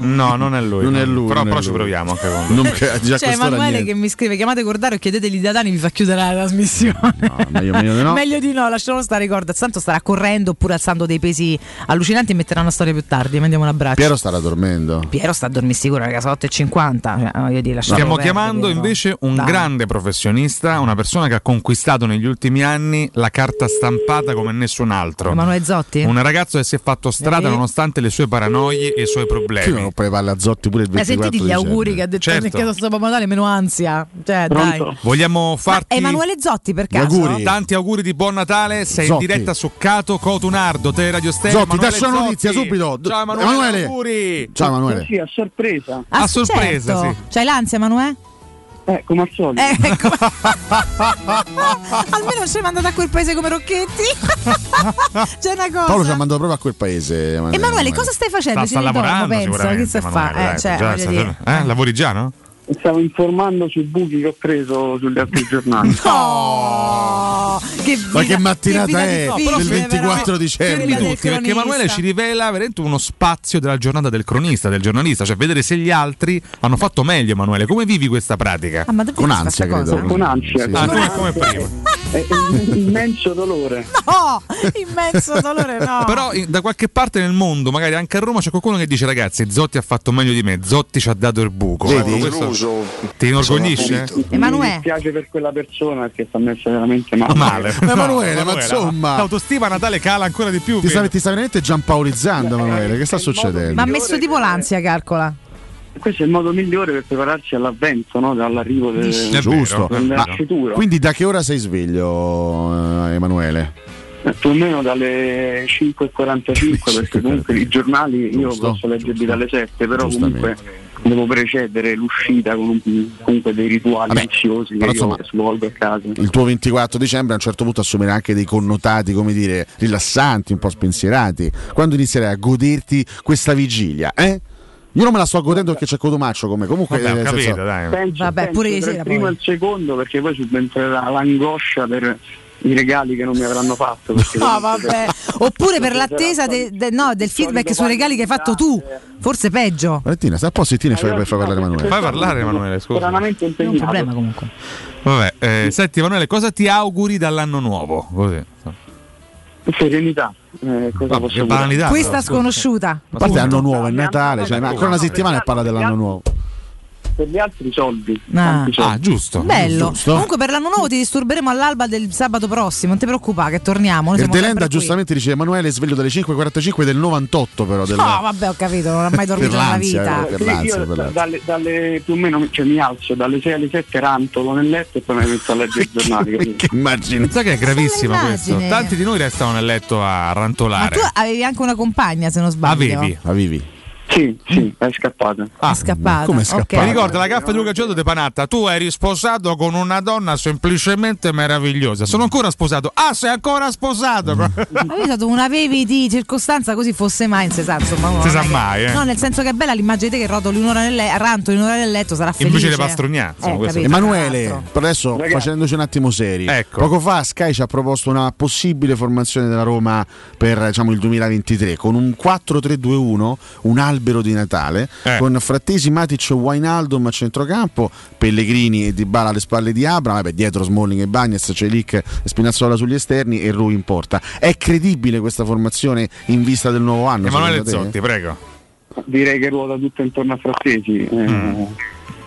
Speaker 4: No, non è lui.
Speaker 5: Eh, Non è
Speaker 4: no.
Speaker 5: lui,
Speaker 4: Però,
Speaker 5: non è
Speaker 4: però ci
Speaker 5: lui.
Speaker 4: proviamo
Speaker 5: (laughs)
Speaker 4: anche con lui.
Speaker 2: (laughs)
Speaker 5: Non che- già
Speaker 2: C'è Cioè, Emanuele che mi scrive: chiamate Cordaro e chiedetegli da Dani, vi fa chiudere la trasmissione.
Speaker 5: meglio, meglio di
Speaker 2: (laughs)
Speaker 5: no.
Speaker 2: Meglio di no, lasciamolo stare corda. Tanto starà correndo oppure alzando dei pesi allucinanti e metterà una storia più tardi. Mandiamo un abbraccio.
Speaker 5: Piero starà dormendo.
Speaker 2: Piero sta a dormire sicuro, ragazzi, sono 8.50. Cioè, voglio dire, lasciamo
Speaker 4: Stiamo
Speaker 2: perdere,
Speaker 4: chiamando
Speaker 2: Piero.
Speaker 4: invece un
Speaker 2: Dai.
Speaker 4: grande professionista, una persona che ha conquistato negli ultimi anni la carta stampata come nessun altro.
Speaker 2: Emanuele Zotti?
Speaker 4: Un ragazzo che si è fatto strada
Speaker 2: Vedi?
Speaker 4: nonostante le sue paranoie e i suoi
Speaker 5: Io non
Speaker 4: problemi.
Speaker 5: rompere le palle a Zotti pure il
Speaker 2: Eh,
Speaker 5: 24
Speaker 2: sentiti gli auguri che ha
Speaker 4: dicembre.
Speaker 2: detto che
Speaker 4: Certo.
Speaker 2: che sto Babbo Natale, meno ansia. Cioè, dai.
Speaker 4: Vogliamo farti
Speaker 2: È Emanuele Zotti per
Speaker 4: Gli
Speaker 2: caso?
Speaker 4: auguri. tanti auguri di buon Natale. Sei
Speaker 5: Zotti.
Speaker 4: in diretta su Cato Cotunardo, Tele Radio Stereo.
Speaker 5: Zotti,
Speaker 4: Emanuele
Speaker 5: dacci una
Speaker 4: Zotti.
Speaker 5: notizia subito. D-
Speaker 4: Ciao Emanuele,
Speaker 5: Emanuele.
Speaker 4: auguri.
Speaker 5: Ciao, Emanuele.
Speaker 25: Sì, a sorpresa.
Speaker 2: Ah,
Speaker 4: A sorpresa,
Speaker 2: certo.
Speaker 4: sì.
Speaker 2: C'hai l'ansia, Emanuele? ecco.
Speaker 25: Eh, come al solito.
Speaker 2: (laughs) Almeno ci hai mandato a quel paese come
Speaker 5: (laughs)
Speaker 2: Rocchetti. C'è una cosa.
Speaker 5: Paolo ci ha mandato proprio a quel paese.
Speaker 2: Emanuele, cosa stai facendo?
Speaker 4: Sta,
Speaker 2: Ci
Speaker 4: sta
Speaker 2: ritorno,
Speaker 4: lavorando
Speaker 2: penso,
Speaker 4: sicuramente,
Speaker 2: che sta a
Speaker 4: Emanuele,
Speaker 2: fa? Eh,
Speaker 4: dai,
Speaker 2: cioè,
Speaker 4: già,
Speaker 2: voglio
Speaker 4: sta-
Speaker 2: dire.
Speaker 4: eh, lavori già, no?
Speaker 25: Stavo informando sui buchi che ho preso sugli altri
Speaker 4: (laughs)
Speaker 25: giornali.
Speaker 2: No! Oh, Che
Speaker 5: Ma che mattinata
Speaker 25: vita
Speaker 5: è
Speaker 25: difficile,
Speaker 5: del 24
Speaker 4: però-
Speaker 5: dicembre?
Speaker 4: Fermi tutti, perché Emanuele ci rivela veramente uno spazio della giornata del cronista, del giornalista, cioè vedere se gli altri hanno fatto meglio, Emanuele. Come vivi questa pratica?
Speaker 2: Ah, ma davvero
Speaker 5: Con ansia, credo.
Speaker 25: Con ansia.
Speaker 4: Ah, come- come prima.
Speaker 25: È un immenso
Speaker 4: (laughs)
Speaker 25: dolore.
Speaker 2: No!
Speaker 5: (laughs)
Speaker 2: Immenso dolore, no.
Speaker 4: Però in- da qualche parte nel mondo, magari anche a Roma, c'è qualcuno che dice: Ragazzi, Zotti ha fatto meglio di me, Zotti ci ha dato il buco.
Speaker 25: Vedi?
Speaker 4: Ecco, questo-
Speaker 25: Deluso.
Speaker 4: Ti inorgoglisci? eh?
Speaker 25: Emanuele. Mi dispiace per quella persona perché sta messa veramente male.
Speaker 4: Male.
Speaker 5: Ma Emanuele, ma insomma.
Speaker 4: L'autostima a Natale cala ancora di più.
Speaker 5: Ti sta,
Speaker 4: quindi.
Speaker 5: ti sta veramente giampaolizzando, Emanuele. Che sta succedendo?
Speaker 2: Eh, Ma ha messo tipo l'ansia, calcola.
Speaker 25: Questo è il modo migliore per prepararsi all'avvento, no? dall'arrivo del,
Speaker 5: Giusto.
Speaker 25: del
Speaker 5: Ma
Speaker 25: futuro.
Speaker 5: quindi da che ora sei sveglio, eh, Emanuele?
Speaker 25: Eh, Più o meno dalle 5.45 perché comunque i giornali io posso leggerli dalle 7 però comunque devo precedere l'uscita con un- comunque dei rituali
Speaker 5: Vabbè,
Speaker 25: viziosi che
Speaker 5: però
Speaker 25: io
Speaker 5: insomma-
Speaker 25: svolgo a casa.
Speaker 5: Il tuo 24 dicembre a un certo punto assumerà anche dei connotati, come dire, rilassanti, un po' spensierati. Quando inizierai a goderti questa vigilia, eh? Io non me la sto godendo perché c'è Codomaccio come comunque. eh,
Speaker 4: Vabbè, ho
Speaker 5: nel
Speaker 4: capito,
Speaker 5: senso-
Speaker 25: Penso,
Speaker 2: Vabbè,
Speaker 25: penso
Speaker 2: pure ieri
Speaker 25: tra
Speaker 2: sera
Speaker 25: il primo
Speaker 2: poi.
Speaker 25: e il secondo perché poi subentrerà l'angoscia per i regali che non mi avranno fatto. perché
Speaker 2: No,
Speaker 25: comunque-
Speaker 2: vabbè. Oppure per l'attesa de- de- no, del feedback sui regali che hai fatto tu. Forse peggio.
Speaker 5: Valentina, stai a posto zittino e fai per far parlare Emanuele.
Speaker 4: Fai parlare Emanuele, scusa.
Speaker 25: stranamente impegnato.
Speaker 2: comunque.
Speaker 4: Vabbè, eh, senti Emanuele, cosa ti auguri dall'anno nuovo? Così.
Speaker 25: Serenità. Eh, cosa
Speaker 4: Vabbè,
Speaker 25: posso
Speaker 4: che
Speaker 25: dire?
Speaker 4: banalità.
Speaker 2: Questa sconosciuta.
Speaker 5: A parte l'anno nuovo, è Natale, cioè, ma ancora una settimana e parla dell'anno nuovo.
Speaker 25: Per gli altri soldi.
Speaker 2: Ah,
Speaker 5: Ah, giusto.
Speaker 2: Bello. Comunque per l'anno nuovo ti disturberemo all'alba del sabato prossimo, non ti preoccupare che torniamo. Noi siamo
Speaker 5: Erdelenda
Speaker 2: sempre qui.
Speaker 5: giustamente dice Emanuele sveglio dalle 5.45 del 98 però. Del...
Speaker 2: No, Oh, vabbè, ho capito, non ha mai dormito nella
Speaker 5: l'ansia, eh,
Speaker 2: vita.
Speaker 5: per
Speaker 25: Sì,
Speaker 5: l'ansia,
Speaker 25: io
Speaker 5: per
Speaker 25: da-
Speaker 5: l'ansia.
Speaker 25: dalle, dalle- più o meno cioè, mi alzo dalle 6 alle 7 rantolo nel letto e poi mi metto a leggere i
Speaker 5: (laughs)
Speaker 25: giornali. capito?
Speaker 5: Immagini.
Speaker 4: Sai che è gravissimo
Speaker 2: Sono le
Speaker 4: questo?
Speaker 2: immagini.
Speaker 4: Tanti di noi restano nel letto a
Speaker 2: Ma
Speaker 4: rantolare.
Speaker 2: tu avevi anche una compagna, se non sbaglio.
Speaker 4: Avevi? Ah,
Speaker 5: Avevi?
Speaker 25: Sì, sì, è scappata.
Speaker 2: È scappata.
Speaker 4: Mi
Speaker 2: ok.
Speaker 4: ricordo la gaffa di Luca Giotto De Panatta. Tu eri sposato con una donna semplicemente meravigliosa. Sono ancora sposato. Ah, sei ancora sposato.
Speaker 2: Avevi dato un avevi di circostanza così fosse mai, non si sa, insomma. uno
Speaker 4: Si
Speaker 2: non
Speaker 4: sa
Speaker 2: è che-
Speaker 4: mai, eh.
Speaker 2: No, nel senso che è bella l'immagine di te che rotoli un'ora nel letto, rantoli un'ora nel letto, sarà felice.
Speaker 4: Invece le pastrugnate, insomma,
Speaker 2: Eh,
Speaker 4: questo è Ecco.
Speaker 2: capito.
Speaker 5: Emanuele, per adesso facendoci un attimo seri, poco fa Sky ci ha proposto una possibile formazione della Roma per diciamo, il 2023 con un 4-3-2-1, un albero di Natale,
Speaker 14: Eh.
Speaker 5: con Frattesi, Matic e Wijnaldum a centrocampo, Pellegrini e Dybala alle spalle di Abra, vabbè, dietro Smalling e Bagnes, Celic e Spinazzola sugli esterni e Rui in porta. È credibile questa formazione in vista del nuovo anno?
Speaker 4: Emanuele
Speaker 5: secondo te?
Speaker 4: Zotti, prego.
Speaker 25: Direi che ruota tutto intorno a Frattesi. eh,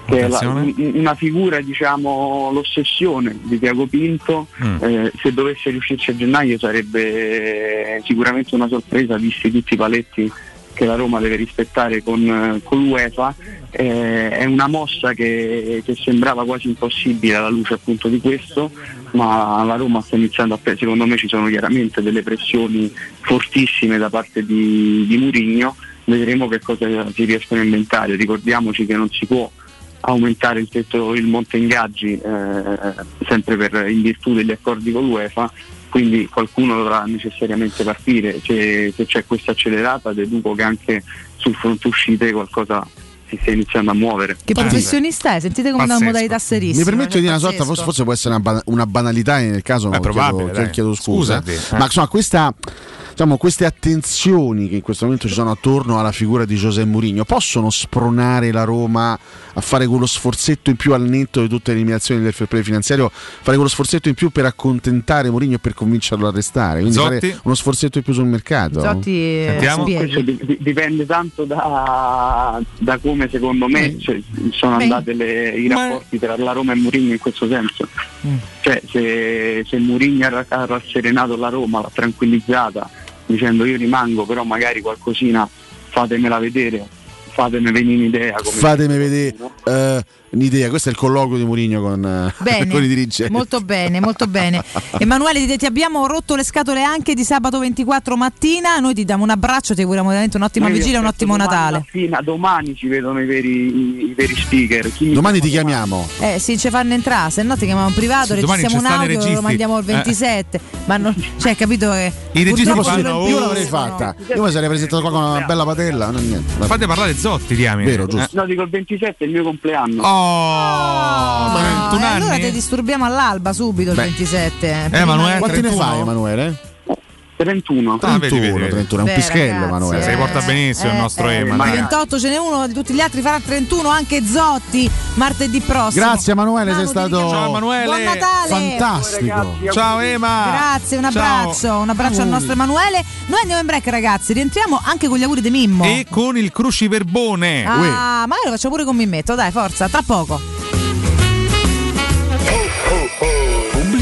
Speaker 25: che è la-
Speaker 4: Attenzione.
Speaker 25: un- una figura, diciamo, l'ossessione di Tiago Pinto.
Speaker 4: Mm.
Speaker 25: eh, se dovesse riuscirci a gennaio sarebbe eh, sicuramente una sorpresa, visti tutti i paletti che la Roma deve rispettare con, eh, con l'UEFA. Eh, è una mossa che, che sembrava quasi impossibile alla luce appunto di questo, ma la Roma sta iniziando a pe- secondo me ci sono chiaramente delle pressioni fortissime da parte di, di Murigno, vedremo che cosa si riescono a inventare, ricordiamoci che non si può aumentare il tetto il monte ingaggi eh, sempre per- in virtù degli accordi con l'UEFA quindi qualcuno dovrà necessariamente partire se, se c'è questa accelerata deduco che anche sul fronte uscite qualcosa si sta iniziando a muovere
Speaker 4: Ah,
Speaker 2: Che professionista è? Sentite come dà una
Speaker 5: Pazzesco.
Speaker 2: modalità serissima.
Speaker 5: Mi permetto di dire una
Speaker 2: cioè,
Speaker 5: sorta,
Speaker 2: pazzesco.
Speaker 5: forse, forse può essere una, ba- una banalità e nel caso
Speaker 4: È
Speaker 5: no,
Speaker 4: probabile,
Speaker 5: chiedo,
Speaker 4: dai.
Speaker 5: chiedo scusa.
Speaker 4: Scusati, eh.
Speaker 5: Ma insomma questa, diciamo, queste attenzioni che in questo momento ci sono attorno alla figura di José Mourinho possono spronare la Roma a fare quello sforzetto in più al netto di tutte le eliminazioni del fair play finanziario, fare quello sforzetto in più per accontentare Mourinho e per convincerlo a restare, quindi
Speaker 4: Zotti?
Speaker 5: fare uno sforzetto in più sul mercato.
Speaker 2: Zotti, eh, Sentiamo. spieghi.
Speaker 25: Questo di- di- dipende tanto da, da come secondo me cioè, sono
Speaker 2: Beh.
Speaker 25: andate le- i rapporti tra la Roma e Mourinho in questo senso. Cioè, se, se Mourinho ha, ra- ha rasserenato la Roma, l'ha tranquillizzata dicendo io rimango, però magari qualcosina fatemela vedere, fatemi venire in idea. Come
Speaker 5: Fatemi vedere eh, un'idea, questo è il colloquio di Mourinho (laughs) con, eh, con i dirigenti.
Speaker 2: Molto bene, molto
Speaker 5: (laughs)
Speaker 2: bene. Emanuele, ti, ti abbiamo rotto le scatole anche di sabato 24 mattina. Noi ti diamo un abbraccio, ti auguriamo veramente un'ottima
Speaker 25: Io vi
Speaker 2: vigilia e un
Speaker 25: aspetto
Speaker 2: ottimo
Speaker 25: domani
Speaker 2: Natale.
Speaker 25: mattina, domani ci vedono i veri, i veri speaker. Chi mi
Speaker 5: Domani ti chiamiamo.
Speaker 2: Eh sì, ci fanno entrare, se no ti chiamiamo in privato,
Speaker 5: Sì, domani
Speaker 2: registriamo un
Speaker 5: ci stanno i
Speaker 2: audio, lo
Speaker 5: registi.
Speaker 2: mandiamo il
Speaker 5: Eh.
Speaker 2: 27. Ma non, cioè, capito che
Speaker 4: I registi
Speaker 2: purtroppo
Speaker 4: fanno-
Speaker 2: loro
Speaker 5: Io
Speaker 2: impediscono.
Speaker 5: l'avrei fatta. Io mi sarei presentato qua con una bella patella. Non niente. Vabbè.
Speaker 4: Fate parlare Zotti, diamine. Eh?
Speaker 5: Vero, giusto.
Speaker 25: No, dico il 27 è il mio compleanno.
Speaker 4: Oh,
Speaker 2: Ah, e allora ti disturbiamo all'alba subito il
Speaker 5: Beh.
Speaker 2: 27. eh, prima del-
Speaker 5: Quanti ne fai, Emanuele?
Speaker 25: 31.
Speaker 4: Ah,
Speaker 5: 31, 31, è un
Speaker 2: Beh,
Speaker 5: pischello,
Speaker 2: ragazzi,
Speaker 5: Emanuele.
Speaker 4: Si porta benissimo il nostro
Speaker 2: Eh,
Speaker 4: Ema.
Speaker 2: il
Speaker 4: dai.
Speaker 2: 28 ce n'è uno, di tutti gli altri farà 31 anche Zotti martedì prossimo.
Speaker 5: Grazie Emanuele,
Speaker 2: Manu,
Speaker 5: sei
Speaker 2: ti
Speaker 5: stato
Speaker 2: richiamo. Buon Natale.
Speaker 5: fantastico.
Speaker 4: Ciao Ema.
Speaker 2: Grazie, un
Speaker 4: Ciao.
Speaker 2: abbraccio, un abbraccio al
Speaker 4: Auguri.
Speaker 2: nostro Emanuele. Noi andiamo in break, ragazzi. Rientriamo anche con gli auguri di Mimmo.
Speaker 4: E con il cruciverbone.
Speaker 2: Ah, magari lo faccio pure con Mimmetto, dai, forza, tra poco.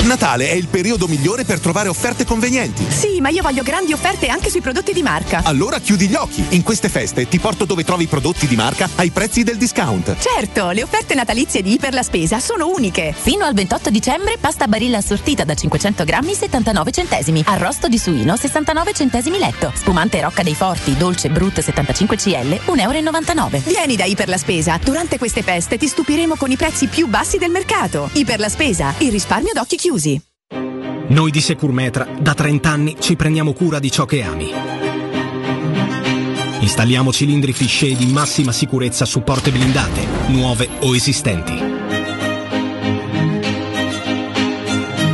Speaker 26: Natale è il periodo migliore per trovare offerte convenienti.
Speaker 13: Sì, ma io voglio grandi offerte anche sui prodotti di marca.
Speaker 26: Allora chiudi gli occhi. In queste feste ti porto dove trovi prodotti di marca ai prezzi del discount.
Speaker 13: Certo, le offerte natalizie di Iper la Spesa sono uniche.
Speaker 27: Fino al 28 dicembre pasta barilla assortita da 500 grammi 79 centesimi, arrosto di suino 69 centesimi letto, spumante rocca dei forti dolce brut 75 CL 1,99 euro.
Speaker 13: Vieni da Iper la Spesa. Durante queste feste ti stupiremo con i prezzi più bassi del mercato. Iper la Spesa, il risparmio d'occhio chiusi.
Speaker 24: Noi di Securmetra da 30 anni ci prendiamo cura di ciò che ami. Installiamo cilindri fisce di massima sicurezza su porte blindate, nuove o esistenti.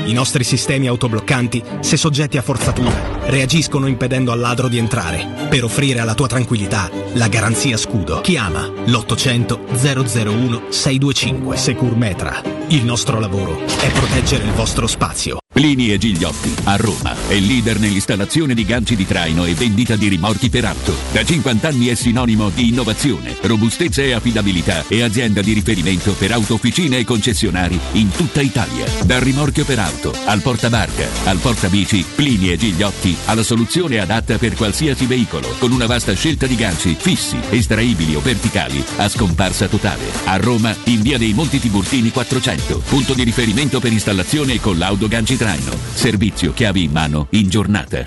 Speaker 24: I nostri sistemi autobloccanti, se soggetti a forzatura, reagiscono impedendo al ladro di entrare, per offrire alla tua tranquillità la garanzia scudo. Chiama l'800 001 625 Securmetra. Il nostro lavoro è proteggere il vostro spazio.
Speaker 28: Plini e Gigliotti, a Roma, è leader nell'installazione di ganci di traino e vendita di rimorchi per auto. Da 50 anni è sinonimo di innovazione, robustezza e affidabilità e azienda di riferimento per autofficine e concessionari in tutta Italia. Dal rimorchio per auto, al portabarca, al portabici, Plini e Gigliotti ha la soluzione adatta per qualsiasi veicolo, con una vasta scelta di ganci fissi, estraibili o verticali, a scomparsa totale. A Roma, in via dei Monti Tiburtini 400, punto di riferimento per installazione e collaudo ganci traino. Servizio chiavi in mano in giornata.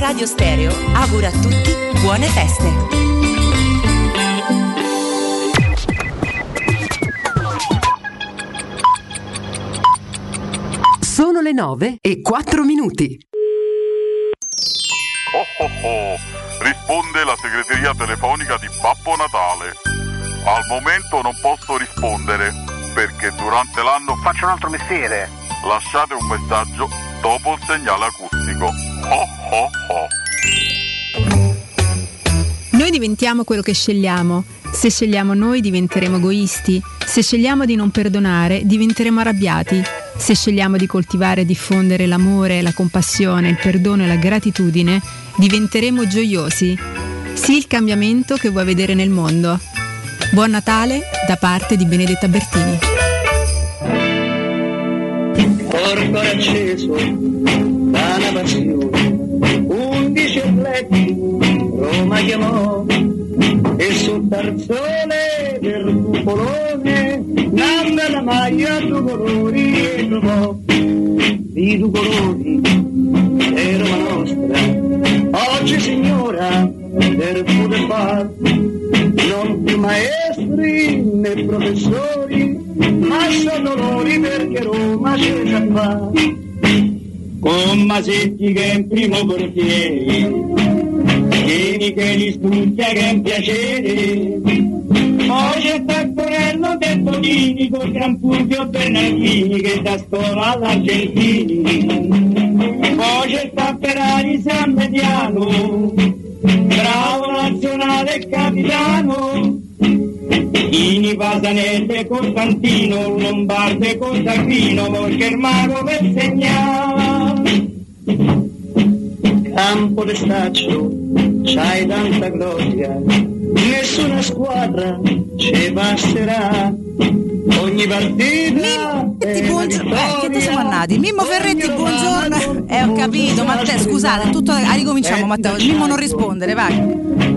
Speaker 29: Radio Stereo augura a tutti buone feste. Sono le 9 e 4 minuti.
Speaker 30: Oh oh oh, risponde la segreteria telefonica di Babbo Natale. Al momento non posso rispondere perché durante l'anno
Speaker 31: faccio un altro mestiere.
Speaker 30: Lasciate un messaggio dopo il segnale acustico. Oh, oh, oh.
Speaker 32: Noi diventiamo quello che scegliamo. Se scegliamo noi diventeremo egoisti. Se scegliamo di non perdonare diventeremo arrabbiati. Se scegliamo di coltivare e diffondere l'amore, la compassione, il perdono e la gratitudine diventeremo gioiosi. Sì il cambiamento che vuoi vedere nel mondo. Buon Natale da parte di Benedetta Bertini.
Speaker 18: Porto acceso da una passione, undici letti Roma chiamò e sul tarzone del cupolone nanda la maglia due colori e trovò di due colori e Roma nostra oggi signora del pure far non più maestri né professori ma sono loro perché Roma c'è già fa con Masetti che è in primo portiere Tieni che gli studia che è un piacere. Poi c'è Tantorello del Tonini col Gran Fulvio Bernardini che da scuola all'Argentini. Poi c'è Tapperari San Mediano, bravo nazionale e capitano. Ini Pasanelle, Costantino, Lombarde, Cosagrino, Volchermano per segnare. Campo d'estaccio, c'hai tanta gloria, nessuna squadra ci basterà. Ogni partita è una
Speaker 2: Eh, che te siamo
Speaker 18: vittoria.
Speaker 2: andati? Mimmo Ferretti, buongiorno. Eh, ho capito, Matteo, scusate, tutto. ah,
Speaker 18: Eh,
Speaker 2: ricominciamo, Matteo. Mimmo non rispondere, vai.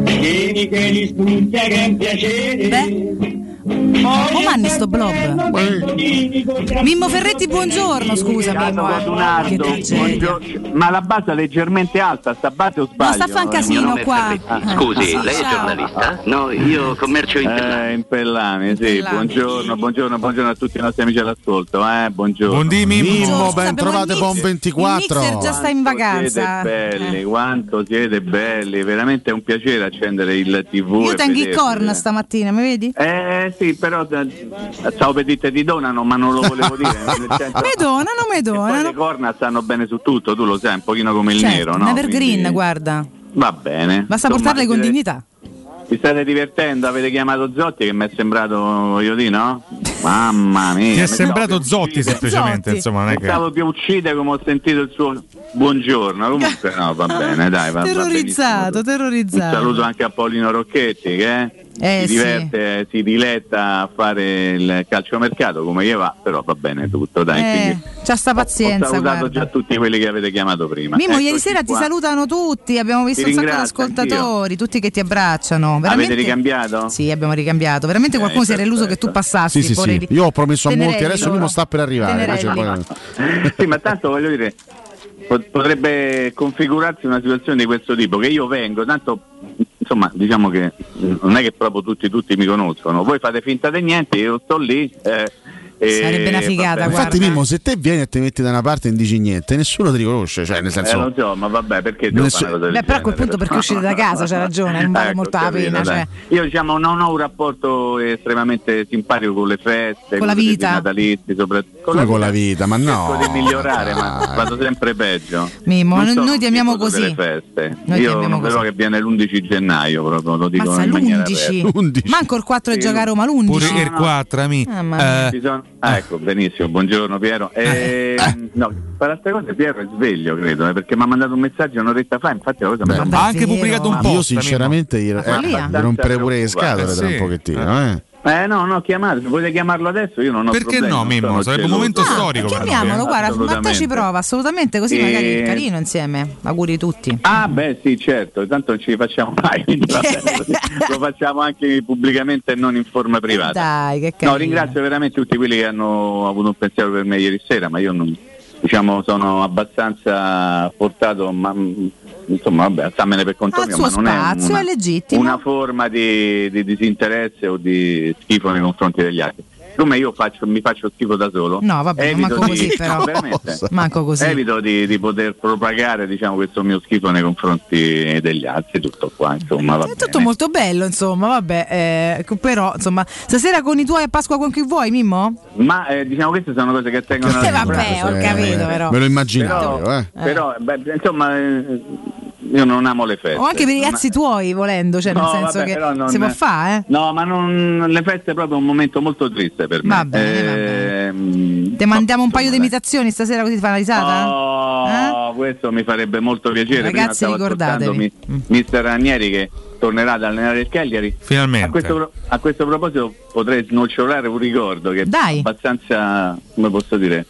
Speaker 18: Tieni che gli spunti che è un piacere.
Speaker 2: Oh, manni sto blob. Mimmo Ferretti, buongiorno, scusa. Mimmo, eh. Che tragedia.
Speaker 20: ma la base è leggermente alta, sta base o sbaglio?
Speaker 2: sta a fare un
Speaker 20: Il mio
Speaker 2: casino
Speaker 20: nome è
Speaker 2: qua.
Speaker 20: Ferretti.
Speaker 2: Ah.
Speaker 20: Scusi,
Speaker 2: Sì,
Speaker 20: lei è
Speaker 2: ciao.
Speaker 20: giornalista? No, io commercio in Pellame. Eh, in Pellame, sì,
Speaker 2: Pellame.
Speaker 20: buongiorno, buongiorno, buongiorno a tutti i nostri amici all'ascolto, eh, buongiorno.
Speaker 5: Buondì, Mimmo. Mimmo,
Speaker 2: Buongiorno,
Speaker 5: ben
Speaker 2: sappiamo
Speaker 5: trovate,
Speaker 2: il
Speaker 5: buon
Speaker 2: mixer.
Speaker 5: 24.
Speaker 2: Il mixer già sta in vacanza.
Speaker 20: Siete belli, quanto siete belli, veramente è un piacere accendere il tv.
Speaker 2: Io
Speaker 20: e
Speaker 2: tengo il
Speaker 20: vedervi.
Speaker 2: corno stamattina, mi vedi?
Speaker 20: Eh sì, però da- ciao pedite ti donano, ma non lo
Speaker 2: (laughs)
Speaker 20: volevo dire. nel senso-
Speaker 2: Me donano, me
Speaker 20: Poi
Speaker 2: donano.
Speaker 20: le corna stanno bene su tutto, tu lo sai, un pochino come il
Speaker 2: Certo,
Speaker 20: nero,
Speaker 2: un
Speaker 20: no?
Speaker 2: evergreen,
Speaker 20: Quindi
Speaker 2: guarda.
Speaker 20: va bene.
Speaker 2: Basta
Speaker 20: Insomma, eh,
Speaker 2: portarle con
Speaker 20: siete-
Speaker 2: dignità.
Speaker 20: Vi state divertendo, avete chiamato Zotti che mi è sembrato, voglio dire, no? Mamma mia.
Speaker 4: Ti è
Speaker 20: mi
Speaker 4: sembrato
Speaker 20: stavo
Speaker 4: Zotti
Speaker 20: più-
Speaker 4: semplicemente,
Speaker 20: Zotti.
Speaker 4: insomma, non è
Speaker 20: Mi
Speaker 4: che...
Speaker 20: stavo più uccida come ho sentito il suo buongiorno. Comunque no, va
Speaker 2: (laughs)
Speaker 20: bene, dai, va, va benissimo.
Speaker 2: Terrorizzato,
Speaker 20: Un
Speaker 2: terrorizzato.
Speaker 20: saluto anche a Paulino Rocchetti che
Speaker 2: Eh,
Speaker 20: si
Speaker 2: sì.
Speaker 20: diverte, si diletta a fare il calciomercato come gli va, però va bene tutto, dai.
Speaker 2: Eh,
Speaker 20: quindi
Speaker 2: c'ha sta
Speaker 20: ho
Speaker 2: pazienza,
Speaker 20: salutato
Speaker 2: guarda.
Speaker 20: già tutti quelli che avete chiamato prima.
Speaker 2: Mimmo,
Speaker 20: Eccoci
Speaker 2: ieri sera ti
Speaker 20: qua.
Speaker 2: salutano tutti, abbiamo visto
Speaker 20: Ti
Speaker 2: un sacco di
Speaker 20: ringrazio,
Speaker 2: ascoltatori, tutti che ti abbracciano. Veramente,
Speaker 20: Avete ricambiato? Eh, certo,
Speaker 2: Sì, abbiamo ricambiato. Veramente qualcuno si era illuso che tu passassi.
Speaker 5: Sì, sì, sì.
Speaker 2: porelli.
Speaker 5: Io ho promesso a molti,
Speaker 2: Tenerelli
Speaker 5: adesso
Speaker 2: loro.
Speaker 5: Mimmo sta per arrivare.
Speaker 2: Tenerelli.
Speaker 5: invece poi-
Speaker 20: (laughs) sì, ma tanto voglio dire, pot- potrebbe configurarsi una situazione di questo tipo, che io vengo, tanto insomma diciamo che mm, non è che proprio tutti, tutti mi conoscono, voi fate finta di niente, io sto lì. eh, e vabbè.
Speaker 5: Infatti, Mimmo, se te vieni e ti metti da una parte e non dici niente, nessuno ti riconosce. Cioè, nel
Speaker 20: Eh,
Speaker 5: senso.
Speaker 20: lo so, ma vabbè, perché devo
Speaker 5: Nessu-
Speaker 20: fare una cosa del
Speaker 2: Beh, però a quel
Speaker 20: genere?
Speaker 2: punto perché uscire da casa c'ha
Speaker 20: (laughs)
Speaker 2: ragione, non vale
Speaker 20: Ecco,
Speaker 2: molto la
Speaker 20: capito,
Speaker 2: pena.
Speaker 20: dai.
Speaker 2: Cioè.
Speaker 20: Io diciamo non ho un rapporto estremamente simpatico con le feste,
Speaker 2: Con la
Speaker 20: i
Speaker 2: vita.
Speaker 20: natalizi, soprattutto con
Speaker 5: Come con la vita, ma no.
Speaker 20: cerco di migliorare,
Speaker 4: Ah.
Speaker 20: ma vado sempre peggio.
Speaker 2: Mimmo,
Speaker 20: Non
Speaker 2: noi-
Speaker 20: sono
Speaker 2: noi ti amiamo
Speaker 20: tifoso delle
Speaker 2: così.
Speaker 20: feste.
Speaker 2: Noi ti
Speaker 20: Io
Speaker 2: amiamo
Speaker 20: non
Speaker 2: così.
Speaker 20: però che viene l'11 gennaio, proprio lo dico
Speaker 2: Mazza,
Speaker 20: in maniera aperta.
Speaker 2: l'11. Manco il 4 e gioca a Roma, l'11.
Speaker 4: Pure il 4, amici.
Speaker 2: Ah, mamma
Speaker 4: Eh,
Speaker 20: Ci sono- ah, ecco, benissimo, buongiorno Piero. Eh, no, per altre cose Piero è sveglio, credo, eh, perché mi ha mandato un messaggio un'oretta fa, infatti la cosa mi
Speaker 5: Beh,
Speaker 20: fa-
Speaker 5: Io, sinceramente, gli
Speaker 20: Ma follia.
Speaker 5: eh, gli romperei pure le
Speaker 20: Abbastanza
Speaker 5: scatole tra un pochettino. Eh.
Speaker 20: Eh no, no, chiamate, se volete chiamarlo adesso io non ho
Speaker 4: Perché
Speaker 20: problemi,
Speaker 4: no,
Speaker 20: non
Speaker 4: Mimmo?
Speaker 20: sono
Speaker 4: Sarebbe un
Speaker 20: geloso.
Speaker 4: momento storico per
Speaker 2: Chiamiamolo, guarda, Matteo ci
Speaker 20: Assolutamente. Eh,
Speaker 2: prova assolutamente così, magari
Speaker 20: E-
Speaker 2: è carino insieme. Auguri a tutti.
Speaker 20: Ah beh sì certo, tanto non ci facciamo mai, (laughs) quindi va bene
Speaker 2: (laughs)
Speaker 20: così. lo facciamo anche pubblicamente e non in forma privata.
Speaker 2: Eh, Dai, che
Speaker 20: No,
Speaker 2: carino.
Speaker 20: ringrazio veramente tutti quelli che hanno avuto un pensiero per me ieri sera, ma io non, diciamo sono abbastanza portato, ma, mh, insomma vabbè, stammene per conto
Speaker 2: Al
Speaker 20: mio,
Speaker 2: suo
Speaker 20: ma non
Speaker 2: spazio,
Speaker 20: è una,
Speaker 2: è legittimo.
Speaker 20: una forma di, di disinteresse o di schifo nei confronti degli altri. Siccome io faccio- mi faccio schifo da solo,
Speaker 2: No, vabbè, ma
Speaker 20: evito
Speaker 2: manco
Speaker 20: di-
Speaker 2: così però.
Speaker 20: veramente,
Speaker 2: (laughs) Manco così.
Speaker 20: evito di, di poter propagare diciamo, questo mio schifo nei confronti degli altri, tutto qua, insomma, va
Speaker 2: Tutto molto bello, insomma, vabbè, eh, però, insomma, stasera con i tuoi a Pasqua con chi vuoi, Mimmo?
Speaker 20: Ma eh, diciamo queste sono cose che tengono
Speaker 2: Eh,
Speaker 20: alla
Speaker 2: vabbè,
Speaker 20: sicurezza.
Speaker 2: ho capito, però.
Speaker 5: Me lo immaginavo.
Speaker 20: Però,
Speaker 5: eh.
Speaker 20: però, beh, insomma, eh, io non amo le feste.
Speaker 2: O anche per i ragazzi tuoi, volendo, cioè, nel
Speaker 20: Eh, No,
Speaker 2: senso
Speaker 20: vabbè,
Speaker 2: che
Speaker 20: però non-
Speaker 2: si può fare, eh?
Speaker 20: No, ma non- le feste è proprio un momento molto triste per me.
Speaker 2: Va bene,
Speaker 20: Eh, ehm,
Speaker 2: Ti mandiamo un paio di imitazioni stasera così ti fa una risata? eh?
Speaker 20: Oh, questo mi farebbe molto piacere.
Speaker 2: Ragazzi,
Speaker 20: Prima stavo
Speaker 2: ricordatevi.
Speaker 20: ascoltandomi Mister Ranieri che tornerà ad allenare il Cagliari.
Speaker 4: Finalmente.
Speaker 20: A questo, pro- a questo proposito potrei snocciolare un ricordo che
Speaker 2: Dai.
Speaker 20: è abbastanza, come posso dire,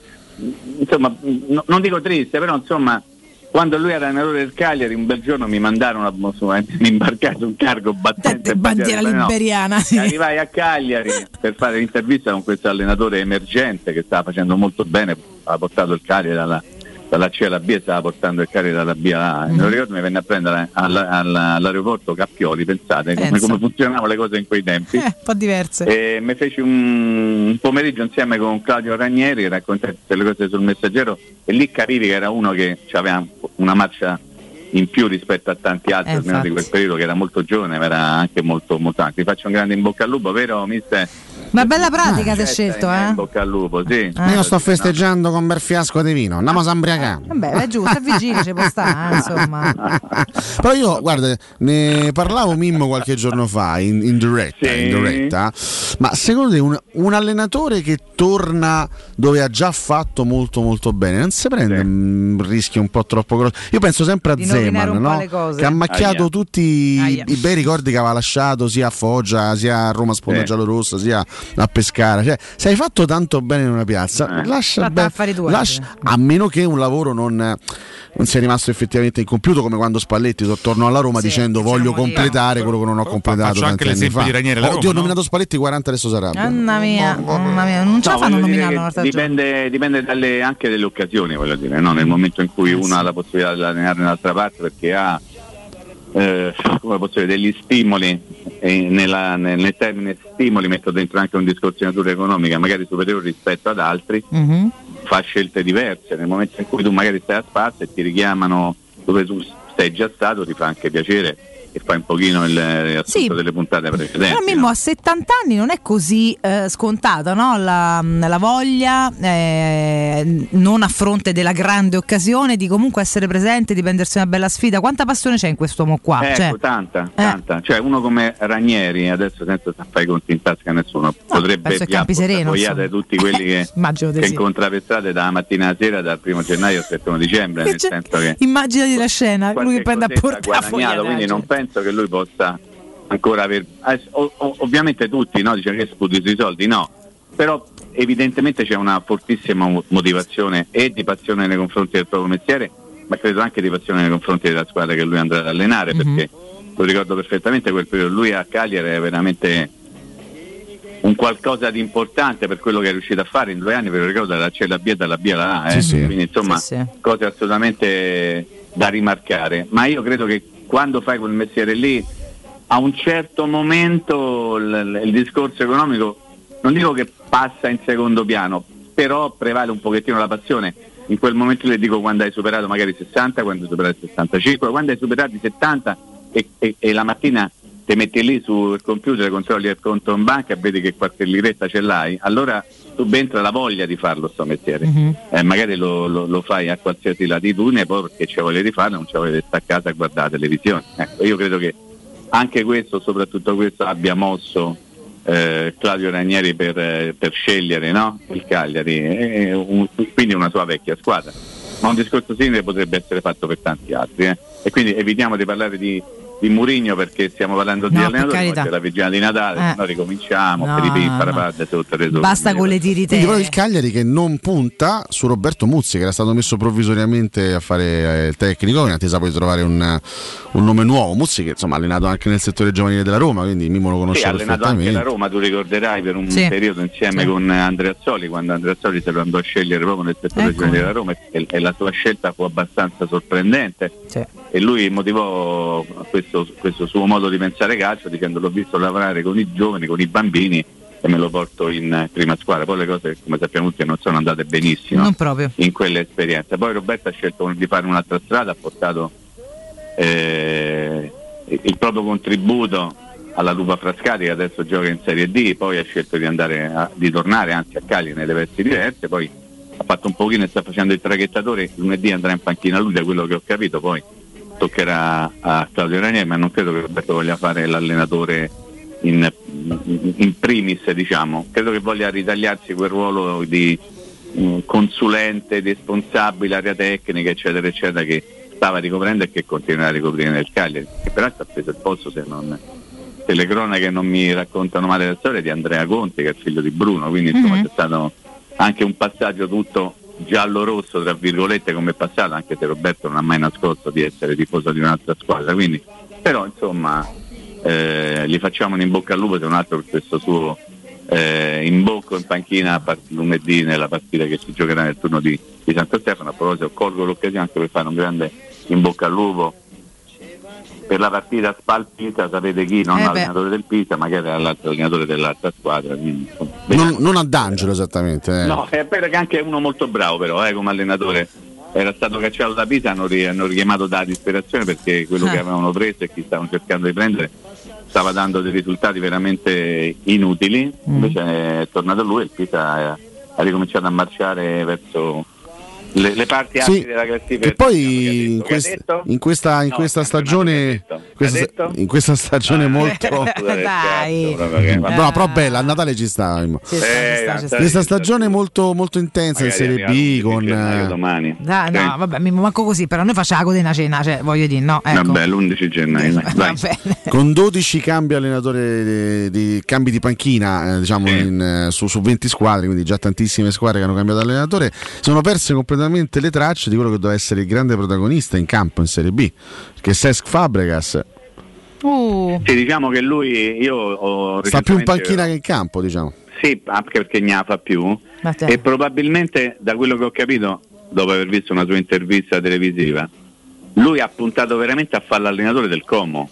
Speaker 20: insomma, no- non dico triste, però insomma, quando lui era allenatore del Cagliari, un bel giorno mi mandarono a- insomma, (laughs) in imbarcato un cargo battente
Speaker 2: Bandiera
Speaker 20: bandiera, no.
Speaker 2: liberiana, sì.
Speaker 20: E Arrivai a Cagliari per fare l'intervista con questo allenatore emergente che stava facendo molto bene, ha portato il Cagliari dalla, dalla C alla B e stava portando il Cagliari dalla B alla A. E Me lo ricordo, mi venne a prendere alla- alla- all'aeroporto Cappioli, pensate come,
Speaker 2: Pensa.
Speaker 20: come funzionavano le cose in quei tempi.
Speaker 2: Eh, un po' diverse.
Speaker 20: E mi feci un, un pomeriggio insieme con Claudio Ranieri, raccontai tutte le cose sul messaggero e lì capivi che era uno che aveva una marcia in più rispetto a tanti altri
Speaker 3: Eh,
Speaker 20: almeno di quel periodo che era molto giovane, ma era anche molto mutante. Ti faccio un grande in bocca al lupo, vero mister?
Speaker 2: Ma bella pratica ti hai Ah, scelto,
Speaker 20: Eh, In
Speaker 2: eh?
Speaker 20: bocca al lupo, sì.
Speaker 2: Ah.
Speaker 5: Io sto festeggiando con un bel fiasco di vino. Andiamo a Sambriacà.
Speaker 2: eh? Vabbè, è giusto, è vicino, ci può
Speaker 20: (laughs)
Speaker 2: stare, eh, insomma.
Speaker 5: (laughs) Però io, guarda, ne parlavo Mimmo qualche giorno fa in, in diretta, in diretta. Ma secondo te un, un allenatore che torna dove ha già fatto molto molto bene, non si prende un rischio un po' troppo grosso? Io penso sempre a
Speaker 2: Di rovinare
Speaker 5: Zeman,
Speaker 2: un po'
Speaker 5: no?
Speaker 2: le cose.
Speaker 5: che ha macchiato
Speaker 2: Aia.
Speaker 5: tutti i-
Speaker 2: Aia.
Speaker 5: i bei ricordi che aveva lasciato sia a Foggia, sia a Roma Sponda
Speaker 2: Sì.
Speaker 5: Giallorossa, sia a Pescara. Cioè, se hai fatto tanto bene in una piazza,
Speaker 2: Eh.
Speaker 5: lascia,
Speaker 2: Fatta affari tuoi,
Speaker 5: lascia- a meno che un lavoro non, non sia rimasto effettivamente incompiuto, come quando Spalletti tor- tornò alla Roma dicendo
Speaker 2: diciamo
Speaker 5: voglio completare quello che non ho completato.
Speaker 4: faccio
Speaker 5: tanti
Speaker 4: anche
Speaker 5: anni
Speaker 4: l'esempio
Speaker 5: fa".
Speaker 4: di Ranieri alla
Speaker 5: Oddio,
Speaker 4: Roma,
Speaker 5: ho nominato Spalletti 40 adesso sarà.
Speaker 2: Mamma mia, mamma mia, non ce
Speaker 20: No,
Speaker 2: la fanno a
Speaker 20: voglio dire
Speaker 2: nominarlo una
Speaker 20: che
Speaker 2: volta al giorno.
Speaker 20: dipende, dipende dalle- anche dalle occasioni, voglio dire, no? nel momento in
Speaker 2: Eh
Speaker 20: cui uno ha la possibilità di allenare un'altra parte perché ha eh, come posso dire, degli stimoli, e nella- nel, nel termine stimoli metto dentro anche un discorso di natura economica, magari superiore rispetto ad altri, fa scelte diverse. Nel momento in cui tu magari stai a spazio e ti richiamano dove tu sei già stato, ti fa anche piacere e fai un pochino il riassunto
Speaker 2: Sì.
Speaker 20: delle puntate precedenti.
Speaker 2: Però Mimmo a 70 anni non è così eh, scontata no? la, mm, la voglia, eh, non a fronte della grande occasione, di comunque essere presente, di prendersi una bella sfida. Quanta passione c'è in quest'uomo qua?
Speaker 20: Ecco,
Speaker 2: Cioè,
Speaker 20: tanta, tanta. Cioè uno come Ranieri, adesso senza fare i conti in tasca a nessuno, potrebbe
Speaker 2: penso che campi sereno,
Speaker 20: appoggiare
Speaker 2: insomma.
Speaker 20: tutti
Speaker 2: (laughs)
Speaker 20: quelli che,
Speaker 2: immagino di
Speaker 20: che
Speaker 2: sì.
Speaker 20: incontraversate dalla mattina alla sera, dal primo gennaio al settimo dicembre, nel
Speaker 2: Cioè,
Speaker 20: senso che
Speaker 2: Immaginati la scena, lui che prende a
Speaker 20: ha guadagnato,
Speaker 2: portafoglio.
Speaker 20: quindi non penso che lui possa ancora aver... adesso, o- o- ovviamente tutti no? dicono che sputi i soldi, no, però evidentemente c'è una fortissima mo- motivazione e di passione nei confronti del proprio mestiere, ma credo anche di passione nei confronti della squadra che lui andrà ad
Speaker 21: Mhm.
Speaker 20: allenare, perché lo ricordo perfettamente quel periodo, lui a Cagliari è veramente un qualcosa di importante per quello che è riuscito a fare in due anni, ve lo ricordo, dalla C alla B e dalla B alla A, eh.
Speaker 21: Sì, sì.
Speaker 20: quindi insomma
Speaker 21: Sì, sì.
Speaker 20: cose assolutamente da rimarcare, ma io credo che quando fai quel mestiere lì a un certo momento il, il discorso economico non dico che passa in secondo piano, però prevale un pochettino la passione. In quel momento le dico quando hai superato magari i 60, quando hai superato i 65, quando hai superato i 70 e, e- e la mattina ti metti lì sul computer, controlli il conto in banca e vedi che qualche livretta ce l'hai, allora subentra la voglia di farlo sto mestiere. Eh, magari lo, lo- lo fai a qualsiasi latitudine, poi perché c'è voglia di farlo, non c'è voglia di stare a casa a guardare la televisione. Ecco, io credo che anche questo, soprattutto questo, abbia mosso eh, Claudio Ranieri per, eh, per scegliere no? il Cagliari, eh, un- quindi una sua vecchia squadra. Ma un discorso simile potrebbe essere fatto per tanti altri. eh. E quindi evitiamo di parlare di, di Murigno perché stiamo parlando di
Speaker 2: No, per
Speaker 20: allenatori,
Speaker 2: carità.
Speaker 20: ma c'è la vigilia di Natale,
Speaker 2: Eh.
Speaker 20: se no ricominciamo,
Speaker 2: No,
Speaker 20: per i
Speaker 2: no.
Speaker 20: pipparapad, tutto il resto.
Speaker 2: Basta con le tirite.
Speaker 5: Quindi proprio il Cagliari che non punta su Roberto Muzzi, che era stato messo provvisoriamente a fare eh, il tecnico, in attesa poi di trovare un, un nome nuovo. Muzzi che insomma ha allenato anche nel settore giovanile della Roma, quindi Mimmo lo
Speaker 20: Sì,
Speaker 5: conosce
Speaker 20: ha allenato anche la
Speaker 5: perfettamente.
Speaker 20: Roma, tu ricorderai, per un
Speaker 5: Sì.
Speaker 20: periodo insieme con Andrea Zoli, quando Andrea Zoli se lo andò a scegliere proprio nel settore
Speaker 5: Ecco.
Speaker 20: giovanile della Roma e, e la sua scelta fu abbastanza sorprendente. E lui motivò questo, questo suo modo di pensare calcio dicendo l'ho visto lavorare con i giovani, con i bambini e me lo porto in eh, prima squadra. Poi le cose, come sappiamo tutti, non sono andate benissimo
Speaker 2: Non proprio.
Speaker 20: in quell'esperienza. Poi Roberto ha scelto di fare un'altra strada, ha portato eh, il proprio contributo alla Lupa Frascati che adesso gioca in Serie D, poi ha scelto di, andare a- di tornare anzi a Cagliari nelle versi diverse, poi ha fatto un pochino e sta facendo il traghettatore, lunedì andrà in panchina lui da quello che ho capito, poi toccherà a Claudio Ranieri, ma non credo che Roberto voglia fare l'allenatore in, in primis, diciamo. Credo che voglia ritagliarsi quel ruolo di mm, consulente, responsabile, area tecnica, eccetera, eccetera, che stava ricoprendo e che continuerà a ricoprire nel Cagliari, che peraltro ha preso il posto se non se le cronache non mi raccontano male la storia di Andrea Conte che è il figlio di Bruno, quindi insomma
Speaker 3: Mhm.
Speaker 20: c'è stato anche un passaggio tutto giallo-rosso, tra virgolette, come è passato, anche se Roberto non ha mai nascosto di essere tifoso di un'altra squadra, quindi però insomma eh, gli facciamo un in bocca al lupo se non altro per questo suo eh, imbocco in panchina a part- lunedì nella partita che si giocherà nel turno di, di Santo Stefano. A proposito colgo l'occasione anche per fare un grande in bocca al lupo per la partita spalpita, sapete chi, non
Speaker 5: Eh beh.
Speaker 20: all'allenatore del Pisa, magari all'altro allenatore dell'altra squadra. quindi, insomma.
Speaker 5: Non, non ad Angelo esattamente. eh.
Speaker 20: No, è vero che anche è uno molto bravo però, eh, come allenatore. Era stato cacciato da Pisa, hanno, ri- hanno richiamato da disperazione perché quello
Speaker 3: Ah.
Speaker 5: Eh.
Speaker 20: che avevano preso e chi stavano cercando di prendere stava dando dei risultati veramente inutili.
Speaker 5: Mm.
Speaker 20: Invece è tornato lui e il Pisa eh, ha ricominciato a marciare verso le, le parti
Speaker 5: Sì,
Speaker 20: alte della classifica.
Speaker 5: Che poi in, quest- in questa, in questa stagione, questa- in questa
Speaker 20: Ah. (laughs)
Speaker 5: stagione molto.
Speaker 2: Dai.
Speaker 5: No, però bella, a Natale ci sta. Immo.
Speaker 2: Ci sta, ci sta, ci sta.
Speaker 5: Questa stagione molto, molto intensa
Speaker 20: Eh,
Speaker 5: in
Speaker 20: Magari
Speaker 5: Serie B
Speaker 20: arriva
Speaker 5: con eh,
Speaker 20: domani.
Speaker 2: Dai, no, vabbè, mi manco così, però noi facciamo la codena cena, cioè, voglio dire, no, ecco.
Speaker 20: Vabbè, l'11 gennaio. dai.
Speaker 5: (laughs) con 12 cambi allenatore di, di- cambi di panchina eh, diciamo in, eh, su, su 20 squadre quindi già tantissime squadre che hanno cambiato allenatore sono perse completamente le tracce di quello che doveva essere il grande protagonista in campo in Serie B che è Cesc Fabregas
Speaker 2: Uh,
Speaker 20: Sì, diciamo che lui io ho
Speaker 5: sta più in
Speaker 20: recentemente-
Speaker 5: panchina che in campo diciamo
Speaker 20: Sì, anche perché ne fa più.
Speaker 2: Ma te-
Speaker 20: E probabilmente, da quello che ho capito, dopo aver visto una sua intervista televisiva, lui ha puntato veramente a fare l'allenatore del Como.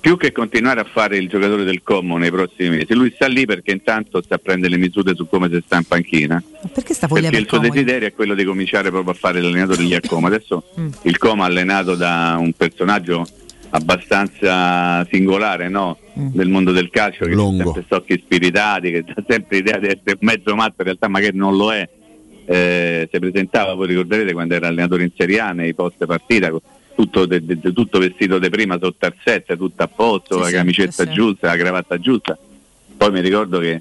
Speaker 20: Più che continuare a fare il giocatore del Como nei prossimi mesi, lui sta lì perché intanto sta a prendere le misure su come si sta in panchina.
Speaker 2: Perché sta voglia
Speaker 20: Perché il
Speaker 2: per
Speaker 20: suo
Speaker 2: Como?
Speaker 20: desiderio è quello di cominciare proprio a fare l'allenatore lì a Como. Adesso
Speaker 2: Mm.
Speaker 20: il Como è allenato da un personaggio abbastanza singolare no?
Speaker 3: Mm.
Speaker 20: del mondo del calcio che ha sempre stocchi spiritati, che ha sempre idea di essere un mezzo matto, in realtà magari non lo è. Eh, si presentava, voi ricorderete quando era allenatore in Serie A nei post partita, con tutto, de- de- de- tutto vestito di prima, sotto arsetta, tutto a posto, la
Speaker 3: sì,
Speaker 20: camicetta
Speaker 3: sì, sì.
Speaker 20: giusta, la cravatta giusta. Poi mi ricordo che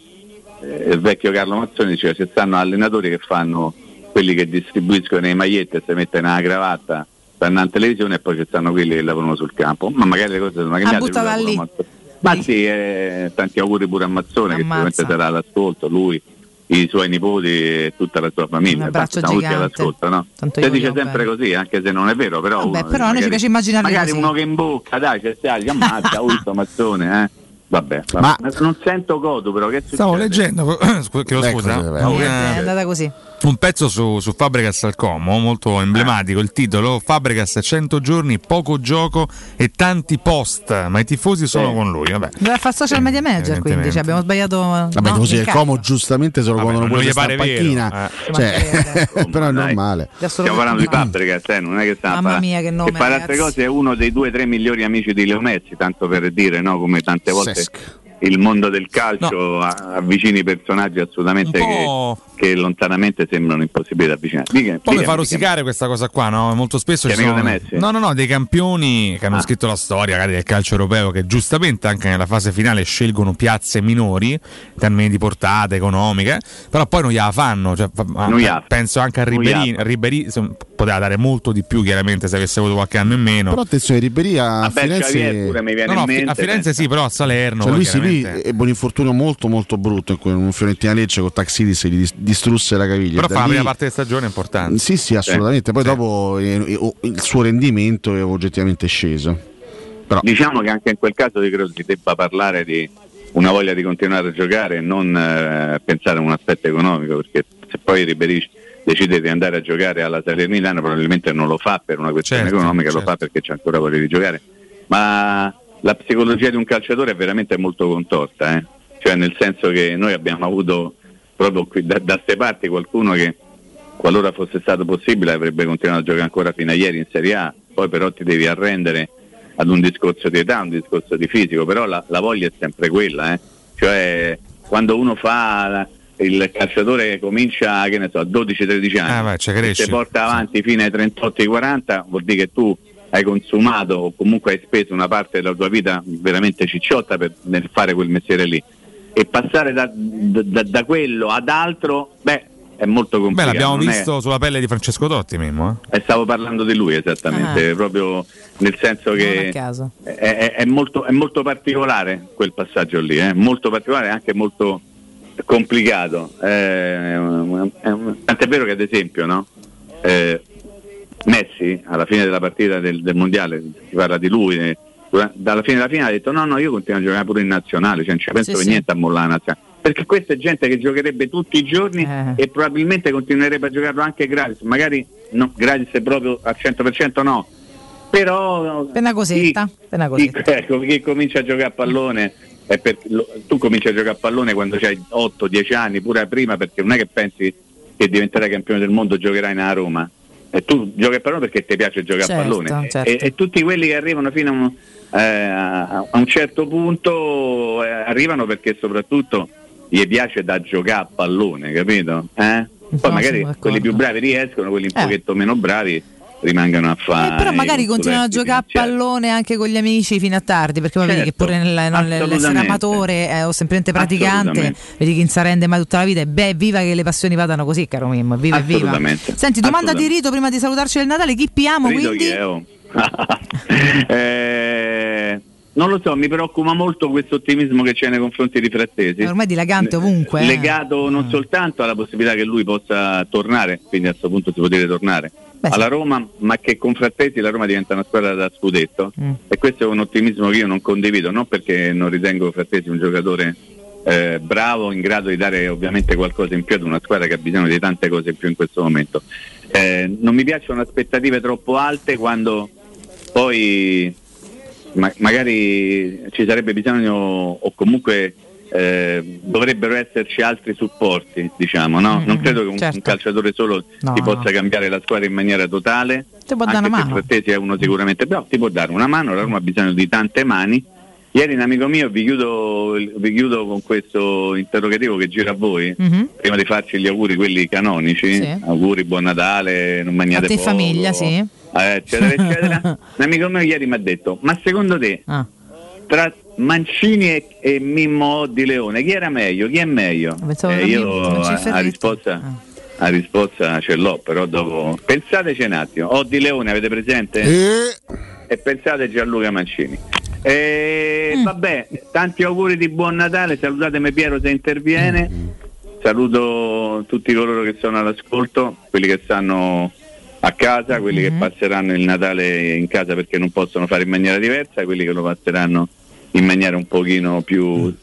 Speaker 20: eh, il vecchio Carlo Mazzoni diceva ci stanno allenatori che fanno quelli che distribuiscono i maglietti e si mettono la cravatta stanno in televisione e poi ci stanno quelli che lavorano sul campo ma magari le cose sono cambiate lui
Speaker 2: buttala
Speaker 20: lavora
Speaker 2: Ah, lì.
Speaker 20: molto. ma sì eh, tanti auguri pure a Mazzone che
Speaker 2: Ammazza.
Speaker 20: sicuramente sarà all'ascolto lui i suoi nipoti e tutta la sua famiglia
Speaker 2: Un
Speaker 20: Tanto
Speaker 2: abbraccio
Speaker 20: siamo tutti
Speaker 2: gigante.
Speaker 20: all'ascolto no?
Speaker 2: io
Speaker 20: si dice
Speaker 2: voglio
Speaker 20: sempre così anche se non è vero però,
Speaker 2: Vabbè,
Speaker 20: uno-
Speaker 2: però a noi ci
Speaker 20: magari-
Speaker 2: piace immaginarli
Speaker 20: magari
Speaker 2: così.
Speaker 20: uno che in bocca dai c'è Sali
Speaker 2: (laughs)
Speaker 20: ammazza ultimo Mazzone eh. vabbè, vabbè. non sento Godo però che
Speaker 4: Stavo
Speaker 20: succede?
Speaker 4: leggendo, scu- chiedo (coughs) scusa,
Speaker 2: Eh, È
Speaker 4: un,
Speaker 2: andata così.
Speaker 4: un pezzo su, su Fabregas al Como, molto emblematico, il titolo Fabregas 100 giorni, poco gioco e tanti post, ma i tifosi sono con lui, vabbè.
Speaker 2: Doveva fare social media manager, quindi cioè, abbiamo sbagliato.
Speaker 5: Vabbè,
Speaker 2: no,
Speaker 5: così
Speaker 2: il
Speaker 5: è
Speaker 2: carico.
Speaker 5: Como giustamente se lo contano
Speaker 4: non
Speaker 5: pure
Speaker 4: gli
Speaker 5: se sta
Speaker 4: pare
Speaker 5: in
Speaker 4: vero,
Speaker 5: panchina
Speaker 4: eh.
Speaker 5: (laughs) Cioè, però è normale
Speaker 20: Stiamo parlando di Fabregas, eh, non è che stiamo
Speaker 2: Mamma
Speaker 20: parlando-
Speaker 2: mia, che nome,
Speaker 20: Che fa altre
Speaker 2: ragazzi.
Speaker 20: cose è uno dei due o tre migliori amici di Leo Messi, tanto per dire, no? come tante volte
Speaker 4: Sesc.
Speaker 20: il mondo del calcio a- avvicini personaggi assolutamente
Speaker 4: Un
Speaker 20: che,
Speaker 4: po'.
Speaker 20: che lontanamente sembrano impossibili da avvicinare. Dica-
Speaker 4: Poi mi
Speaker 20: dica-
Speaker 4: fa rosicare questa cosa qua, no? Molto spesso
Speaker 20: Che
Speaker 4: ci
Speaker 20: amico
Speaker 4: sono...
Speaker 20: di Messi? Ah.
Speaker 4: No, no, no, dei campioni che hanno scritto la storia magari del calcio europeo che giustamente anche nella fase finale scelgono piazze minori in termini di portata economica, però poi non gliela fanno. Cioè, fa- ma-
Speaker 20: Non gliela-
Speaker 4: penso anche a
Speaker 20: non
Speaker 4: Ribéry,
Speaker 20: gliela-
Speaker 4: Ribéry, insomma, poteva dare molto di più chiaramente se avesse avuto qualche anno in meno.
Speaker 5: però attenzione Ribéry a Firenze
Speaker 4: No, no, a Fi- a Firenze sì, però a Salerno.
Speaker 5: Cioè,
Speaker 4: poi
Speaker 5: lui si lì
Speaker 4: chiaramente-
Speaker 5: ebbe un infortunio molto molto brutto in cui un Fiorentina Lecce con Taxidis gli dis- distrusse la caviglia.
Speaker 4: Però
Speaker 5: Da
Speaker 4: fa la
Speaker 5: lì-
Speaker 4: prima parte di stagione importante.
Speaker 5: Sì, sì, assolutamente. Poi dopo eh, eh, oh, il suo rendimento è oggettivamente sceso. Però
Speaker 20: Diciamo che anche in quel caso io credo si debba parlare di una voglia di continuare a giocare e non eh, pensare a un aspetto economico, perché se poi Ribéry decide di andare a giocare alla Salernitana probabilmente non lo fa per una questione economica, lo fa perché c'è ancora voglia di giocare. Ma la psicologia di un calciatore è veramente molto contorta, eh. cioè nel senso che noi abbiamo avuto proprio qui da, da ste parti qualcuno che qualora fosse stato possibile avrebbe continuato a giocare ancora fino a ieri in Serie A, poi però ti devi arrendere ad un discorso di età, un discorso di fisico, però la, la voglia è sempre quella, eh. cioè quando uno fa la- il calciatore comincia che ne so, a 12-13 anni
Speaker 4: Ah, vai, ci
Speaker 20: e
Speaker 4: cresci.
Speaker 20: se porta avanti fino ai 38-40 vuol dire che tu hai consumato o comunque hai speso una parte della tua vita veramente cicciotta per, nel fare quel mestiere lì e passare da, da- da quello ad altro, beh, è molto
Speaker 4: Beh,
Speaker 20: complicato.
Speaker 4: l'abbiamo
Speaker 20: non è-
Speaker 4: visto sulla pelle di Francesco Totti, Mimmo. eh.
Speaker 20: eh, stavo parlando di lui esattamente, proprio nel senso
Speaker 2: Ah. Non a
Speaker 20: che
Speaker 2: caso.
Speaker 20: è, è- è molto, è molto particolare quel passaggio lì, eh, molto particolare e anche molto complicato. Eh, è un- è un- tant'è vero che ad esempio no? Eh, Messi alla fine della partita del, del mondiale, si parla di lui, eh, dura- dalla fine della finale ha detto no no io continuo a giocare pure in nazionale, cioè non ci penso
Speaker 3: Sì,
Speaker 20: per
Speaker 3: sì.
Speaker 20: niente a mollare la nazionale. Perché questa è gente che giocherebbe tutti i giorni
Speaker 3: Eh.
Speaker 20: e probabilmente continuerebbe a giocarlo anche gratis, magari no, gratis proprio al 100% no, però
Speaker 2: Penna cosetta. penna
Speaker 20: chi,
Speaker 2: cosetta.
Speaker 20: ecco, chi comincia a giocare a pallone è per- lo- tu cominci a giocare a pallone quando hai 8-10 anni, pure prima, perché non è che pensi che diventerai campione del mondo e giocherai nella Roma. E tu giochi a pallone perché ti piace giocare
Speaker 3: Certo,
Speaker 20: a pallone. E-
Speaker 3: certo.
Speaker 20: E, e tutti quelli che arrivano fino a un, eh, a un certo punto eh, arrivano perché soprattutto gli piace da giocare a pallone, capito? Eh? Poi
Speaker 2: No,
Speaker 20: magari
Speaker 2: sono
Speaker 20: quelli più bravi riescono, quelli un
Speaker 2: Eh.
Speaker 20: pochetto meno bravi rimangono a fare.
Speaker 2: Però magari
Speaker 20: i
Speaker 2: continuano a
Speaker 20: consulenti
Speaker 2: giocare a pallone anche con gli amici fino a tardi, perché poi vedi che
Speaker 20: Certo,
Speaker 2: pure nel- non- l'essere
Speaker 20: assolutamente.
Speaker 2: amatore eh, o semplicemente praticante,
Speaker 20: Assolutamente.
Speaker 2: vedi chi non rende mai tutta la vita e beh, viva che le passioni vadano così, caro Mimmo, viva e viva.
Speaker 20: Assolutamente.
Speaker 2: Senti, domanda di
Speaker 20: Assolutamente.
Speaker 2: Rito prima di salutarci del Natale, chi piamo
Speaker 20: Rido
Speaker 2: quindi?
Speaker 20: chi è, oh. (laughs) Eh, non lo so, mi preoccupa molto questo ottimismo che c'è nei confronti di Frattesi.
Speaker 2: È ormai dilagante ovunque. eh.
Speaker 20: Legato non soltanto alla possibilità che lui possa tornare, quindi a questo punto si può dire tornare alla Roma, ma che con Frattesi la Roma diventa una squadra da scudetto.
Speaker 2: Mm.
Speaker 20: E questo è un ottimismo che io non condivido, non perché non ritengo Frattesi un giocatore eh, bravo, in grado di dare ovviamente qualcosa in più ad una squadra che ha bisogno di tante cose in più in questo momento. Eh, non mi piacciono aspettative troppo alte quando poi ma- magari ci sarebbe bisogno o comunque eh, dovrebbero esserci altri supporti, diciamo, no? non credo che un, un calciatore solo
Speaker 2: Mm, certo. No,
Speaker 20: ti
Speaker 2: no.
Speaker 20: possa cambiare la squadra in maniera totale.
Speaker 2: Ti può dare
Speaker 20: anche
Speaker 2: una
Speaker 20: se
Speaker 2: mano.
Speaker 20: Frattesi è uno sicuramente bravo, ti può dare una mano, la Roma ha bisogno di tante mani. Ieri un amico mio, vi chiudo, vi chiudo con questo interrogativo che gira a voi,
Speaker 2: Mhm.
Speaker 20: prima di farci gli auguri quelli canonici,
Speaker 2: Sì.
Speaker 20: auguri, buon Natale, non
Speaker 2: A
Speaker 20: mangiate
Speaker 2: te
Speaker 20: poco,
Speaker 2: famiglia, sì.
Speaker 20: eh, eccetera,
Speaker 2: (laughs)
Speaker 20: eccetera. Un amico mio ieri mi ha detto, ma secondo te
Speaker 2: Ah.
Speaker 20: tra Mancini e, e Mimmo di Leone chi era meglio? Chi è meglio?
Speaker 2: Pensavo
Speaker 20: Eh,
Speaker 2: da
Speaker 20: io
Speaker 2: Mimmo, Mancini
Speaker 20: a, a
Speaker 2: Ferretti.
Speaker 20: risposta, a risposta ce l'ho, però dopo... Pensateci un attimo, o di Leone avete presente? E, pensate Gianluca Mancini. Eh,
Speaker 2: Mm.
Speaker 20: Vabbè, tanti auguri di buon Natale, salutatemi Piero se interviene. Saluto tutti coloro che sono all'ascolto, quelli che stanno a casa, quelli che passeranno il Natale in casa perché non possono fare in maniera diversa, quelli che lo passeranno in maniera un pochino più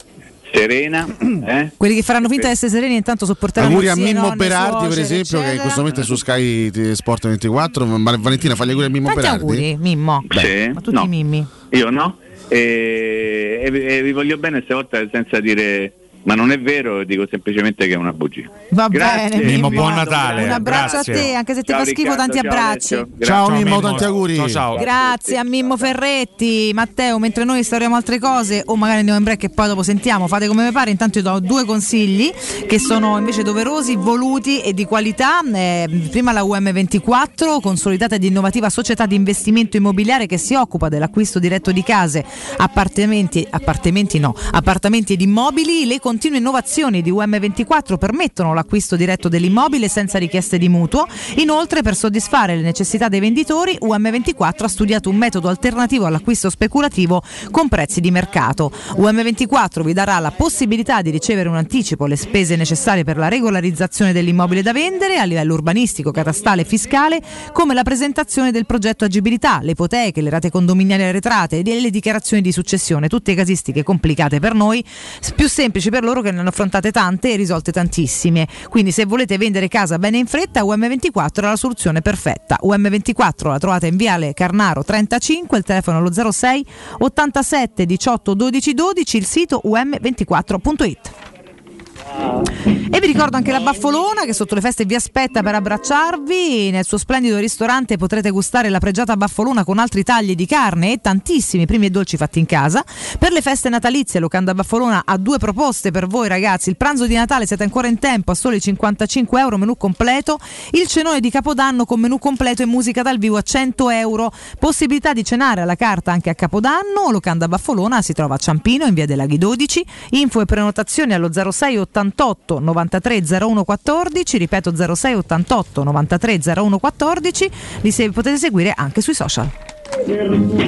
Speaker 20: serena. eh?
Speaker 2: Quelli che faranno finta di essere sereni e intanto sopporteranno
Speaker 5: Auguri a
Speaker 2: zie,
Speaker 5: Mimmo
Speaker 2: nonne,
Speaker 5: Berardi, per
Speaker 2: suocere,
Speaker 5: esempio, che in
Speaker 2: eccetera.
Speaker 5: questo momento è su Sky eh, Sport 24. Ma- Valentina, fagli auguri a Mimmo
Speaker 2: Tanti
Speaker 5: Berardi.
Speaker 2: auguri, Mimmo.
Speaker 20: Sì,
Speaker 2: A tutti
Speaker 20: no.
Speaker 2: i Mimmi.
Speaker 20: Io no, e, e vi- e vi voglio bene stavolta senza dire ma non è vero, dico semplicemente che è una bugia.
Speaker 2: Va
Speaker 20: Grazie.
Speaker 2: bene.
Speaker 20: Mimmo, buon
Speaker 4: Natale.
Speaker 2: Un abbraccio
Speaker 4: Grazie.
Speaker 2: a te, anche se ti
Speaker 4: Ciao
Speaker 2: fa schifo,
Speaker 4: Riccardo,
Speaker 2: tanti
Speaker 4: ciao
Speaker 2: abbracci.
Speaker 4: Alessio. Grazie. Ciao, Mimmo, tanti auguri. Ciao, ciao.
Speaker 2: Grazie a Mimmo Ferretti, Matteo. Mentre noi instauriamo altre cose, o magari andiamo in break e poi dopo sentiamo. Fate come vi pare. Intanto, io do due consigli che sono invece doverosi, voluti e di qualità. Eh, prima la UM24, consolidata ed innovativa società di investimento immobiliare che si occupa dell'acquisto diretto di case, appartamenti, appartamenti no, appartamenti ed immobili. Le continue innovazioni di UM24 permettono l'acquisto diretto dell'immobile senza richieste di mutuo. Inoltre, per soddisfare le necessità dei venditori, UM24 ha studiato un metodo alternativo all'acquisto speculativo con prezzi di mercato. UM24 vi darà la possibilità di ricevere un anticipo le spese necessarie per la regolarizzazione dell'immobile da vendere a livello urbanistico, catastale e fiscale, come la presentazione del progetto agibilità, le ipoteche, le rate condominiali arretrate e le dichiarazioni di successione, tutte casistiche complicate per noi, s- più semplici per loro che ne hanno affrontate tante e risolte tantissime. Quindi se volete vendere casa bene in fretta, UM24 è la soluzione perfetta. UM24 la trovate in Viale Carnaro 35, il telefono è lo 06 87 18 12 12, il sito um24.it. E vi ricordo anche la Baffolona che sotto le feste vi aspetta per abbracciarvi. Nel suo splendido ristorante potrete gustare la pregiata Baffolona con altri tagli di carne e tantissimi primi e dolci fatti in casa. Per le feste natalizie, Locanda Baffolona ha due proposte per voi ragazzi. Il pranzo di Natale siete ancora in tempo a soli 55 euro menù completo. Il cenone di Capodanno con menù completo e musica dal vivo a 100 euro. Possibilità di cenare alla carta anche a Capodanno. Locanda Baffolona si trova a Ciampino in via dei Laghi 12. Info e prenotazioni allo 06 88 93 01 14. Ripeto 06 88 93 01 14. Li se- potete seguire anche sui social.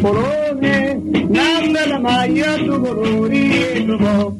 Speaker 18: Polone, nanna la maglia, tu colori e tu mo.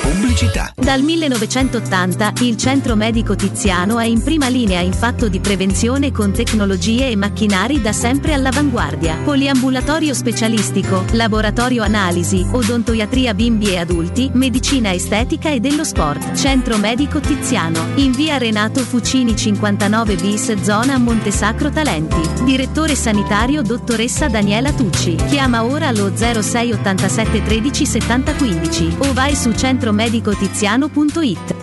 Speaker 3: Pubblicità. Dal 1980 il Centro Medico Tiziano è in prima linea in fatto di prevenzione con tecnologie e macchinari da sempre all'avanguardia. Poliambulatorio specialistico, laboratorio analisi, odontoiatria bimbi e adulti, medicina estetica e dello sport. Centro Medico Tiziano, in via Renato Fucini 59 bis, zona Montesacro Talenti. Direttore sanitario dottoressa Daniela Tucci. Chiama ora lo 06 87 13 70 15 o vai su centromedicotiziano.it.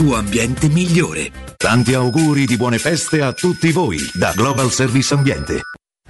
Speaker 14: ambiente migliore.
Speaker 21: Tanti auguri di buone feste a tutti voi da Global Service Ambiente.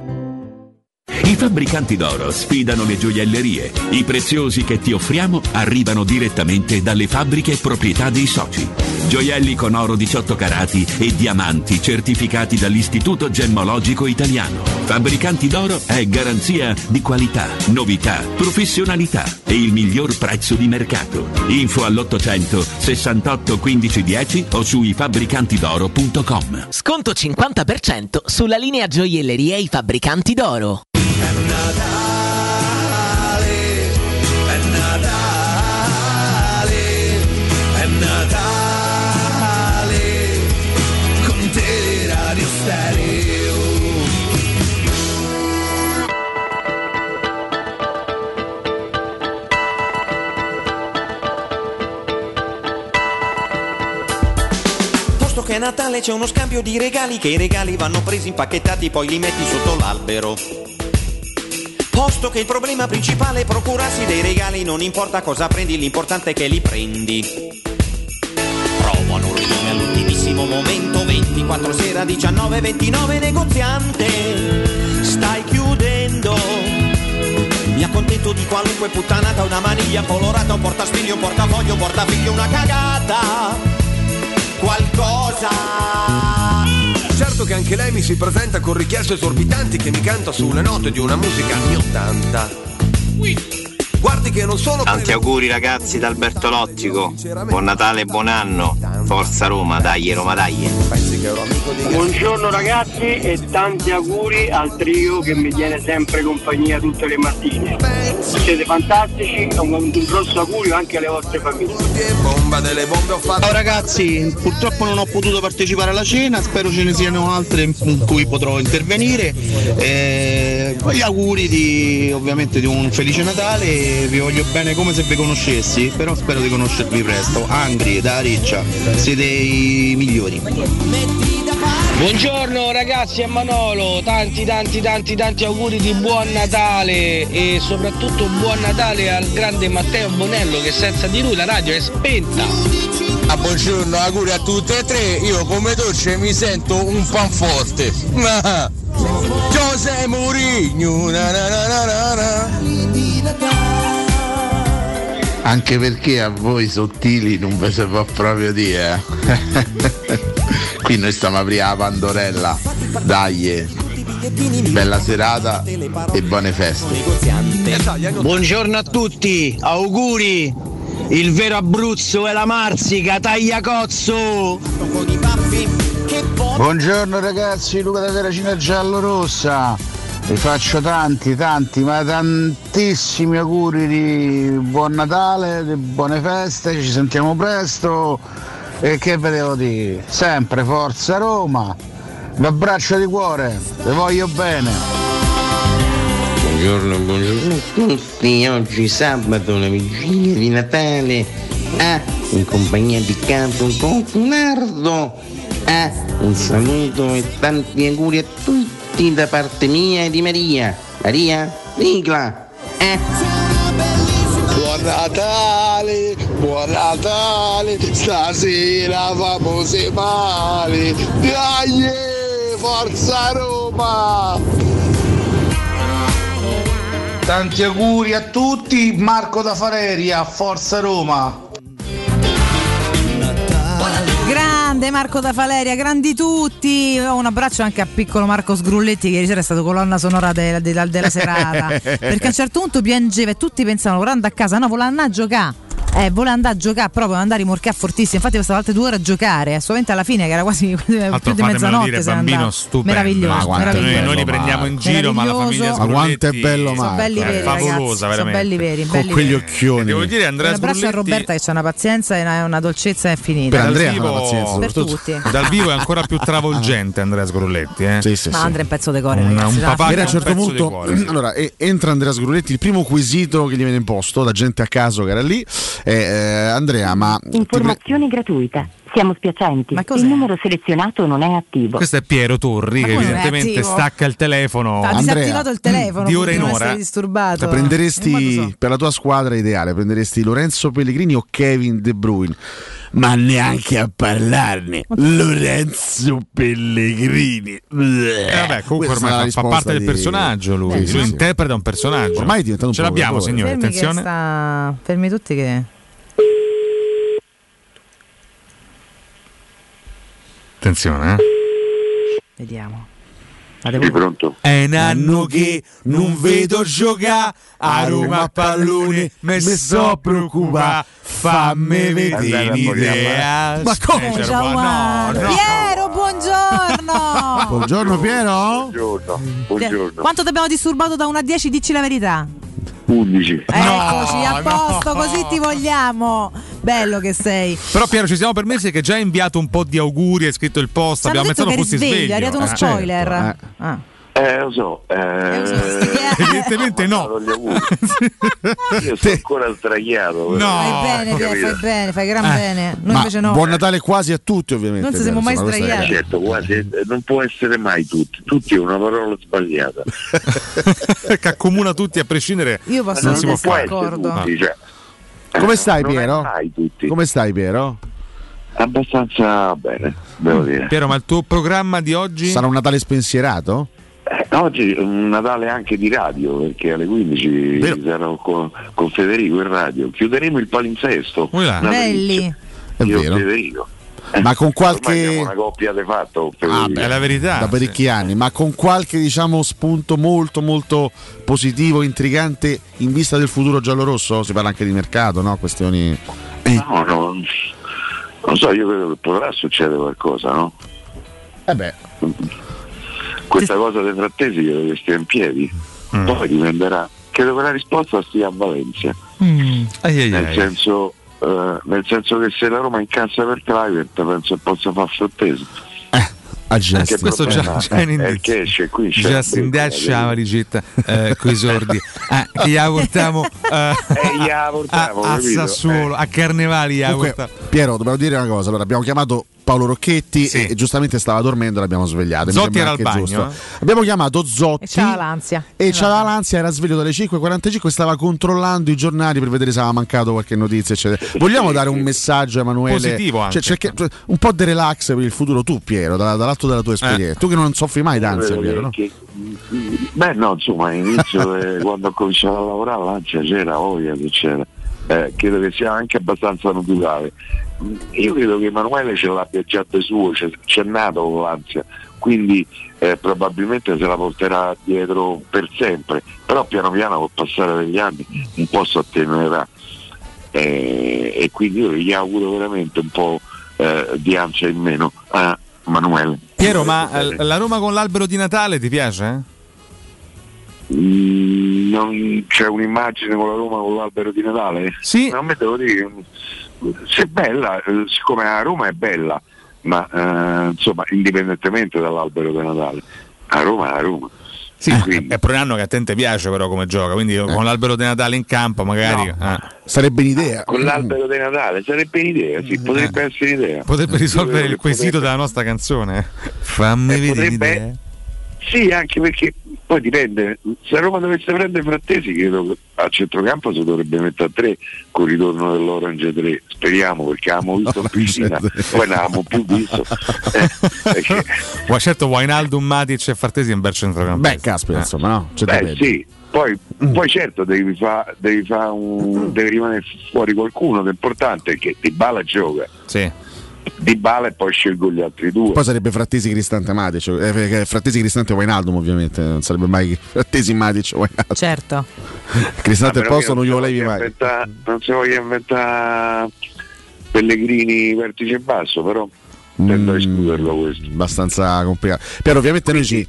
Speaker 28: I fabbricanti d'oro sfidano le gioiellerie. I preziosi che ti offriamo arrivano direttamente dalle fabbriche proprietà dei soci. Gioielli con oro 18 carati e diamanti certificati dall'Istituto Gemmologico Italiano. Fabbricanti d'oro è garanzia di qualità, novità, professionalità e il miglior prezzo di mercato. Info all'800 68 15 10 o su ifabbricantidoro.com.
Speaker 33: Sconto 50% sulla linea gioielleria e i fabbricanti d'oro.
Speaker 1: È Natale con Teleradio Stereo.
Speaker 25: Natale c'è uno scambio di regali che i regali vanno presi impacchettati poi li metti sotto l'albero. Posto che il problema principale è procurarsi dei regali, non importa cosa prendi, l'importante è che li prendi. Provano un regalo all'ultimissimo momento, 24 sera 19, 29 negoziante. Stai chiudendo. Mi accontento di qualunque puttanata, una maniglia colorata, un portaspiglio, un portafoglio, un portafiglio, una cagata qualcosa.
Speaker 12: Certo che anche lei mi si presenta con richieste esorbitanti che mi canta sulle note di una musica anni 80. Guardi che non sono
Speaker 26: Tanti auguri ragazzi da Alberto Lottico. Buon Natale e buon anno. Forza Roma, dai Roma, dai.
Speaker 18: Buongiorno ragazzi e tanti auguri al trio che mi tiene sempre compagnia tutte le mattine. Siete fantastici, un, un grosso augurio anche alle vostre famiglie.
Speaker 12: bomba delle bombe ho fatto.
Speaker 34: Ciao ragazzi, purtroppo non ho potuto partecipare alla cena, spero ce ne siano altre in cui potrò intervenire. Eh, gli auguri di, ovviamente di un felice Natale, vi voglio bene come se vi conoscessi, però spero di conoscervi presto. Angri, da Riccia, siete i migliori.
Speaker 27: Buongiorno ragazzi a Manolo, tanti tanti tanti tanti auguri di buon Natale e soprattutto buon Natale al grande Matteo Bonello che senza di lui la radio è spenta.
Speaker 16: Ah, buongiorno, auguri a tutte e tre, io come dolce mi sento un panforte. Ah, José Mourinho, na na na na na na.
Speaker 6: Anche perché a voi sottili non ve se può proprio dire. eh. (laughs) Qui noi stiamo aprendo la pandorella. Dai. eh. Bella serata e buone feste.
Speaker 19: Buongiorno a tutti, auguri! Il vero Abruzzo è la Marsica, tagliacozzo!
Speaker 22: Buongiorno ragazzi, Luca da Terracina Giallorossa. Vi faccio tanti, tanti, ma tantissimi auguri di buon Natale, di buone feste, ci sentiamo presto. E che ve devo dire? Sempre forza Roma. Un abbraccio di cuore, vi voglio bene.
Speaker 23: Buongiorno, buongiorno a tutti, oggi sabato la vigilia di Natale, ah, in compagnia di Capo Cofunardo, ah, un saluto e tanti auguri a tutti da parte mia e di Maria, Maria Rigla,
Speaker 17: Buon Natale, buon Natale, stasera famo se male, dai, eh, forza Roma!
Speaker 22: Tanti auguri a tutti, Marco da Fareria, Forza Roma.
Speaker 2: Grande Marco da Faleria, grandi tutti. Oh, Un abbraccio anche a piccolo Marco Sgrulletti che ieri sera è stato colonna sonora de- de- della,
Speaker 4: (laughs)
Speaker 2: serata. Perché a un certo punto piangeva e tutti pensavano volando a casa, no, voleva andare a giocare. Eh, voleva andare a giocare, però voleva andare in morcà fortissimo. Infatti questa altre due ore a giocare, eh, solamente alla fine che era quasi (laughs) più
Speaker 4: Altro
Speaker 2: di
Speaker 4: fatemelo
Speaker 2: mezzanotte.
Speaker 4: dire,
Speaker 2: se n'è
Speaker 4: bambino
Speaker 2: andato.
Speaker 4: stupendo.
Speaker 2: Meraviglioso,
Speaker 4: Ma quanto è
Speaker 2: meraviglioso.
Speaker 4: bello Noi li prendiamo in giro, ma la famiglia
Speaker 5: Ma quanto è
Speaker 4: Sgrulletti-
Speaker 5: bello
Speaker 2: Sono
Speaker 5: Marco.
Speaker 2: belli
Speaker 4: Marco,
Speaker 2: veri,
Speaker 4: è eh, favolosa,
Speaker 2: ragazzi, sono
Speaker 4: veramente.
Speaker 2: belli veri,
Speaker 5: Con
Speaker 2: belli
Speaker 5: quegli
Speaker 2: veri.
Speaker 5: occhioni.
Speaker 4: Devo dire Andrea
Speaker 2: un abbraccio a
Speaker 4: Sgrulletti
Speaker 2: Roberta che c'ha una pazienza e una, una dolcezza infinita.
Speaker 4: dal vivo-
Speaker 2: per tutti.
Speaker 5: (laughs)
Speaker 4: Dal vivo è ancora più travolgente Andrea Sgrulletti, eh?
Speaker 5: Sì, sì,
Speaker 2: Ma Andrea è un pezzo di cuore,
Speaker 4: Un-
Speaker 2: ragazzi.
Speaker 4: un
Speaker 2: dai.
Speaker 4: papà-
Speaker 5: Era a
Speaker 4: Era
Speaker 5: un
Speaker 4: un
Speaker 5: certo
Speaker 4: pezzo di
Speaker 5: punto,
Speaker 4: cuore, (clears throat) sì.
Speaker 5: allora, e- entra Andrea Sgrulletti. Il primo quesito che gli viene imposto da gente a caso che era lì è: eh, Andrea, ma ti pre-
Speaker 31: Informazione gratuita. Siamo spiacenti. Il numero selezionato non è attivo.
Speaker 4: Questo è Piero Torri che
Speaker 31: come non è
Speaker 4: evidentemente
Speaker 31: attivo?
Speaker 4: stacca il telefono.
Speaker 2: Ha disattivato il telefono
Speaker 4: di ora in
Speaker 2: continua a
Speaker 4: ora.
Speaker 2: essere disturbato.
Speaker 5: Cioè,
Speaker 4: Eh,
Speaker 5: prenderesti per la tua squadra ideale, prenderesti Lorenzo Pellegrini o Kevin De Bruyne? Ma neanche a parlarne. Lorenzo Pellegrini.
Speaker 4: Eh, vabbè, comunque
Speaker 5: Questa è la
Speaker 4: ormai fa- fa
Speaker 5: risposta
Speaker 4: parte del
Speaker 5: di-
Speaker 4: personaggio lui,
Speaker 5: Sì,
Speaker 4: lui
Speaker 5: sì, sì.
Speaker 4: interpreta un personaggio.
Speaker 5: Ormai è diventato un
Speaker 4: Ce l'abbiamo,
Speaker 5: provocatore.
Speaker 4: signore,
Speaker 2: Fermi che
Speaker 4: attenzione.
Speaker 2: sta- Fermi tutti che.
Speaker 4: Attenzione, eh.
Speaker 2: Vediamo.
Speaker 4: Sì, pronto.
Speaker 31: È un anno che non vedo giocare a Roma a pallone, me sto preoccupa, fammi vedere un'idea.
Speaker 2: Ma come?
Speaker 31: Eh,
Speaker 2: Giovanni? Piero,
Speaker 5: (laughs)
Speaker 2: buongiorno!
Speaker 5: Ah, Buongiorno Piero.
Speaker 35: Buongiorno, buongiorno.
Speaker 2: Quanto ti abbiamo disturbato da 1 a 10? Dici la verità.
Speaker 35: 11.
Speaker 2: Eh, Eccoci, a posto, così ti vogliamo. Bello che sei.
Speaker 4: Però Piero ci siamo permessi che già hai inviato un po' di auguri, hai scritto il post,
Speaker 2: Ci hanno
Speaker 4: abbiamo
Speaker 2: detto che
Speaker 4: pensato
Speaker 2: eri
Speaker 4: fossi
Speaker 2: sveglio,
Speaker 4: sveglio.
Speaker 2: è arrivato uno
Speaker 4: Eh,
Speaker 2: spoiler.
Speaker 4: certo, eh.
Speaker 2: Ah.
Speaker 35: Eh, lo so. eh, (laughs)
Speaker 4: Evidentemente no.
Speaker 35: gli
Speaker 5: (laughs)
Speaker 35: auguri. Io sono ancora sdraiato. però. Eh,
Speaker 2: Fai bene, te, fai bene, fai
Speaker 4: Eh,
Speaker 2: gran bene. Noi
Speaker 5: Ma
Speaker 2: invece no.
Speaker 5: Buon Natale quasi a tutti, ovviamente.
Speaker 2: Non ci siamo mai
Speaker 5: Insomma, questa è-
Speaker 2: sdraiati.
Speaker 35: Certo, quasi, eh, non può essere mai tutti. Tutti è una parola
Speaker 5: (laughs)
Speaker 35: sbagliata.
Speaker 4: che accomuna tutti eh. a prescindere.
Speaker 2: Io posso
Speaker 4: non si
Speaker 2: non
Speaker 4: può
Speaker 2: essere
Speaker 4: fare.
Speaker 2: d'accordo.
Speaker 4: No.
Speaker 5: Ah. Come stai, Piero? Come stai, Piero? Mm.
Speaker 35: Abbastanza bene, devo dire.
Speaker 4: Piero, ma il tuo programma di oggi?
Speaker 5: Sarà un Natale spensierato?
Speaker 35: Eh, Oggi è un Natale anche di radio, perché alle 15 sarò con, con Federico in radio. Chiuderemo il palinsesto. Natalizio.
Speaker 2: Belli.
Speaker 5: È
Speaker 35: Io e
Speaker 5: vero.
Speaker 35: Federico.
Speaker 5: Ma con
Speaker 35: Ormai
Speaker 5: qualche. Ah,
Speaker 35: siamo una coppia di fatto. Federico.
Speaker 5: Da parecchi anni, ma con qualche diciamo spunto molto molto positivo, intrigante in vista del futuro giallorosso? Si parla anche di mercato, no? Questioni.
Speaker 4: Eh.
Speaker 35: No, no, non non so, io credo che potrà succedere qualcosa, no?
Speaker 5: Eh beh.
Speaker 35: Questa cosa dei frattesi credo che stia in piedi,
Speaker 4: Mm.
Speaker 35: poi dipenderà. Credo che la risposta stia a Valencia, nel, Senso, eh, nel senso che se la Roma incassa per Clivert penso che possa far frattesi.
Speaker 5: A
Speaker 35: Perché il
Speaker 4: questo
Speaker 5: Eh,
Speaker 4: già,
Speaker 35: problema
Speaker 4: già è un
Speaker 35: è
Speaker 4: indizio.
Speaker 35: il cash, qui c'è il
Speaker 4: Just in
Speaker 35: bricco,
Speaker 4: that
Speaker 35: capito?
Speaker 4: shower, Getta, eh, coi sordi. Ah, che gli portiamo eh,
Speaker 35: a,
Speaker 5: portiamo,
Speaker 4: a
Speaker 5: capito?
Speaker 4: Sassuolo, a Carnevali.
Speaker 5: (laughs)
Speaker 4: gli
Speaker 5: Comunque,
Speaker 4: portiamo.
Speaker 5: Piero, dobbiamo dire una cosa. allora, abbiamo chiamato Paolo Rocchetti e, e giustamente stava dormendo, l'abbiamo svegliato. mi
Speaker 4: Zotti
Speaker 5: sembra
Speaker 4: era al
Speaker 5: anche
Speaker 4: bagno, eh.
Speaker 5: Abbiamo chiamato Zotti.
Speaker 2: E c'ha l'ansia.
Speaker 34: Ah,
Speaker 5: E c'aveva l'ansia, era sveglio dalle 5.45 e stava controllando i giornali per vedere se aveva mancato qualche notizia, eccetera. Vogliamo dare un messaggio a Emanuele?
Speaker 4: Positivo anche.
Speaker 5: Cioè, cerchi- un po' di relax per il futuro tu, Piero, dalla- dall'alto della
Speaker 4: Eh.
Speaker 5: tua esperienza. Tu che non soffri mai d'ansia,
Speaker 35: Credo
Speaker 5: Piero, no?
Speaker 35: che- Beh no, insomma,
Speaker 5: (laughs)
Speaker 35: all'inizio eh, quando ho cominciato a lavorare l'ansia c'era, voglia che c'era. Eh, credo che sia anche abbastanza naturale. Mm, Io credo che Emanuele ce l'abbia già di suo, c'è, c'è nato con l'ansia, quindi eh, probabilmente se la porterà dietro per sempre, però piano piano col passare degli anni un po' si attenuerà. Eh, e quindi io gli auguro veramente un po' eh, di ansia in meno a Emanuele.
Speaker 4: Piero, ma eh, la Roma con l'albero di Natale ti piace?
Speaker 35: Mm, non- c'è un'immagine con la Roma con l'albero di Natale?
Speaker 4: Sì.
Speaker 35: Non me devo dire, mm, se è bella, eh, siccome a Roma è bella, ma eh, insomma indipendentemente dall'albero di Natale, a Roma è a Roma.
Speaker 4: Sì, Ah, è per un anno che a te ti piace però come gioca, quindi con l'albero di Natale in campo magari... ah.
Speaker 5: Eh. Sarebbe un'idea.
Speaker 35: Con l'albero di Natale sarebbe un'idea, sì, potrebbe essere un'idea.
Speaker 4: Mm. Potrebbe Eh, risolvere il quesito della nostra canzone. Fammi vedere
Speaker 35: potrebbe-
Speaker 4: l'idea.
Speaker 35: Sì, anche perché poi dipende, se Roma dovesse prendere Frattesi credo che a centrocampo si dovrebbe mettere a tre col ritorno dell'Orange 3, speriamo
Speaker 5: (laughs)
Speaker 35: perché abbiamo visto in piscina, poi non abbiamo più Eh, visto.
Speaker 4: (laughs) Guarda, certo, Wainaldum, Matic e Fartesi è un bel centrocampo. Eh. Beh,
Speaker 5: caspita, insomma, no?
Speaker 35: Beh, sì. Poi,
Speaker 5: Mm.
Speaker 35: poi certo devi, fa, devi, fa un, devi rimanere fuori qualcuno, l'importante è che Di Bala gioca. Di Bala e poi scelgo gli altri due.
Speaker 5: Poi sarebbe Frattesi Cristante Matic, eh, eh, Frattesi Cristante Wainaldum ovviamente, non sarebbe mai Frattesi Matic Wainaldum.
Speaker 2: Certo.
Speaker 5: Cristante
Speaker 35: Ah,
Speaker 5: al
Speaker 35: però
Speaker 5: posto
Speaker 35: io
Speaker 5: non glielo
Speaker 35: so
Speaker 5: levi
Speaker 35: chi
Speaker 5: mai.
Speaker 35: inventa- non si voglia inventare Pellegrini vertice basso, però
Speaker 5: Tendo a escluderlo questo. Mm, Abbastanza complicato. Piero, ovviamente noi ci...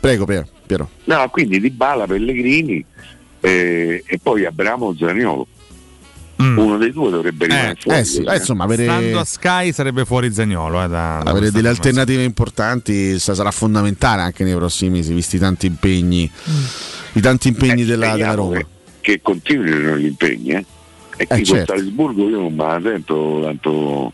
Speaker 5: Prego, Piero. Piero.
Speaker 35: no, quindi Di Bala, Pellegrini eh, e poi Abramo Zaniolo.
Speaker 5: Mm.
Speaker 35: Uno dei due
Speaker 5: Eh,
Speaker 35: dovrebbe rimanere fuori. questo.
Speaker 4: Stando a Sky sarebbe fuori Zagnolo. Eh, da- da
Speaker 5: Avere
Speaker 4: questa
Speaker 5: delle
Speaker 4: formazione.
Speaker 5: alternative importanti sa- sarà fondamentale anche nei prossimi mesi, visti i tanti impegni, i tanti impegni della, della Roma.
Speaker 35: Mm. Eh, Che continuino gli impegni, eh. E qui
Speaker 5: certo.
Speaker 35: con Salisburgo io non me la sento tanto.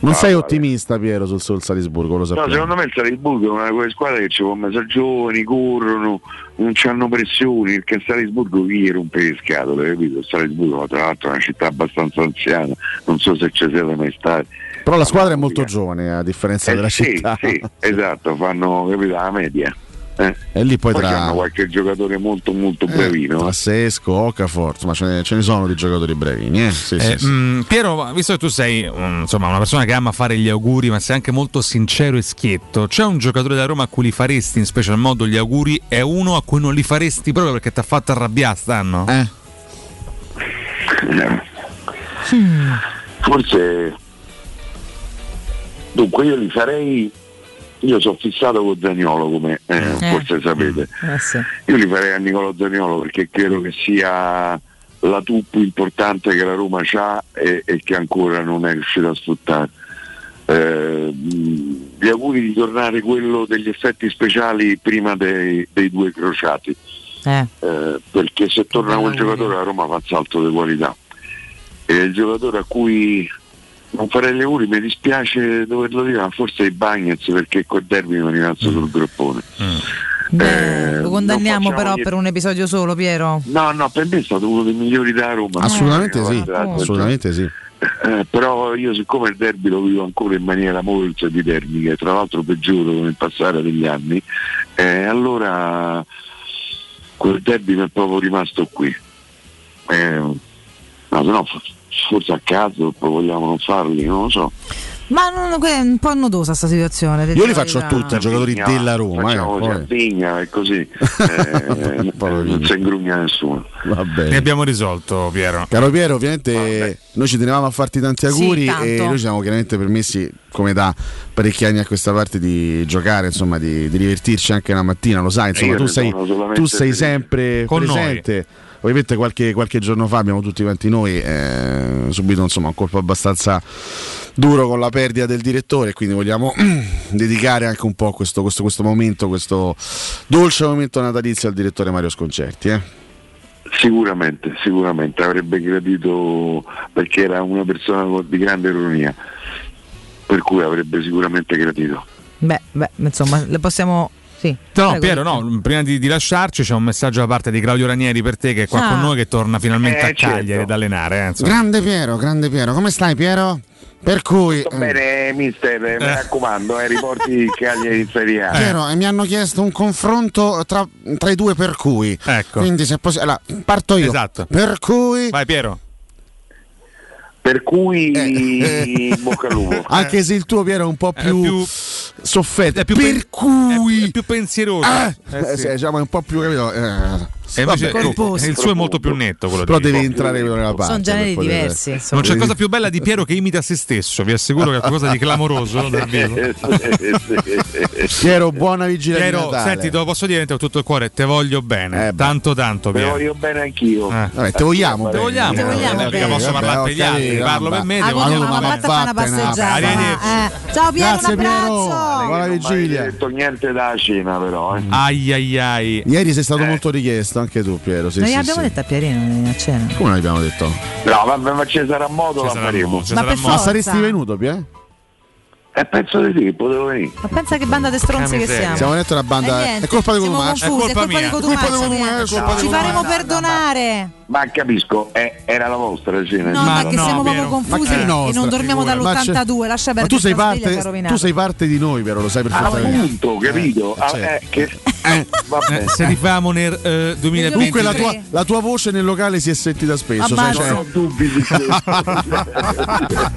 Speaker 5: Non
Speaker 35: Ah,
Speaker 5: sei
Speaker 35: vale.
Speaker 5: ottimista, Piero, sul, sul Salisburgo, lo
Speaker 35: No,
Speaker 5: sappiamo.
Speaker 35: secondo me il Salisburgo è una di quelle squadre che ci può mezzo giovani, corrono, non hanno pressioni, perché il Salisburgo chi gli rompe le scatole, capito? Il Salisburgo tra l'altro è una città abbastanza anziana, non so se ci siete mai stati.
Speaker 5: Però la squadra è molto giovane, a differenza
Speaker 35: Eh,
Speaker 5: della
Speaker 35: sì,
Speaker 5: città.
Speaker 35: sì, esatto, fanno capito, la media. Eh.
Speaker 5: E lì poi
Speaker 35: Poi
Speaker 5: tra-
Speaker 35: hanno qualche giocatore molto molto bravino.
Speaker 5: Frassesco, Okafor, ma ce ne, ce ne sono di giocatori brevini. Eh? Sì, sì,
Speaker 4: Eh,
Speaker 5: sì.
Speaker 4: mm, Piero, ma visto che tu sei mm, insomma, una persona che ama fare gli auguri, ma sei anche molto sincero e schietto, c'è un giocatore da Roma a cui li faresti in special modo gli auguri e uno a cui non li faresti proprio perché ti ha fatto arrabbiare stanno?
Speaker 5: Eh.
Speaker 35: Forse dunque io li farei io sono fissato con Zaniolo come eh, forse sapete.
Speaker 2: Eh
Speaker 35: Io li farei a Nicolo Zaniolo perché credo che sia la tu più importante che la Roma ha e, e che ancora non è riuscita a sfruttare. eh, mh, gli auguri di tornare quello degli effetti speciali prima dei, dei due crociati,
Speaker 2: Eh.
Speaker 35: eh, perché se torna quel giocatore la Roma fa un salto di qualità. E il giocatore a cui non farei gli auguri, mi dispiace doverlo dire, ma forse i Bagnets perché col derby mi è
Speaker 5: Mm.
Speaker 35: rimasto sul groppone. Eh,
Speaker 2: Lo condanniamo
Speaker 35: non facciamo
Speaker 2: però
Speaker 35: niente.
Speaker 2: per un episodio solo, Piero.
Speaker 35: No, no, per me è stato uno dei migliori da Roma. Eh,
Speaker 5: Assolutamente sì,
Speaker 35: Guardate,
Speaker 5: assolutamente sì.
Speaker 35: eh, però io siccome il derby lo vivo ancora in maniera molto epidermica, tra l'altro peggioro nel passare degli anni, eh, allora quel derby mi è proprio rimasto qui. Eh, ma se no, for- forse a caso poi vogliamo non farli, non lo so.
Speaker 2: Ma non- è un po' nodosa sta situazione.
Speaker 35: Io li faccio a
Speaker 2: tutti
Speaker 35: tutti,
Speaker 2: i
Speaker 35: i
Speaker 5: Giocatori
Speaker 35: No,
Speaker 5: della Roma, eh,
Speaker 35: Facciamo cioè.
Speaker 5: poi.
Speaker 35: Sardegna
Speaker 5: (laughs)
Speaker 35: e così, eh, non si ingrugna nessuno.
Speaker 5: Va bene.
Speaker 4: Ne abbiamo risolto, Piero.
Speaker 5: Caro Piero, ovviamente noi ci tenevamo a farti tanti auguri
Speaker 4: Sì, tanto.
Speaker 5: e noi ci siamo chiaramente permessi, come da parecchi anni a questa parte, di giocare, insomma, di, di divertirci anche la mattina, lo sai, insomma,
Speaker 35: Eh, Io
Speaker 5: tu
Speaker 35: ne
Speaker 5: sei,
Speaker 35: sono solamente
Speaker 5: tu sei
Speaker 35: felice.
Speaker 5: sempre
Speaker 35: Con noi.
Speaker 5: presente. Ovviamente qualche, qualche giorno fa abbiamo tutti quanti noi eh, subito insomma, un colpo abbastanza duro con la perdita del direttore, quindi vogliamo (clears throat) dedicare anche un po' questo, questo- questo momento, questo dolce momento natalizio al direttore Mario Sconcerti. eh.
Speaker 35: Sicuramente, sicuramente avrebbe gradito perché era una persona con- di grande ironia, per cui avrebbe sicuramente gradito.
Speaker 2: Beh, beh, insomma, le possiamo. Sì.
Speaker 4: No,
Speaker 2: Prego.
Speaker 4: Piero, no, prima di, di lasciarci c'è un messaggio da parte di Claudio Ranieri per te che è qua
Speaker 5: Ah.
Speaker 4: con noi che torna finalmente
Speaker 5: Eh,
Speaker 4: a Cagliari
Speaker 5: certo.
Speaker 4: ad allenare. eh, insomma.
Speaker 5: Grande Piero, grande Piero, come stai Piero? Per cui... eh,
Speaker 35: Bene, mister, mi raccomando, eh, riporti il Cagliari in Serie A.
Speaker 5: Piero, eh, mi hanno chiesto un confronto tra, tra i due per cui. Quindi se possi- allora, parto io.
Speaker 35: Esatto.
Speaker 5: Per cui...
Speaker 4: Ecco. Vai Piero.
Speaker 35: Per cui bocca al lupo.
Speaker 5: Eh. (laughs)
Speaker 4: Eh.
Speaker 5: Anche se il tuo Piero è un po' più, soffetto.
Speaker 4: più
Speaker 5: per
Speaker 4: pen-
Speaker 5: cui...
Speaker 4: È più pensieroso.
Speaker 5: Ah!
Speaker 4: Eh,
Speaker 5: Eh,
Speaker 4: sì.
Speaker 5: sì, diciamo, è un po' più capito. eh,
Speaker 4: E invece
Speaker 5: vabbè,
Speaker 4: tu- il suo è molto più netto quello
Speaker 5: Però
Speaker 4: di
Speaker 5: devi
Speaker 4: Piero.
Speaker 5: entrare nella parte. per poter-
Speaker 4: Non c'è cosa più bella di Piero che imita se stesso, vi assicuro che è qualcosa di
Speaker 35: (laughs)
Speaker 4: clamoroso dal vivo.
Speaker 5: Piero, buona vigilia di
Speaker 4: Piero,
Speaker 5: Natale. Eh,
Speaker 4: senti, te lo posso dire veramente con tutto il cuore, te voglio bene, tanto tanto
Speaker 35: Te
Speaker 4: Piero.
Speaker 35: voglio bene anch'io.
Speaker 5: Vabbè, te vogliamo
Speaker 4: Te
Speaker 5: bene.
Speaker 4: vogliamo, eh,
Speaker 5: Te vogliamo
Speaker 4: perché
Speaker 5: bene.
Speaker 4: posso
Speaker 5: Vabbè,
Speaker 4: parlare
Speaker 5: ho
Speaker 4: per gli altri,
Speaker 5: capito,
Speaker 4: parlo per
Speaker 5: vabbè.
Speaker 4: me,
Speaker 5: Ah,
Speaker 4: devo
Speaker 5: quindi
Speaker 4: dire-
Speaker 5: ma
Speaker 2: Ma fatta una
Speaker 5: vattene,
Speaker 2: passeggiata.
Speaker 4: arrivederci.
Speaker 2: va, eh. Ciao Piero,
Speaker 5: Grazie,
Speaker 2: un
Speaker 5: Piero.
Speaker 2: abbraccio.
Speaker 35: Buona
Speaker 5: vigilia.
Speaker 35: Non ho detto niente da cena però. Eh.
Speaker 4: Ai ai ai.
Speaker 5: Mm.
Speaker 4: Eh.
Speaker 5: Ieri sei stato molto richiesto anche tu, Piero. Sì,
Speaker 2: Noi
Speaker 5: sì,
Speaker 2: abbiamo
Speaker 5: sì.
Speaker 2: detto a Pierino a cena.
Speaker 5: Come non abbiamo detto?
Speaker 35: No, vabbè, ma ci sarà modo, la faremo.
Speaker 2: Ma sarà per modo. forza.
Speaker 5: saresti venuto, Pier?
Speaker 35: Eh, penso di sì, potevo venire.
Speaker 2: Ma pensa che banda di stronzi che siamo.
Speaker 5: Siamo detto una banda.
Speaker 2: Eh, niente,
Speaker 5: è colpa di
Speaker 2: siamo
Speaker 5: Cotumaccio.
Speaker 2: confusi, è colpa di Cotumaccio,
Speaker 5: Colpa di
Speaker 2: niente.
Speaker 5: Cotumaccio, colpa di
Speaker 2: Ci faremo
Speaker 5: Cotumaccio.
Speaker 2: perdonare.
Speaker 35: Ma capisco, eh, era la vostra cena.
Speaker 2: No, ma, che siamo proprio
Speaker 5: Ma
Speaker 2: confusi
Speaker 5: che
Speaker 2: e
Speaker 5: nostra,
Speaker 2: non dormiamo
Speaker 5: figura. Ma c'è-
Speaker 2: dall'82. Lascia
Speaker 5: Ma
Speaker 2: perdere
Speaker 5: tu sei,
Speaker 2: sta sveglia che
Speaker 5: parte,
Speaker 2: ha rovinato.
Speaker 5: tu sei parte di noi, Piero, lo
Speaker 35: Ah,
Speaker 5: sai perfettamente.
Speaker 35: Appunto, capito? Ah, eh, che-
Speaker 4: Eh, se rifamo nel eh, 2023.
Speaker 5: Comunque la tua, la tua voce nel locale si è sentita spesso. sai,
Speaker 35: Ammazza.
Speaker 5: cioè-
Speaker 35: Non ho dubbi di
Speaker 5: (laughs)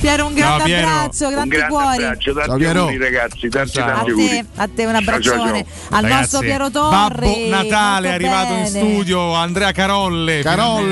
Speaker 2: Piero, un grande
Speaker 35: No, Piero,
Speaker 2: abbraccio,
Speaker 35: un
Speaker 2: tanti
Speaker 35: grande
Speaker 2: cuori.
Speaker 35: abbraccio,
Speaker 5: Ciao,
Speaker 35: tanti
Speaker 5: Piero.
Speaker 35: auguri ragazzi, tanti
Speaker 2: A
Speaker 35: tanti
Speaker 2: te,
Speaker 35: auguri.
Speaker 2: a te un
Speaker 35: Ciao, ciao,
Speaker 2: abbraccione
Speaker 35: ciao.
Speaker 2: al
Speaker 4: Ragazzi,
Speaker 2: nostro Piero
Speaker 4: Babbo
Speaker 2: Torri.
Speaker 4: Natale è
Speaker 2: molto
Speaker 4: arrivato in
Speaker 2: bene.
Speaker 4: studio, Andrea Carolle.
Speaker 2: Carolle.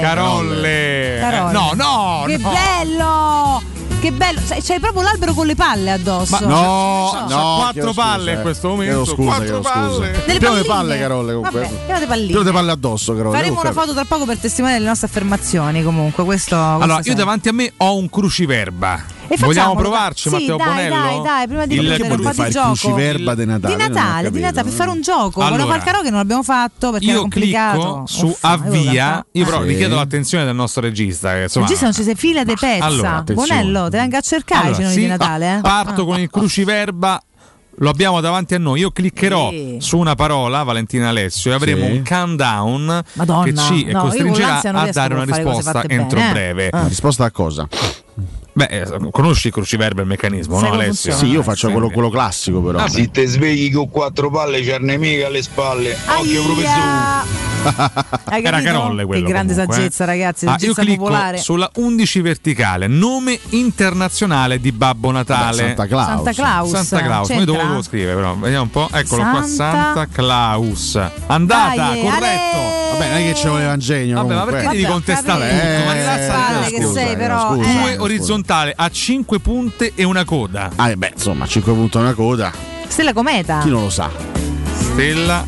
Speaker 2: Carolle.
Speaker 4: Carolle.
Speaker 2: Carola.
Speaker 4: Eh, No, no,
Speaker 2: Che
Speaker 4: no.
Speaker 2: bello! Che bello! Cioè, C'hai proprio l'albero con le palle addosso.
Speaker 4: Ma no,
Speaker 2: Cioè,
Speaker 4: no, eh.
Speaker 2: cioè,
Speaker 4: quattro palle in questo momento.
Speaker 5: eh. Chiedo scusa,
Speaker 4: quattro
Speaker 5: chiedo scusa.
Speaker 4: palle.
Speaker 2: Delle
Speaker 5: Piero le
Speaker 2: palline.
Speaker 5: palle, Carole, comunque.
Speaker 2: Vabbè, Piero le palline.
Speaker 5: Piero le palle addosso, Carole.
Speaker 2: Faremo una
Speaker 5: comunque.
Speaker 2: foto tra poco per testimoniare le nostre affermazioni. Comunque, questo.
Speaker 4: Allora,
Speaker 2: questo sì.
Speaker 4: io davanti a me ho un cruciverba.
Speaker 2: E
Speaker 4: Vogliamo
Speaker 2: facciamolo,
Speaker 4: provarci,
Speaker 2: dai. Sì,
Speaker 4: Matteo
Speaker 2: dai,
Speaker 4: Bonello?
Speaker 2: dai, dai, prima di
Speaker 4: Il-
Speaker 2: chiudere,
Speaker 4: perché
Speaker 2: un po' di gioio.
Speaker 4: volevi fare il
Speaker 5: Cruciverba
Speaker 4: Il-
Speaker 5: di Natale.
Speaker 2: Di
Speaker 5: non ho
Speaker 2: Natale, di
Speaker 5: capito.
Speaker 2: Natale, per fare un gioco. Volevo
Speaker 4: Allora,
Speaker 2: fare il karaoke, non l'abbiamo fatto perché era
Speaker 4: Io
Speaker 2: complicato.
Speaker 4: clicco su
Speaker 2: Uffa, io devo
Speaker 4: avvia.
Speaker 2: cantare.
Speaker 4: Io però
Speaker 2: Eh.
Speaker 4: vi chiedo l'attenzione del nostro regista. che, insomma,
Speaker 2: Regista, non ci sei fila di pezza.
Speaker 4: Allora, attenzione.
Speaker 2: Bonello, te venga a cercare
Speaker 4: Allora,
Speaker 2: i cenoni
Speaker 4: sì,
Speaker 2: di Natale.
Speaker 4: ah,
Speaker 2: Eh.
Speaker 4: Parto con il cruciverba. Lo abbiamo davanti a noi. Io cliccherò
Speaker 2: Sì.
Speaker 4: su una parola, Valentina Alessio, e avremo
Speaker 5: Sì.
Speaker 4: un countdown
Speaker 2: Madonna,
Speaker 4: che ci
Speaker 2: no, io con
Speaker 4: costringerà
Speaker 2: l'ansia non
Speaker 4: a
Speaker 2: riesco
Speaker 4: dare
Speaker 2: a
Speaker 4: una
Speaker 2: fare cose
Speaker 4: risposta
Speaker 2: fatte
Speaker 4: entro
Speaker 2: bene, eh.
Speaker 4: breve.
Speaker 5: Ah, risposta a cosa?
Speaker 4: Beh, eh, conosci il cruciverba, il meccanismo, no, Alessio?
Speaker 5: Sì, io faccio quello, quello classico, però.
Speaker 4: Ah, sì.
Speaker 34: Te svegli con quattro palle, c'è nemica alle spalle. Occhio professore.
Speaker 2: Aia! Hai
Speaker 4: Era
Speaker 2: capito?
Speaker 4: Carolle quello.
Speaker 2: Che grande
Speaker 4: comunque, eh.
Speaker 2: saggezza, ragazzi,
Speaker 4: Ah,
Speaker 2: saggezza
Speaker 4: io clicco
Speaker 2: popolare.
Speaker 4: sulla 11 verticale, nome internazionale di Babbo Natale.
Speaker 5: Vabbè, Santa Claus.
Speaker 2: Santa Claus.
Speaker 4: Santa Claus. Noi dove
Speaker 2: C'entra?
Speaker 4: lo devo scrivere però? Vediamo un po'. Eccolo qua,
Speaker 2: Santa-
Speaker 4: Santa Claus. Andata,
Speaker 2: Dai,
Speaker 4: corretto.
Speaker 5: Vabbè, non è che ci voleva ingegno.
Speaker 4: Vabbè, ma
Speaker 5: comunque.
Speaker 4: perché devi contestare
Speaker 5: capito.
Speaker 4: tutto? Ma
Speaker 5: Eh,
Speaker 4: rilassati,
Speaker 2: palle
Speaker 4: no,
Speaker 2: che
Speaker 4: scusa,
Speaker 2: sei,
Speaker 4: eh,
Speaker 2: però,
Speaker 4: scusa.
Speaker 2: eh.
Speaker 4: Due
Speaker 2: Scusa.
Speaker 4: orizzontale a 5 punte e una coda.
Speaker 5: Ah, eh, beh, insomma, 5 punti a una coda.
Speaker 2: Stella Cometa.
Speaker 5: Chi non lo sa?
Speaker 4: Stella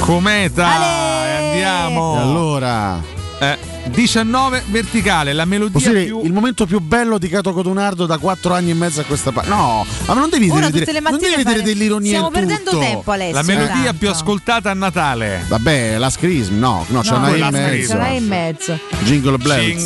Speaker 4: Cometa. E andiamo.
Speaker 5: E allora.
Speaker 4: Eh, 19 verticale, la melodia
Speaker 5: Posso dire,
Speaker 4: più
Speaker 5: il momento più bello di Cato Codunardo da 4 anni e mezzo a questa parte. No, ma non devi
Speaker 2: Ora
Speaker 5: vedere,
Speaker 2: tutte le esatto.
Speaker 5: non
Speaker 2: mattine
Speaker 5: devi vedere
Speaker 2: fare-
Speaker 5: dell'ironia.
Speaker 2: Stiamo
Speaker 5: in tutto.
Speaker 2: perdendo tempo, Alessio,
Speaker 4: La melodia
Speaker 2: tanto.
Speaker 4: più ascoltata a Natale.
Speaker 5: Vabbè, la Scrism, no, no, c'è
Speaker 2: No,
Speaker 5: una E in
Speaker 2: quella
Speaker 5: mezzo.
Speaker 2: Ce l'hai in mezzo.
Speaker 5: Jingle Bells.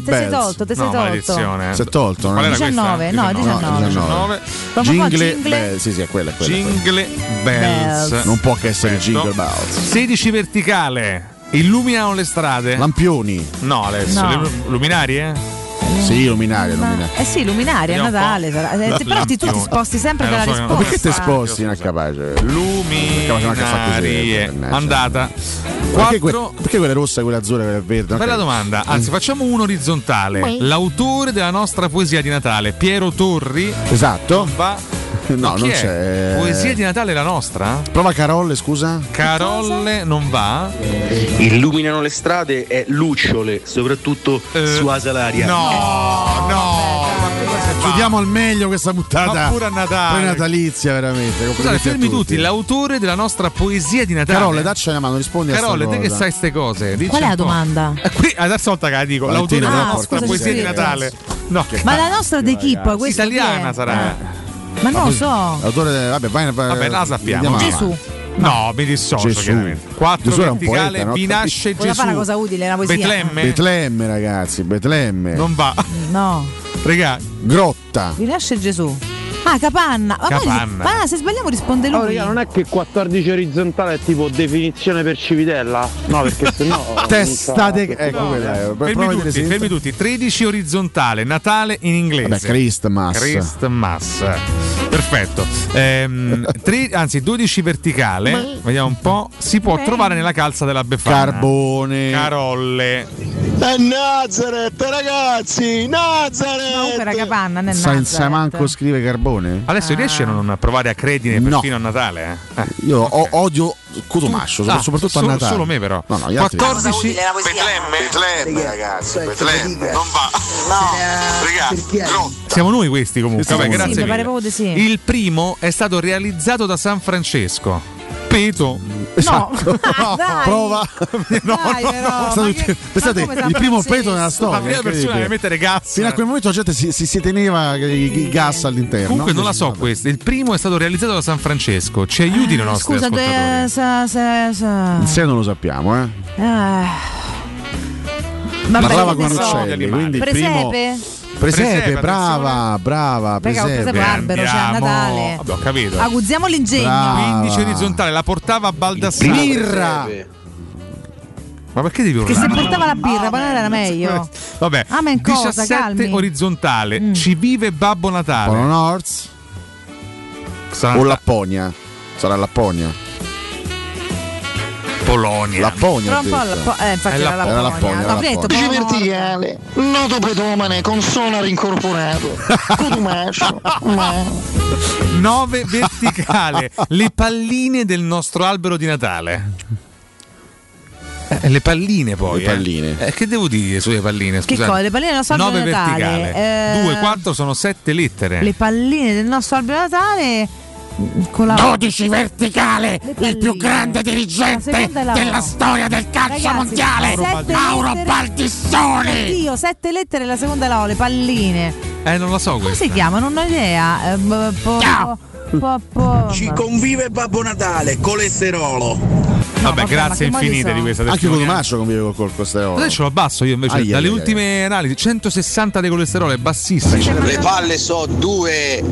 Speaker 2: Vabbè, se te sei tolto, te sei tolto.
Speaker 5: Si è tolto, no?
Speaker 4: Qual era
Speaker 2: 19,
Speaker 4: questa?
Speaker 2: no, 19.
Speaker 4: 19.
Speaker 2: Proprio qua,
Speaker 5: Jingle,
Speaker 2: jingle.
Speaker 5: Bells, sì, sì, è quella, è quella.
Speaker 4: Jingle Bells.
Speaker 5: Bells. Non può che essere Jingle Bells.
Speaker 4: 16 verticale. Illuminano le strade.
Speaker 5: Lampioni.
Speaker 4: No, Alessio,
Speaker 2: No.
Speaker 4: le lu- eh? luminarie?
Speaker 5: Sì, luminaria, luminaria.
Speaker 2: Eh sì, luminaria,
Speaker 4: Vediamo un
Speaker 2: Natale. sarà- eh, se- Però ti, tu ti sposti sempre
Speaker 4: Eh, lo
Speaker 2: dalla
Speaker 4: so che-
Speaker 2: risposta.
Speaker 5: Ma perché te sposti incapace? eh,
Speaker 4: Luminarie. eh. Andata.
Speaker 5: Perché, que- perché quella è rossa, quella azzurra, quella è verde?
Speaker 4: Bella
Speaker 5: Mm.
Speaker 4: domanda, anzi facciamo uno orizzontale. L'autore della nostra poesia di Natale, Piero Torri.
Speaker 5: Esatto.
Speaker 4: Va...
Speaker 5: (laughs) No,
Speaker 4: chi
Speaker 5: non
Speaker 4: è?
Speaker 5: c'è.
Speaker 4: Poesia di Natale la nostra?
Speaker 5: Prova Carolle,
Speaker 4: Eh,
Speaker 5: scusa. Eh,
Speaker 4: Carolle non va.
Speaker 20: Illuminano le strade e lucciole, soprattutto su Asalaria.
Speaker 4: Eh, No, no.
Speaker 5: Chiudiamo al meglio questa puntata.
Speaker 4: Ma pure a Natale.
Speaker 5: Poi natalizia, veramente.
Speaker 4: Scusate,
Speaker 5: Complimenti a
Speaker 4: fermi tutti. l'autore della nostra poesia di Natale.
Speaker 5: Carolle, dacci una mano, rispondi
Speaker 4: Carolle,
Speaker 5: a
Speaker 4: te
Speaker 5: sta
Speaker 4: che
Speaker 5: cosa.
Speaker 4: sai ste cose? dici
Speaker 2: Qual è
Speaker 4: un
Speaker 2: la
Speaker 4: po'.
Speaker 2: domanda? Ah,
Speaker 4: Eh, Qui è la terza volta che la dico, l'autore
Speaker 5: Valentina,
Speaker 4: della
Speaker 5: no,
Speaker 4: nostra
Speaker 5: scusa,
Speaker 4: poesia
Speaker 5: sì,
Speaker 4: di
Speaker 5: sì.
Speaker 4: Natale. No, che
Speaker 2: Ma la nostra d'equipa,
Speaker 5: ragazzi. Eh,
Speaker 2: questa chi è? Eh,
Speaker 4: italiana sarà. eh.
Speaker 2: Ma non lo so.
Speaker 5: L'autore, del- vabbè, vai, eh, vai,
Speaker 4: Vabbè, la sappiamo.
Speaker 2: Gesù.
Speaker 4: No, mi dissocio
Speaker 5: Gesù.
Speaker 4: chiaramente. Quattro
Speaker 5: Gesù era un
Speaker 4: verticale,
Speaker 5: poeta, no?
Speaker 4: vi nasce
Speaker 2: Voleva
Speaker 4: Gesù.
Speaker 2: fare una cosa utile, una poesia.
Speaker 4: Betlemme.
Speaker 5: Betlemme, ragazzi, Betlemme.
Speaker 4: Non va.
Speaker 2: No.
Speaker 4: Regà.
Speaker 5: Grotta.
Speaker 2: Vi nasce Gesù. Ah, capanna. Ma, poi-
Speaker 5: Capanna.
Speaker 2: ma se sbagliamo risponde lui.
Speaker 20: Oh, raga, non è che 14 orizzontale è tipo definizione per civitella? No, perché
Speaker 6: (laughs)
Speaker 20: sennò.
Speaker 5: Testa de- ecco quella, eh, prova a
Speaker 4: Fermi
Speaker 5: vedere
Speaker 4: tutti,
Speaker 5: se-
Speaker 4: fermi tutti. 13 orizzontale, Natale in inglese.
Speaker 5: Vabbè, Christmas.
Speaker 4: Christmas. Perfetto.
Speaker 5: (laughs)
Speaker 4: Ehm, tre- anzi, 12 verticale.
Speaker 5: Ma-
Speaker 4: Vediamo un po'. Si può
Speaker 5: Beh.
Speaker 4: trovare nella calza della Befana.
Speaker 5: Carbone.
Speaker 4: Carolle.
Speaker 20: È Nazareth, ragazzi! Nazareth!
Speaker 2: No, era capanna, non è
Speaker 5: Senza
Speaker 2: Nazareth. Ah.
Speaker 5: manco scrive Carbone?
Speaker 4: Adesso riesci a non provare a credine
Speaker 5: No.
Speaker 4: perfino a Natale? Eh?
Speaker 5: Io ho- odio Cotomascio,
Speaker 4: Ah,
Speaker 5: soprattutto
Speaker 4: solo-
Speaker 5: a Natale.
Speaker 4: solo me, però.
Speaker 5: No, no, gli altri-
Speaker 4: 14
Speaker 20: Betlemme? Betlemme, ragazzi, Betlemme, non va. (laughs) No, raga,
Speaker 4: Siamo noi questi comunque.
Speaker 5: Sì,
Speaker 4: Vabbè,
Speaker 5: sì,
Speaker 4: grazie
Speaker 2: mi pare
Speaker 4: mille.
Speaker 2: proprio di sì.
Speaker 4: Il primo è stato realizzato da San Francesco. Peto. Esatto.
Speaker 2: No, (laughs) Ah,
Speaker 5: (laughs)
Speaker 2: dai.
Speaker 5: Prova.
Speaker 2: No, Dai, però,
Speaker 5: Stato
Speaker 2: ma
Speaker 5: il-
Speaker 2: che-
Speaker 5: pensate,
Speaker 2: ma come
Speaker 5: il
Speaker 2: San
Speaker 5: primo
Speaker 2: Francesco?
Speaker 5: peto nella storia.
Speaker 4: La prima persona
Speaker 5: incredibile.
Speaker 4: che mette le gazze.
Speaker 5: Fino a quel momento la gente si, si, si teneva il, il gas all'interno.
Speaker 4: Comunque non la so questa. Il primo è stato realizzato da San Francesco. Ci aiutino i nostri
Speaker 2: Eh, Scusa,
Speaker 4: ascoltatori.
Speaker 2: te, sa, sa, sa.
Speaker 5: In sé non lo sappiamo, eh.
Speaker 2: Ah. Vabbè,
Speaker 5: Parlava
Speaker 2: che ne
Speaker 5: con
Speaker 2: so.
Speaker 5: uccelli, quindi il primo
Speaker 2: Presepe?
Speaker 5: Presepe,
Speaker 4: Presepe,
Speaker 5: brava, brava,
Speaker 2: Perché ho
Speaker 5: presepe.
Speaker 2: presepe albero, c'è a
Speaker 4: Andiamo.
Speaker 2: Natale.
Speaker 4: Vabbè, ho capito.
Speaker 2: Aguzziamo l'ingegno.
Speaker 5: Brava.
Speaker 4: 15 orizzontale, la portava a Baldassare.
Speaker 5: Birra.
Speaker 4: Ma perché devi
Speaker 2: Che se
Speaker 4: urlare?
Speaker 2: portava la birra, poi era meglio.
Speaker 4: Vabbè,
Speaker 2: Amen, cosa,
Speaker 4: 17
Speaker 2: calmi. Mm.
Speaker 4: orizzontale, ci vive Babbo Natale.
Speaker 5: Polo North
Speaker 4: Sarà
Speaker 5: o Lapponia? Sarà Lapponia.
Speaker 4: Polonia.
Speaker 2: Però
Speaker 5: Lapponia. ho
Speaker 2: un po'
Speaker 5: detto.
Speaker 2: alla- eh, infatti era la
Speaker 5: Era
Speaker 2: Polonia.
Speaker 5: Lapponia,
Speaker 2: No,
Speaker 5: era
Speaker 2: avrei detto
Speaker 5: Lapponia.
Speaker 20: verticale, noto pedomane con sonar
Speaker 6: (laughs)
Speaker 20: incorporato, codumascio, ma...
Speaker 4: 9 verticale, le palline del nostro albero di Natale. Eh, le palline poi.
Speaker 5: Le
Speaker 4: eh.
Speaker 5: palline.
Speaker 4: Eh, che devo dire sulle palline?
Speaker 2: Che
Speaker 4: Scusate.
Speaker 2: cosa? Le palline del nostro albero
Speaker 4: 9
Speaker 2: di Natale.
Speaker 4: verticale.
Speaker 2: eh,
Speaker 4: 2, 4 sono 7 lettere.
Speaker 2: Le palline del nostro albero di Natale. Con la...
Speaker 3: 12 verticale, il più grande
Speaker 2: La
Speaker 3: dirigente
Speaker 2: seconda è la O.
Speaker 3: della storia del calcio
Speaker 2: Ragazzi,
Speaker 3: mondiale,
Speaker 2: sette
Speaker 3: Mauro
Speaker 2: lettere-
Speaker 3: Baldissoni.
Speaker 2: Oddio, sette lettere la seconda è la O, le palline.
Speaker 4: Eh, non lo so
Speaker 2: Come
Speaker 4: questa.
Speaker 2: si chiama? Non ho idea. Eh, b- po- po- po-
Speaker 6: Eh,
Speaker 20: Ci convive Babbo Natale, colesterolo.
Speaker 4: Vabbè, grazie
Speaker 2: ma che modi
Speaker 4: infinite
Speaker 2: sono?
Speaker 4: di questa
Speaker 5: Anche
Speaker 4: testimonianza.
Speaker 5: Codomaccio convive col colcosterolo.
Speaker 4: Adesso ce lo abbasso io invece.
Speaker 5: Ai, ai,
Speaker 4: Dalle
Speaker 5: ai,
Speaker 4: ultime analisi, 160 di colesterolo è Eh, bassissimo.
Speaker 20: Le palle so due.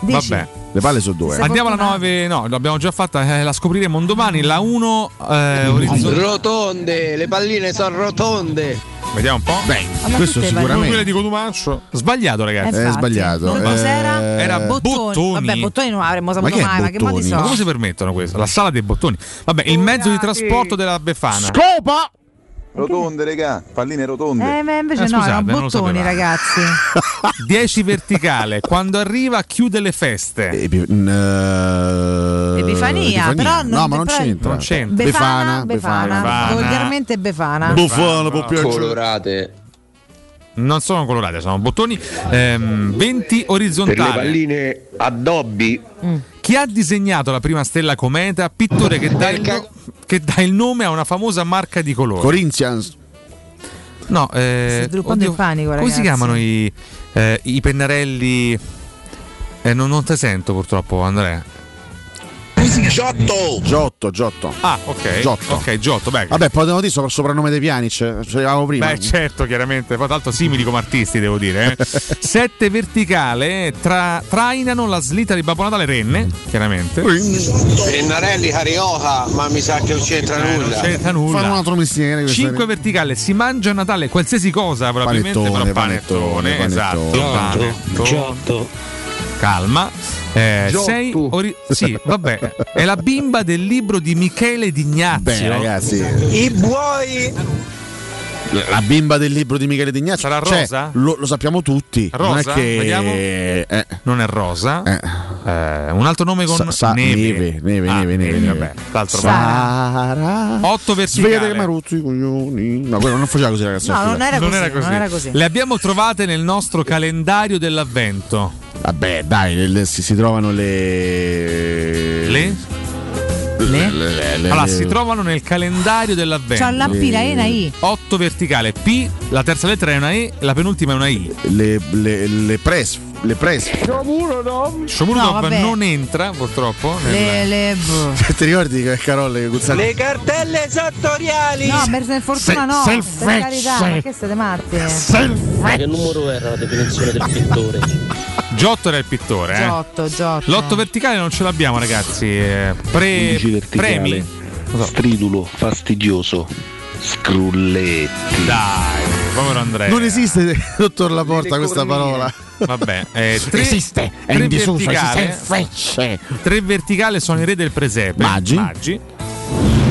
Speaker 4: Vabbè.
Speaker 5: Le palle sono due.
Speaker 4: Andiamo alla 9, no, l'abbiamo già fatta, eh, la scopriremo un domani. La 1 eh, orizzontale.
Speaker 20: Rotonde, le palline sono rotonde.
Speaker 4: Vediamo un po'. Beh,
Speaker 2: ma questo tutte sicuramente. valgono.
Speaker 4: Quelle di Cotumaccio. Sbagliato, ragazzi.
Speaker 2: Eh, infatti. Non Cos'era?
Speaker 4: Era
Speaker 2: bottoni.
Speaker 4: Bottoni.
Speaker 2: Vabbè, bottoni non avremmo saputo mai, ma che modi
Speaker 4: Ma come
Speaker 2: sono?
Speaker 4: si permettono questo? La sala dei bottoni. Vabbè, il mezzo di trasporto della Befana.
Speaker 5: Scopa!
Speaker 21: Rotonde, regà, palline rotonde.
Speaker 2: Eh, ma invece
Speaker 4: Eh,
Speaker 2: no,
Speaker 4: scusate,
Speaker 2: erano
Speaker 4: non lo
Speaker 2: bottoni,
Speaker 4: (laughs) sapevamo.
Speaker 2: ragazzi.
Speaker 4: Eh, 10 verticale. Quando arriva chiude le feste.
Speaker 5: Eh, Epifania,
Speaker 2: Epifania, però non-
Speaker 5: no, ma non
Speaker 2: però-
Speaker 5: c'entra.
Speaker 4: Non c'entra.
Speaker 2: Befana,
Speaker 5: Befana,
Speaker 2: Befana,
Speaker 5: Befana.
Speaker 2: volgarmente Befana.
Speaker 5: Befana, può piacere.
Speaker 20: Colorate.
Speaker 4: non sono colorate, sono bottoni ehm, 20 orizzontali.
Speaker 10: Per le palline addobbi.
Speaker 2: Mm.
Speaker 4: Chi ha disegnato la prima stella cometa, pittore che dà, il, no- che dà il nome a una famosa marca di colore?
Speaker 5: Corinthians.
Speaker 4: No, eh,
Speaker 2: sviluppando il panico,
Speaker 4: Come
Speaker 2: ragazzi.
Speaker 4: si chiamano i, eh, i pennarelli? Eh, non, non te sento purtroppo, Andrea.
Speaker 5: Giotto! Giotto, Giotto.
Speaker 4: Ah, ok.
Speaker 5: Giotto.
Speaker 4: Ok, Giotto, beh.
Speaker 5: Vabbè, poi devo dire sopra il soprannome dei Pianic, ci arrivavamo prima.
Speaker 4: Beh, certo, chiaramente. Poi, tanto simili come artisti, devo dire.
Speaker 5: (laughs)
Speaker 4: eh. Sette verticale tra- trainano la slitta di Babbo Natale Renne, chiaramente.
Speaker 10: Pennarelli Carioca, ma mi sa che non c'entra nulla.
Speaker 4: Eh, Non c'entra nulla.
Speaker 5: Fanno un altro mestiere. questa-
Speaker 4: 5 verticale, si mangia a Natale qualsiasi cosa, probabilmente
Speaker 5: Panettone,
Speaker 4: però panettone,
Speaker 5: panettone,
Speaker 4: esatto.
Speaker 5: panettone. Giotto,
Speaker 4: Calma. Eh,
Speaker 5: Giotto.
Speaker 4: sei ori- sì, vabbè. È la bimba del libro di Michele Dignazio.
Speaker 5: Beh, ragazzi.
Speaker 10: I buoi
Speaker 5: La bimba del libro di Michele Dignazio.
Speaker 4: Sarà
Speaker 5: Cioè,
Speaker 4: rosa?
Speaker 5: lo, lo sappiamo tutti. Non è
Speaker 4: Rosa?
Speaker 5: che.
Speaker 4: Vediamo. Non è rosa. Eh, un altro nome con
Speaker 5: Sa- sa-
Speaker 4: neve.
Speaker 5: neve, neve,
Speaker 4: Ah,
Speaker 5: neve, neve,
Speaker 4: vabbè, l'altro
Speaker 5: Sara.
Speaker 4: 8
Speaker 5: Sveglia
Speaker 4: verticale.
Speaker 5: che Maruzzi, coglioni. No, quello non faceva così, ragazzi.
Speaker 2: No, non era
Speaker 4: Non
Speaker 2: così,
Speaker 4: era così.
Speaker 2: non era così.
Speaker 4: Le abbiamo trovate nel nostro calendario dell'avvento.
Speaker 5: Vabbè, dai, le- le- si, si trovano le.
Speaker 4: Le?
Speaker 5: Le? le- le-
Speaker 4: Allora,
Speaker 5: le-
Speaker 4: si trovano nel calendario dell'avvento.
Speaker 2: C'ha la P, la E, la I.
Speaker 4: 8 verticale, P, la terza lettera è una E, la penultima è una I.
Speaker 5: Le, le, le pres. Le pres.
Speaker 10: Sciomuro no?
Speaker 2: No,
Speaker 4: Shomurodov
Speaker 2: vabbè.
Speaker 4: non entra purtroppo. nel-
Speaker 2: Le, le, boh.
Speaker 5: (laughs) Ti ricordi che Carole che guzzava?
Speaker 10: Le cartelle esattoriali.
Speaker 2: No, per per fortuna
Speaker 5: Se-
Speaker 2: no.
Speaker 5: selfie,
Speaker 2: per carità,
Speaker 5: se-
Speaker 2: ma che siete matti?
Speaker 4: Selfie.
Speaker 10: Che numero era la definizione del pittore?
Speaker 4: Giotto era il pittore. Eh.
Speaker 2: Giotto, Giotto.
Speaker 4: L'otto verticale non ce l'abbiamo ragazzi. eh, Pre-
Speaker 10: Undici verticale.
Speaker 4: premi.
Speaker 10: Stridulo, fastidioso. Scrulletti.
Speaker 4: Dai, povero Andrea.
Speaker 5: Non esiste, (laughs) dottor Laporta, questa parola. (laughs)
Speaker 4: Vabbè, eh, tre,
Speaker 5: Esiste, è
Speaker 4: tre
Speaker 5: in disuso,
Speaker 4: verticale-
Speaker 5: esiste in frecce.
Speaker 4: Tre verticale sono i re del presepe. Maggi.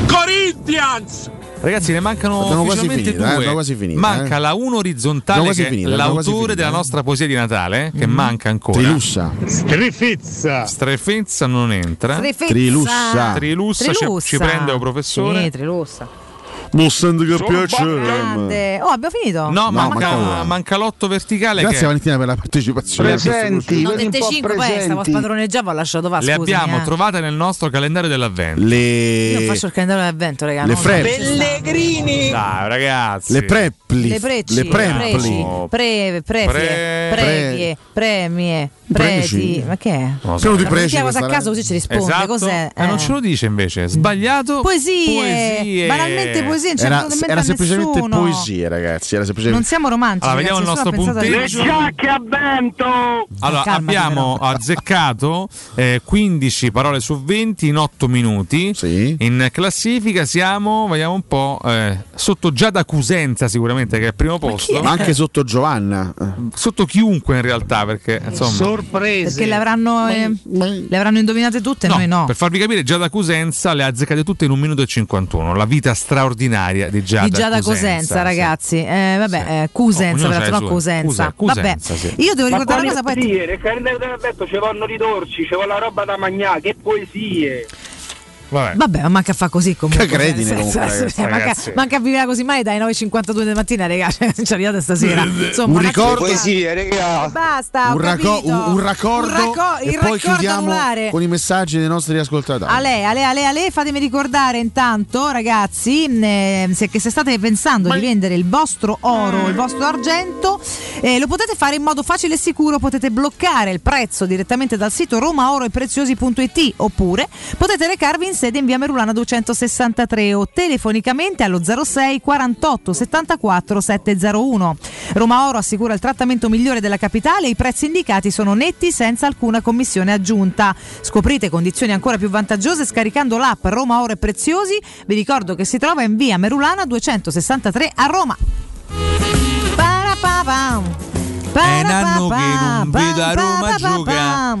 Speaker 10: Corinthians!
Speaker 4: Ragazzi, ne mancano
Speaker 5: Abbiamo quasi
Speaker 4: ufficialmente
Speaker 5: finito, eh,
Speaker 4: due.
Speaker 5: abbiamo quasi finito,
Speaker 4: manca
Speaker 5: eh.
Speaker 4: la 1 orizzontale,
Speaker 5: Abbiamo quasi
Speaker 4: che
Speaker 5: finito,
Speaker 4: è
Speaker 5: abbiamo quasi
Speaker 4: l'autore
Speaker 5: finito,
Speaker 4: della
Speaker 5: eh. Mm.
Speaker 4: nostra poesia di Natale, eh, che manca ancora.
Speaker 5: Trilussa.
Speaker 10: Strefizza.
Speaker 4: Strefezza non entra.
Speaker 2: Strefezza. Trilussa.
Speaker 4: Eh? Trilussa, ci-
Speaker 2: Trilussa.
Speaker 4: Ci, prende un professore.
Speaker 2: Sì, Trilussa.
Speaker 4: eh.
Speaker 5: Non sento che
Speaker 2: Grande. Oh, abbiamo finito?
Speaker 4: No, manca,
Speaker 5: manca uno.
Speaker 4: manca l'otto verticale.
Speaker 5: Grazie
Speaker 4: che-
Speaker 5: Valentina per la partecipazione.
Speaker 2: No, dette 5 poi stavo a spadroneggiare, ho lasciato va,
Speaker 4: Le
Speaker 2: scusami,
Speaker 4: abbiamo
Speaker 2: eh.
Speaker 4: trovate nel nostro calendario dell'avvento.
Speaker 2: Io
Speaker 5: Le,
Speaker 2: faccio il calendario dell'avvento, raga.
Speaker 5: Eh, Le
Speaker 2: non-
Speaker 5: frep.
Speaker 10: Pellegrini.
Speaker 4: Dai, ragazzi.
Speaker 5: le prepli.
Speaker 2: Le preci,
Speaker 5: Le prepli.
Speaker 2: preci, preve, prefie,
Speaker 5: Pre-
Speaker 2: previe, premie, preti.
Speaker 5: Preci.
Speaker 2: Ma che è? Eh,
Speaker 4: Non lo so. Sono di
Speaker 2: Ma
Speaker 4: preci
Speaker 2: mettiamo
Speaker 4: questa,
Speaker 2: a
Speaker 4: raga.
Speaker 2: caso così ci risponde.
Speaker 4: Esatto.
Speaker 2: Cos'è?
Speaker 4: E non ce lo dice invece. Sbagliato.
Speaker 2: Poesie. Banalmente poesie, non ci
Speaker 5: Era,
Speaker 2: hanno venuto in mente
Speaker 5: era
Speaker 2: a
Speaker 5: semplicemente
Speaker 2: nessuno.
Speaker 5: poesia, ragazzi. Era semplicemente
Speaker 2: Non siamo romantici.
Speaker 4: Allora, vediamo
Speaker 2: ragazzi,
Speaker 4: il
Speaker 2: nessuno
Speaker 4: nostro
Speaker 2: ha pensato
Speaker 4: punteggio.
Speaker 2: alla-
Speaker 18: Acchiappento!
Speaker 4: Allora,
Speaker 2: Calmati,
Speaker 4: abbiamo
Speaker 2: (laughs)
Speaker 4: azzeccato eh, 15 parole su 20 in 8 minuti. In classifica siamo, vediamo un po', eh, sotto Giada Cusenza sicuramente che è al primo posto.
Speaker 5: Ma anche sotto Giovanna.
Speaker 4: sotto chiunque in realtà perché
Speaker 2: Eh,
Speaker 4: insomma...
Speaker 2: Perché le avranno, eh, le avranno indovinate tutte, noi no.
Speaker 4: Per farvi capire, Giada Cusenza le ha azzeccate tutte in 1 minuto e 51. La vita straordinaria di Giada,
Speaker 2: Di Giada Cosenza, ragazzi. Eh, vabbè, eh, Cusenza,
Speaker 4: Ognuno
Speaker 2: peraltro,
Speaker 4: sa le
Speaker 2: no,
Speaker 4: sue.
Speaker 2: Cosenza.
Speaker 4: Cusa- Cusenza,
Speaker 2: Vabbè,
Speaker 4: sì.
Speaker 2: io devo ricordare una
Speaker 18: Ma
Speaker 2: cosa, poi
Speaker 18: poesie, nel calendario dell'avvento ci vanno i torci, ci vuole la roba da mangiare, che poesie!
Speaker 4: Vabbè.
Speaker 2: Vabbè, ma manca a fa così comunque.
Speaker 18: Che credine
Speaker 2: nel senso,
Speaker 18: comunque, ragazzi,
Speaker 2: eh, manca,
Speaker 18: ragazzi.
Speaker 2: manca a vivere così mai dai 9.52 della mattina, raga. (laughs) Cioè, non ci arrivate stasera. Insomma,
Speaker 5: un
Speaker 2: una-
Speaker 5: ricordo.
Speaker 2: Basta, ho
Speaker 5: Un, racco-
Speaker 2: capito.
Speaker 5: un- un raccordo.
Speaker 2: Un racco- il
Speaker 5: e poi
Speaker 2: raccordo
Speaker 5: chiudiamo
Speaker 2: anulare.
Speaker 5: con i messaggi dei nostri ascoltatori.
Speaker 2: Ale, Ale, Ale, Ale, fatemi ricordare intanto, ragazzi, mh, eh, se, che se state pensando di vendere il vostro oro, il vostro argento, eh, lo potete fare in modo facile e sicuro, potete bloccare il prezzo direttamente dal sito romaoroepreziosi.it oppure potete recarvi in sede in via Merulana 263 o telefonicamente allo 06 48 74 701. Roma Oro assicura il trattamento migliore della capitale e i prezzi indicati sono netti senza alcuna commissione aggiunta. Scoprite condizioni ancora più vantaggiose scaricando l'app Roma Oro e Preziosi. Vi ricordo che si trova in via Merulana 263 a Roma. Parapapam.
Speaker 4: È un anno che non vedo a Roma giocare.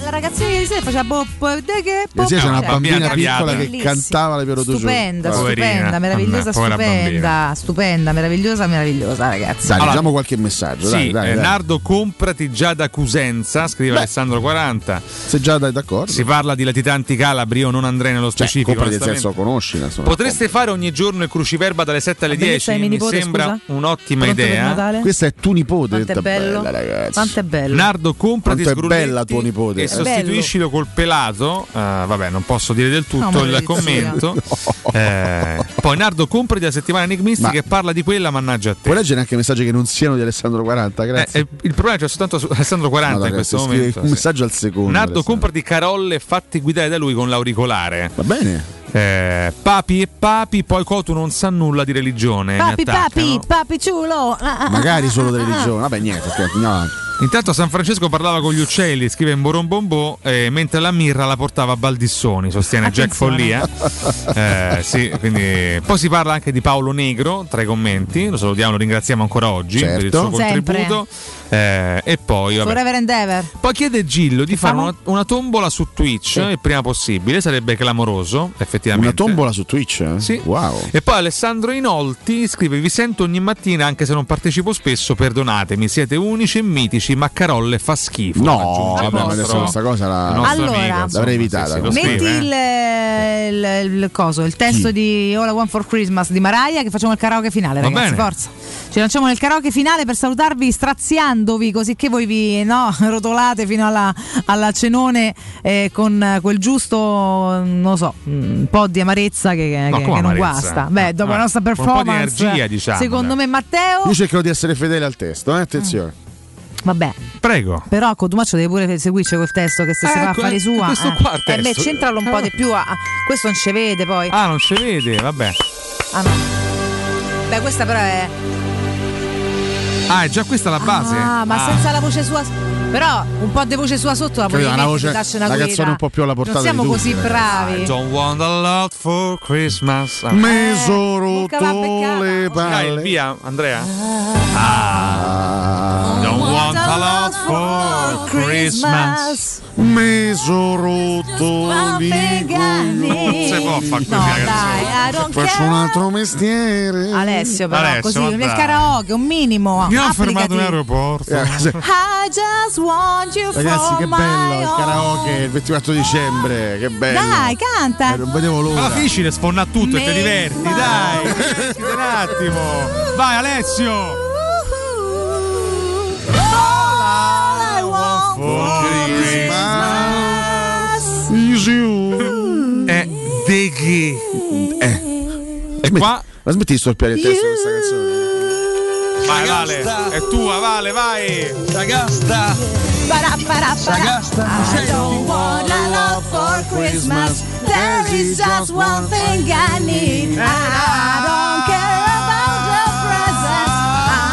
Speaker 2: la ragazzina ieri sera faceva pop de che boh,
Speaker 5: Ieri sera c'era una bambina piccola che
Speaker 2: Bellissima.
Speaker 5: cantava le Vero Dojo.
Speaker 2: Stupenda,
Speaker 5: Guarda.
Speaker 2: stupenda, meravigliosa,
Speaker 5: Povera
Speaker 2: stupenda,
Speaker 5: bambina.
Speaker 2: stupenda, meravigliosa, meravigliosa, ragazzi.
Speaker 5: Dai,
Speaker 4: Allora,
Speaker 5: leggiamo qualche messaggio.
Speaker 4: Sì,
Speaker 5: dai, dai,
Speaker 4: eh,
Speaker 5: dai.
Speaker 4: Nardo, comprati già da Cusenza, scrive
Speaker 5: Beh.
Speaker 4: Alessandro 40.
Speaker 5: Se già dai d'accordo.
Speaker 4: Si parla di latitanti calabri, io non andrei nello
Speaker 5: Cioè,
Speaker 4: specifico.
Speaker 5: compra del
Speaker 4: onestamente.
Speaker 5: senso, conosci. Insomma.
Speaker 4: Potreste fare ogni giorno il cruciverba dalle 7 alle
Speaker 2: Ma perché
Speaker 4: 10?
Speaker 2: sei mio
Speaker 4: Mi
Speaker 2: nipote,
Speaker 4: sembra
Speaker 2: scusa?
Speaker 4: un'ottima
Speaker 2: Pronto per
Speaker 4: idea.
Speaker 2: Natale?
Speaker 5: Questa è tu nipote.
Speaker 2: Quanto è
Speaker 5: tutta
Speaker 2: bello,
Speaker 5: bella, ragazzi.
Speaker 2: quanto è bello.
Speaker 4: Nardo,
Speaker 5: Quanto
Speaker 4: comprati
Speaker 5: è
Speaker 4: sgrulletti
Speaker 5: bella tua nipote.
Speaker 4: e
Speaker 5: Eh.
Speaker 4: sostituiscilo col pelato. Eh, vabbè, non posso dire del
Speaker 2: No,
Speaker 4: tutto il
Speaker 2: maledizione.
Speaker 5: (laughs)
Speaker 4: commento. Eh, poi Nardo, comprati la settimana enigmistica che parla di quella, mannaggia a te.
Speaker 5: Puoi leggere anche messaggi che non siano di Alessandro 40, grazie.
Speaker 4: Eh, il problema è che c'è soltanto su- Alessandro 40 in
Speaker 5: Madonna,
Speaker 4: questo
Speaker 5: se scrivi
Speaker 4: momento.
Speaker 5: Un
Speaker 4: sì.
Speaker 5: messaggio al secondo.
Speaker 4: Nardo, comprati carolle fatti guidare da lui con l'auricolare. Eh,
Speaker 5: Va bene.
Speaker 4: papi e papi, poi Cotu non sa nulla di
Speaker 5: Eh,
Speaker 4: religione. mi
Speaker 2: Papi,
Speaker 4: attaccano.
Speaker 2: papi, papicciulo. Ah, ah,
Speaker 5: Magari solo delle religione. Vabbè, niente, scherzo, andiamo avanti.
Speaker 4: Intanto San Francesco parlava con gli uccelli, scrive in Borombombò, eh, mentre la mirra la portava a Baldissoni,
Speaker 2: Ah,
Speaker 4: sostiene Jack Follia. Eh, sì, quindi- Poi si parla anche di Paolo Negro tra i commenti, lo salutiamo, lo ringraziamo ancora oggi per il suo
Speaker 2: Certo. Sempre.
Speaker 4: contributo. Eh, e poi...
Speaker 2: ah.
Speaker 4: vabbè.
Speaker 2: Forever and ever.
Speaker 4: Poi chiede Gillo di fare una, una tombola su Twitch
Speaker 2: Sì.
Speaker 4: il prima possibile, sarebbe clamoroso, effettivamente.
Speaker 5: Una tombola su Twitch? eh? Wow.
Speaker 4: E poi Alessandro Inolti scrive: Vi sento ogni mattina, anche se non partecipo spesso, perdonatemi, siete unici e mitici, ma Carolle fa schifo.
Speaker 5: No,
Speaker 4: Aggiunge
Speaker 5: vabbè,
Speaker 4: il
Speaker 5: ma
Speaker 4: nostro-
Speaker 5: adesso questa cosa la-
Speaker 4: il nostro
Speaker 2: Allora.
Speaker 4: amico, insomma,
Speaker 5: Ah. L'avrei
Speaker 4: sì,
Speaker 5: evitata.
Speaker 4: sì, lo
Speaker 2: Metti
Speaker 4: scrive, eh.
Speaker 2: il, il- il- il coso, il testo di All I Want for Christmas di Mariah che facciamo il karaoke finale,
Speaker 4: Va
Speaker 2: ragazzi,
Speaker 4: bene.
Speaker 2: forza. Ci lanciamo nel karaoke finale per salutarvi straziandovi così che voi vi no, (laughs) rotolate fino alla, alla cenone eh, con eh, quel giusto, non lo so, un po' di amarezza che, che-
Speaker 5: Ma
Speaker 2: che
Speaker 5: come
Speaker 2: non
Speaker 5: amarezza?
Speaker 2: guasta. Beh, dopo
Speaker 5: Ah,
Speaker 2: la nostra
Speaker 5: un po' di
Speaker 2: performance,
Speaker 5: energia, diciamo,
Speaker 2: secondo
Speaker 5: dai.
Speaker 2: me Matteo,
Speaker 5: Io cercherò di essere fedele al testo, eh? attenzione.
Speaker 2: vabbè,
Speaker 4: Mm. Prego.
Speaker 2: però Codumaccio deve pure seguirci col testo che se si
Speaker 4: Eh,
Speaker 2: fa a
Speaker 4: ecco,
Speaker 2: fare
Speaker 4: eh,
Speaker 2: sua.
Speaker 4: questo qua è il
Speaker 2: eh, beh,
Speaker 4: testo.
Speaker 2: centralo un po' di più. ah, ah, questo non ci vede poi.
Speaker 4: Ah, non ci vede, vabbè.
Speaker 2: Ah, no. Beh, questa però è.
Speaker 4: Ah, è già questa la base.
Speaker 2: Ah, ma
Speaker 4: Ah.
Speaker 2: senza la voce sua. Però un po' di voce sua sotto la puoi
Speaker 4: Capito,
Speaker 2: mettere,
Speaker 4: una voce-
Speaker 2: darci una
Speaker 4: la
Speaker 2: guida.
Speaker 4: canzone un po' più alla portata
Speaker 2: Non siamo
Speaker 4: di tutti, eh. Ah,
Speaker 2: così
Speaker 4: ragazzi. I
Speaker 2: bravi.
Speaker 4: don't want a lot for Christmas. Ah.
Speaker 5: Me sono
Speaker 2: l'ha
Speaker 5: rotto
Speaker 2: beccata.
Speaker 5: le
Speaker 4: Dai,
Speaker 5: palle.
Speaker 4: via, Andrea. Ah. Don't want a lot for Christmas.
Speaker 5: Me sono rotto le
Speaker 2: Non
Speaker 4: si può far così,
Speaker 2: No,
Speaker 4: ragazzi.
Speaker 2: dai, I don't
Speaker 5: Faccio
Speaker 2: care.
Speaker 5: un altro mestiere.
Speaker 2: Alessio, però
Speaker 5: Alessio,
Speaker 2: così
Speaker 5: ma
Speaker 2: nel
Speaker 5: dai.
Speaker 2: karaoke, un minimo. applicati.
Speaker 4: aeroporto.
Speaker 2: I just want you
Speaker 5: Eh, Ragazzi,
Speaker 2: for
Speaker 5: che
Speaker 2: my
Speaker 5: bello il
Speaker 2: own.
Speaker 5: karaoke il 24 dicembre, che bello.
Speaker 2: Dai, canta.
Speaker 5: Eh, non vedevo l'ora.
Speaker 4: Alla fine ci sfonda tutto e ti diverti, dai. Divertiti un attimo. Vai Alessio.
Speaker 2: All I want
Speaker 4: È De Ghe.
Speaker 5: E qua? Ma Eh. smetti di storpiare il testo di questa canzone.
Speaker 4: Vai Vale, è tua Vale, vai.
Speaker 10: Ragazza,
Speaker 2: Para, para, para. I don't want a lot for Christmas. There is just one thing I need. Ah, I don't care about your presents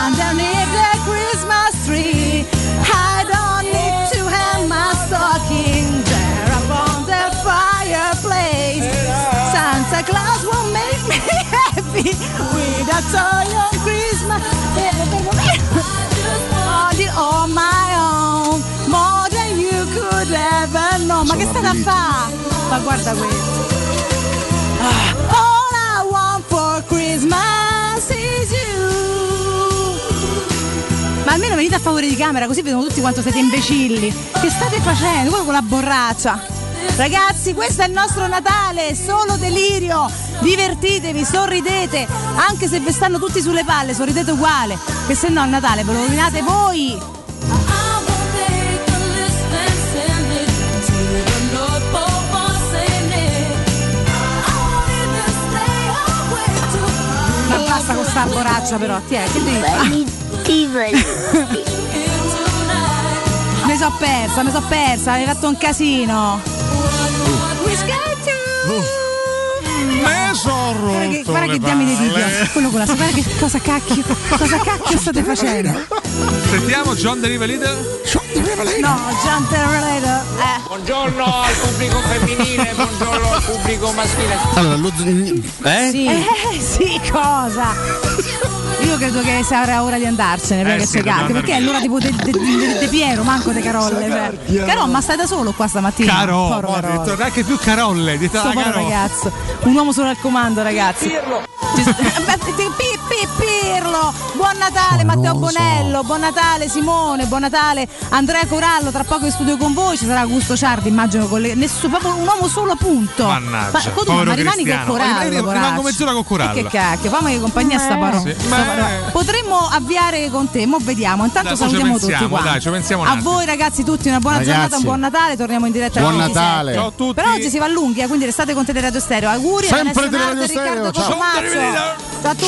Speaker 2: underneath the Christmas tree. I don't need to hang my stocking there upon the fireplace. Santa Claus will make me happy with a toy on Christmas. All the on my own, more than you could ever know. Ma che state a fare? Ma guarda questo. Ah. All I want for Christmas is you. Ma almeno venite a favore di camera, così vedono tutti quanto siete imbecilli. Che state facendo? Quello con la borraccia. Ragazzi, questo è il nostro Natale, solo delirio. Divertitevi, sorridete, anche se vi stanno tutti sulle palle, sorridete uguale, che se no il Natale ve lo rovinate voi. Ma basta con sta borraccia però, ti è, che devi Mi sono persa, mi sono persa, avevi fatto un casino.
Speaker 5: Me sono
Speaker 2: Guarda che, guarda che diamine di Dio, quello con la guarda che cosa cacchio, cosa cacchio state facendo?
Speaker 4: Sentiamo John the Rivalider.
Speaker 2: No, John Terrelator. Eh.
Speaker 10: Buongiorno al pubblico femminile, buongiorno al pubblico maschile.
Speaker 4: Eh?
Speaker 5: Allora, lo... Eh?
Speaker 2: Sì. Eh, sì, cosa? Io credo che sarà ora di andarsene prima
Speaker 4: Eh
Speaker 2: che
Speaker 4: sì,
Speaker 2: sei
Speaker 4: dobbiamo
Speaker 2: carte, perché è l'ora tipo De, de- de- de Piero, manco De Carolle. cioè. Caro, ma stai da solo qua stamattina?
Speaker 4: Caro,
Speaker 2: Povero
Speaker 4: ho
Speaker 2: Carolle.
Speaker 4: detto neanche più Carolle, di
Speaker 2: Sto
Speaker 4: la
Speaker 2: povero
Speaker 4: Caro.
Speaker 2: ragazzo, un uomo solo al comando, ragazzi. Ci sta- (laughs) Beh, ti- pi- pi- Pirlo, buon Natale Matteo Bonello, buon Natale Simone, buon Natale Andrea Corallo, tra poco in studio con voi ci sarà Augusto Ciardi, immagino con le... nessuno, proprio un uomo solo punto.
Speaker 4: Mannaggia,
Speaker 2: ma, Codù,
Speaker 4: povero
Speaker 2: ma rimani
Speaker 4: Cristiano.
Speaker 2: con Corallo,
Speaker 4: Rimani- rimango
Speaker 2: poraccio.
Speaker 4: mezz'ora con Corallo.
Speaker 2: E Che cacchio, fammi che compagnia sta parola.
Speaker 4: Sì,
Speaker 2: sta
Speaker 4: ma-
Speaker 2: parola. Potremmo avviare con te, mo vediamo, intanto
Speaker 4: Dai, mo ci
Speaker 2: salutiamo tutti
Speaker 4: pensiamo,
Speaker 2: quanti.
Speaker 4: dai, ci pensiamo un
Speaker 2: A
Speaker 4: attimo.
Speaker 2: voi ragazzi tutti una buona giornata, un
Speaker 4: Ragazzi.
Speaker 2: buon Natale, torniamo in diretta
Speaker 5: Buon
Speaker 2: alle 27.
Speaker 5: Natale. Ciao a tutti.
Speaker 2: Però oggi si va a lunghi, eh, quindi restate con Teleradio Stereo. Auguri
Speaker 5: Sempre
Speaker 2: a Vanessa
Speaker 5: Teleradio
Speaker 2: Nardi,
Speaker 5: Stereo,
Speaker 2: Riccardo
Speaker 5: ciao.
Speaker 2: Cosumazzo.
Speaker 5: Sono
Speaker 2: Ciao a tutti.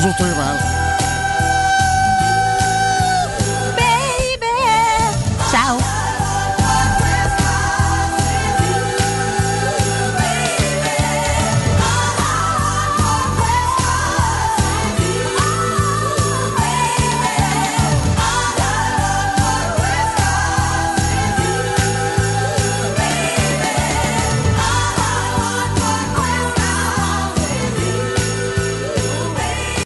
Speaker 5: Sotto le mani.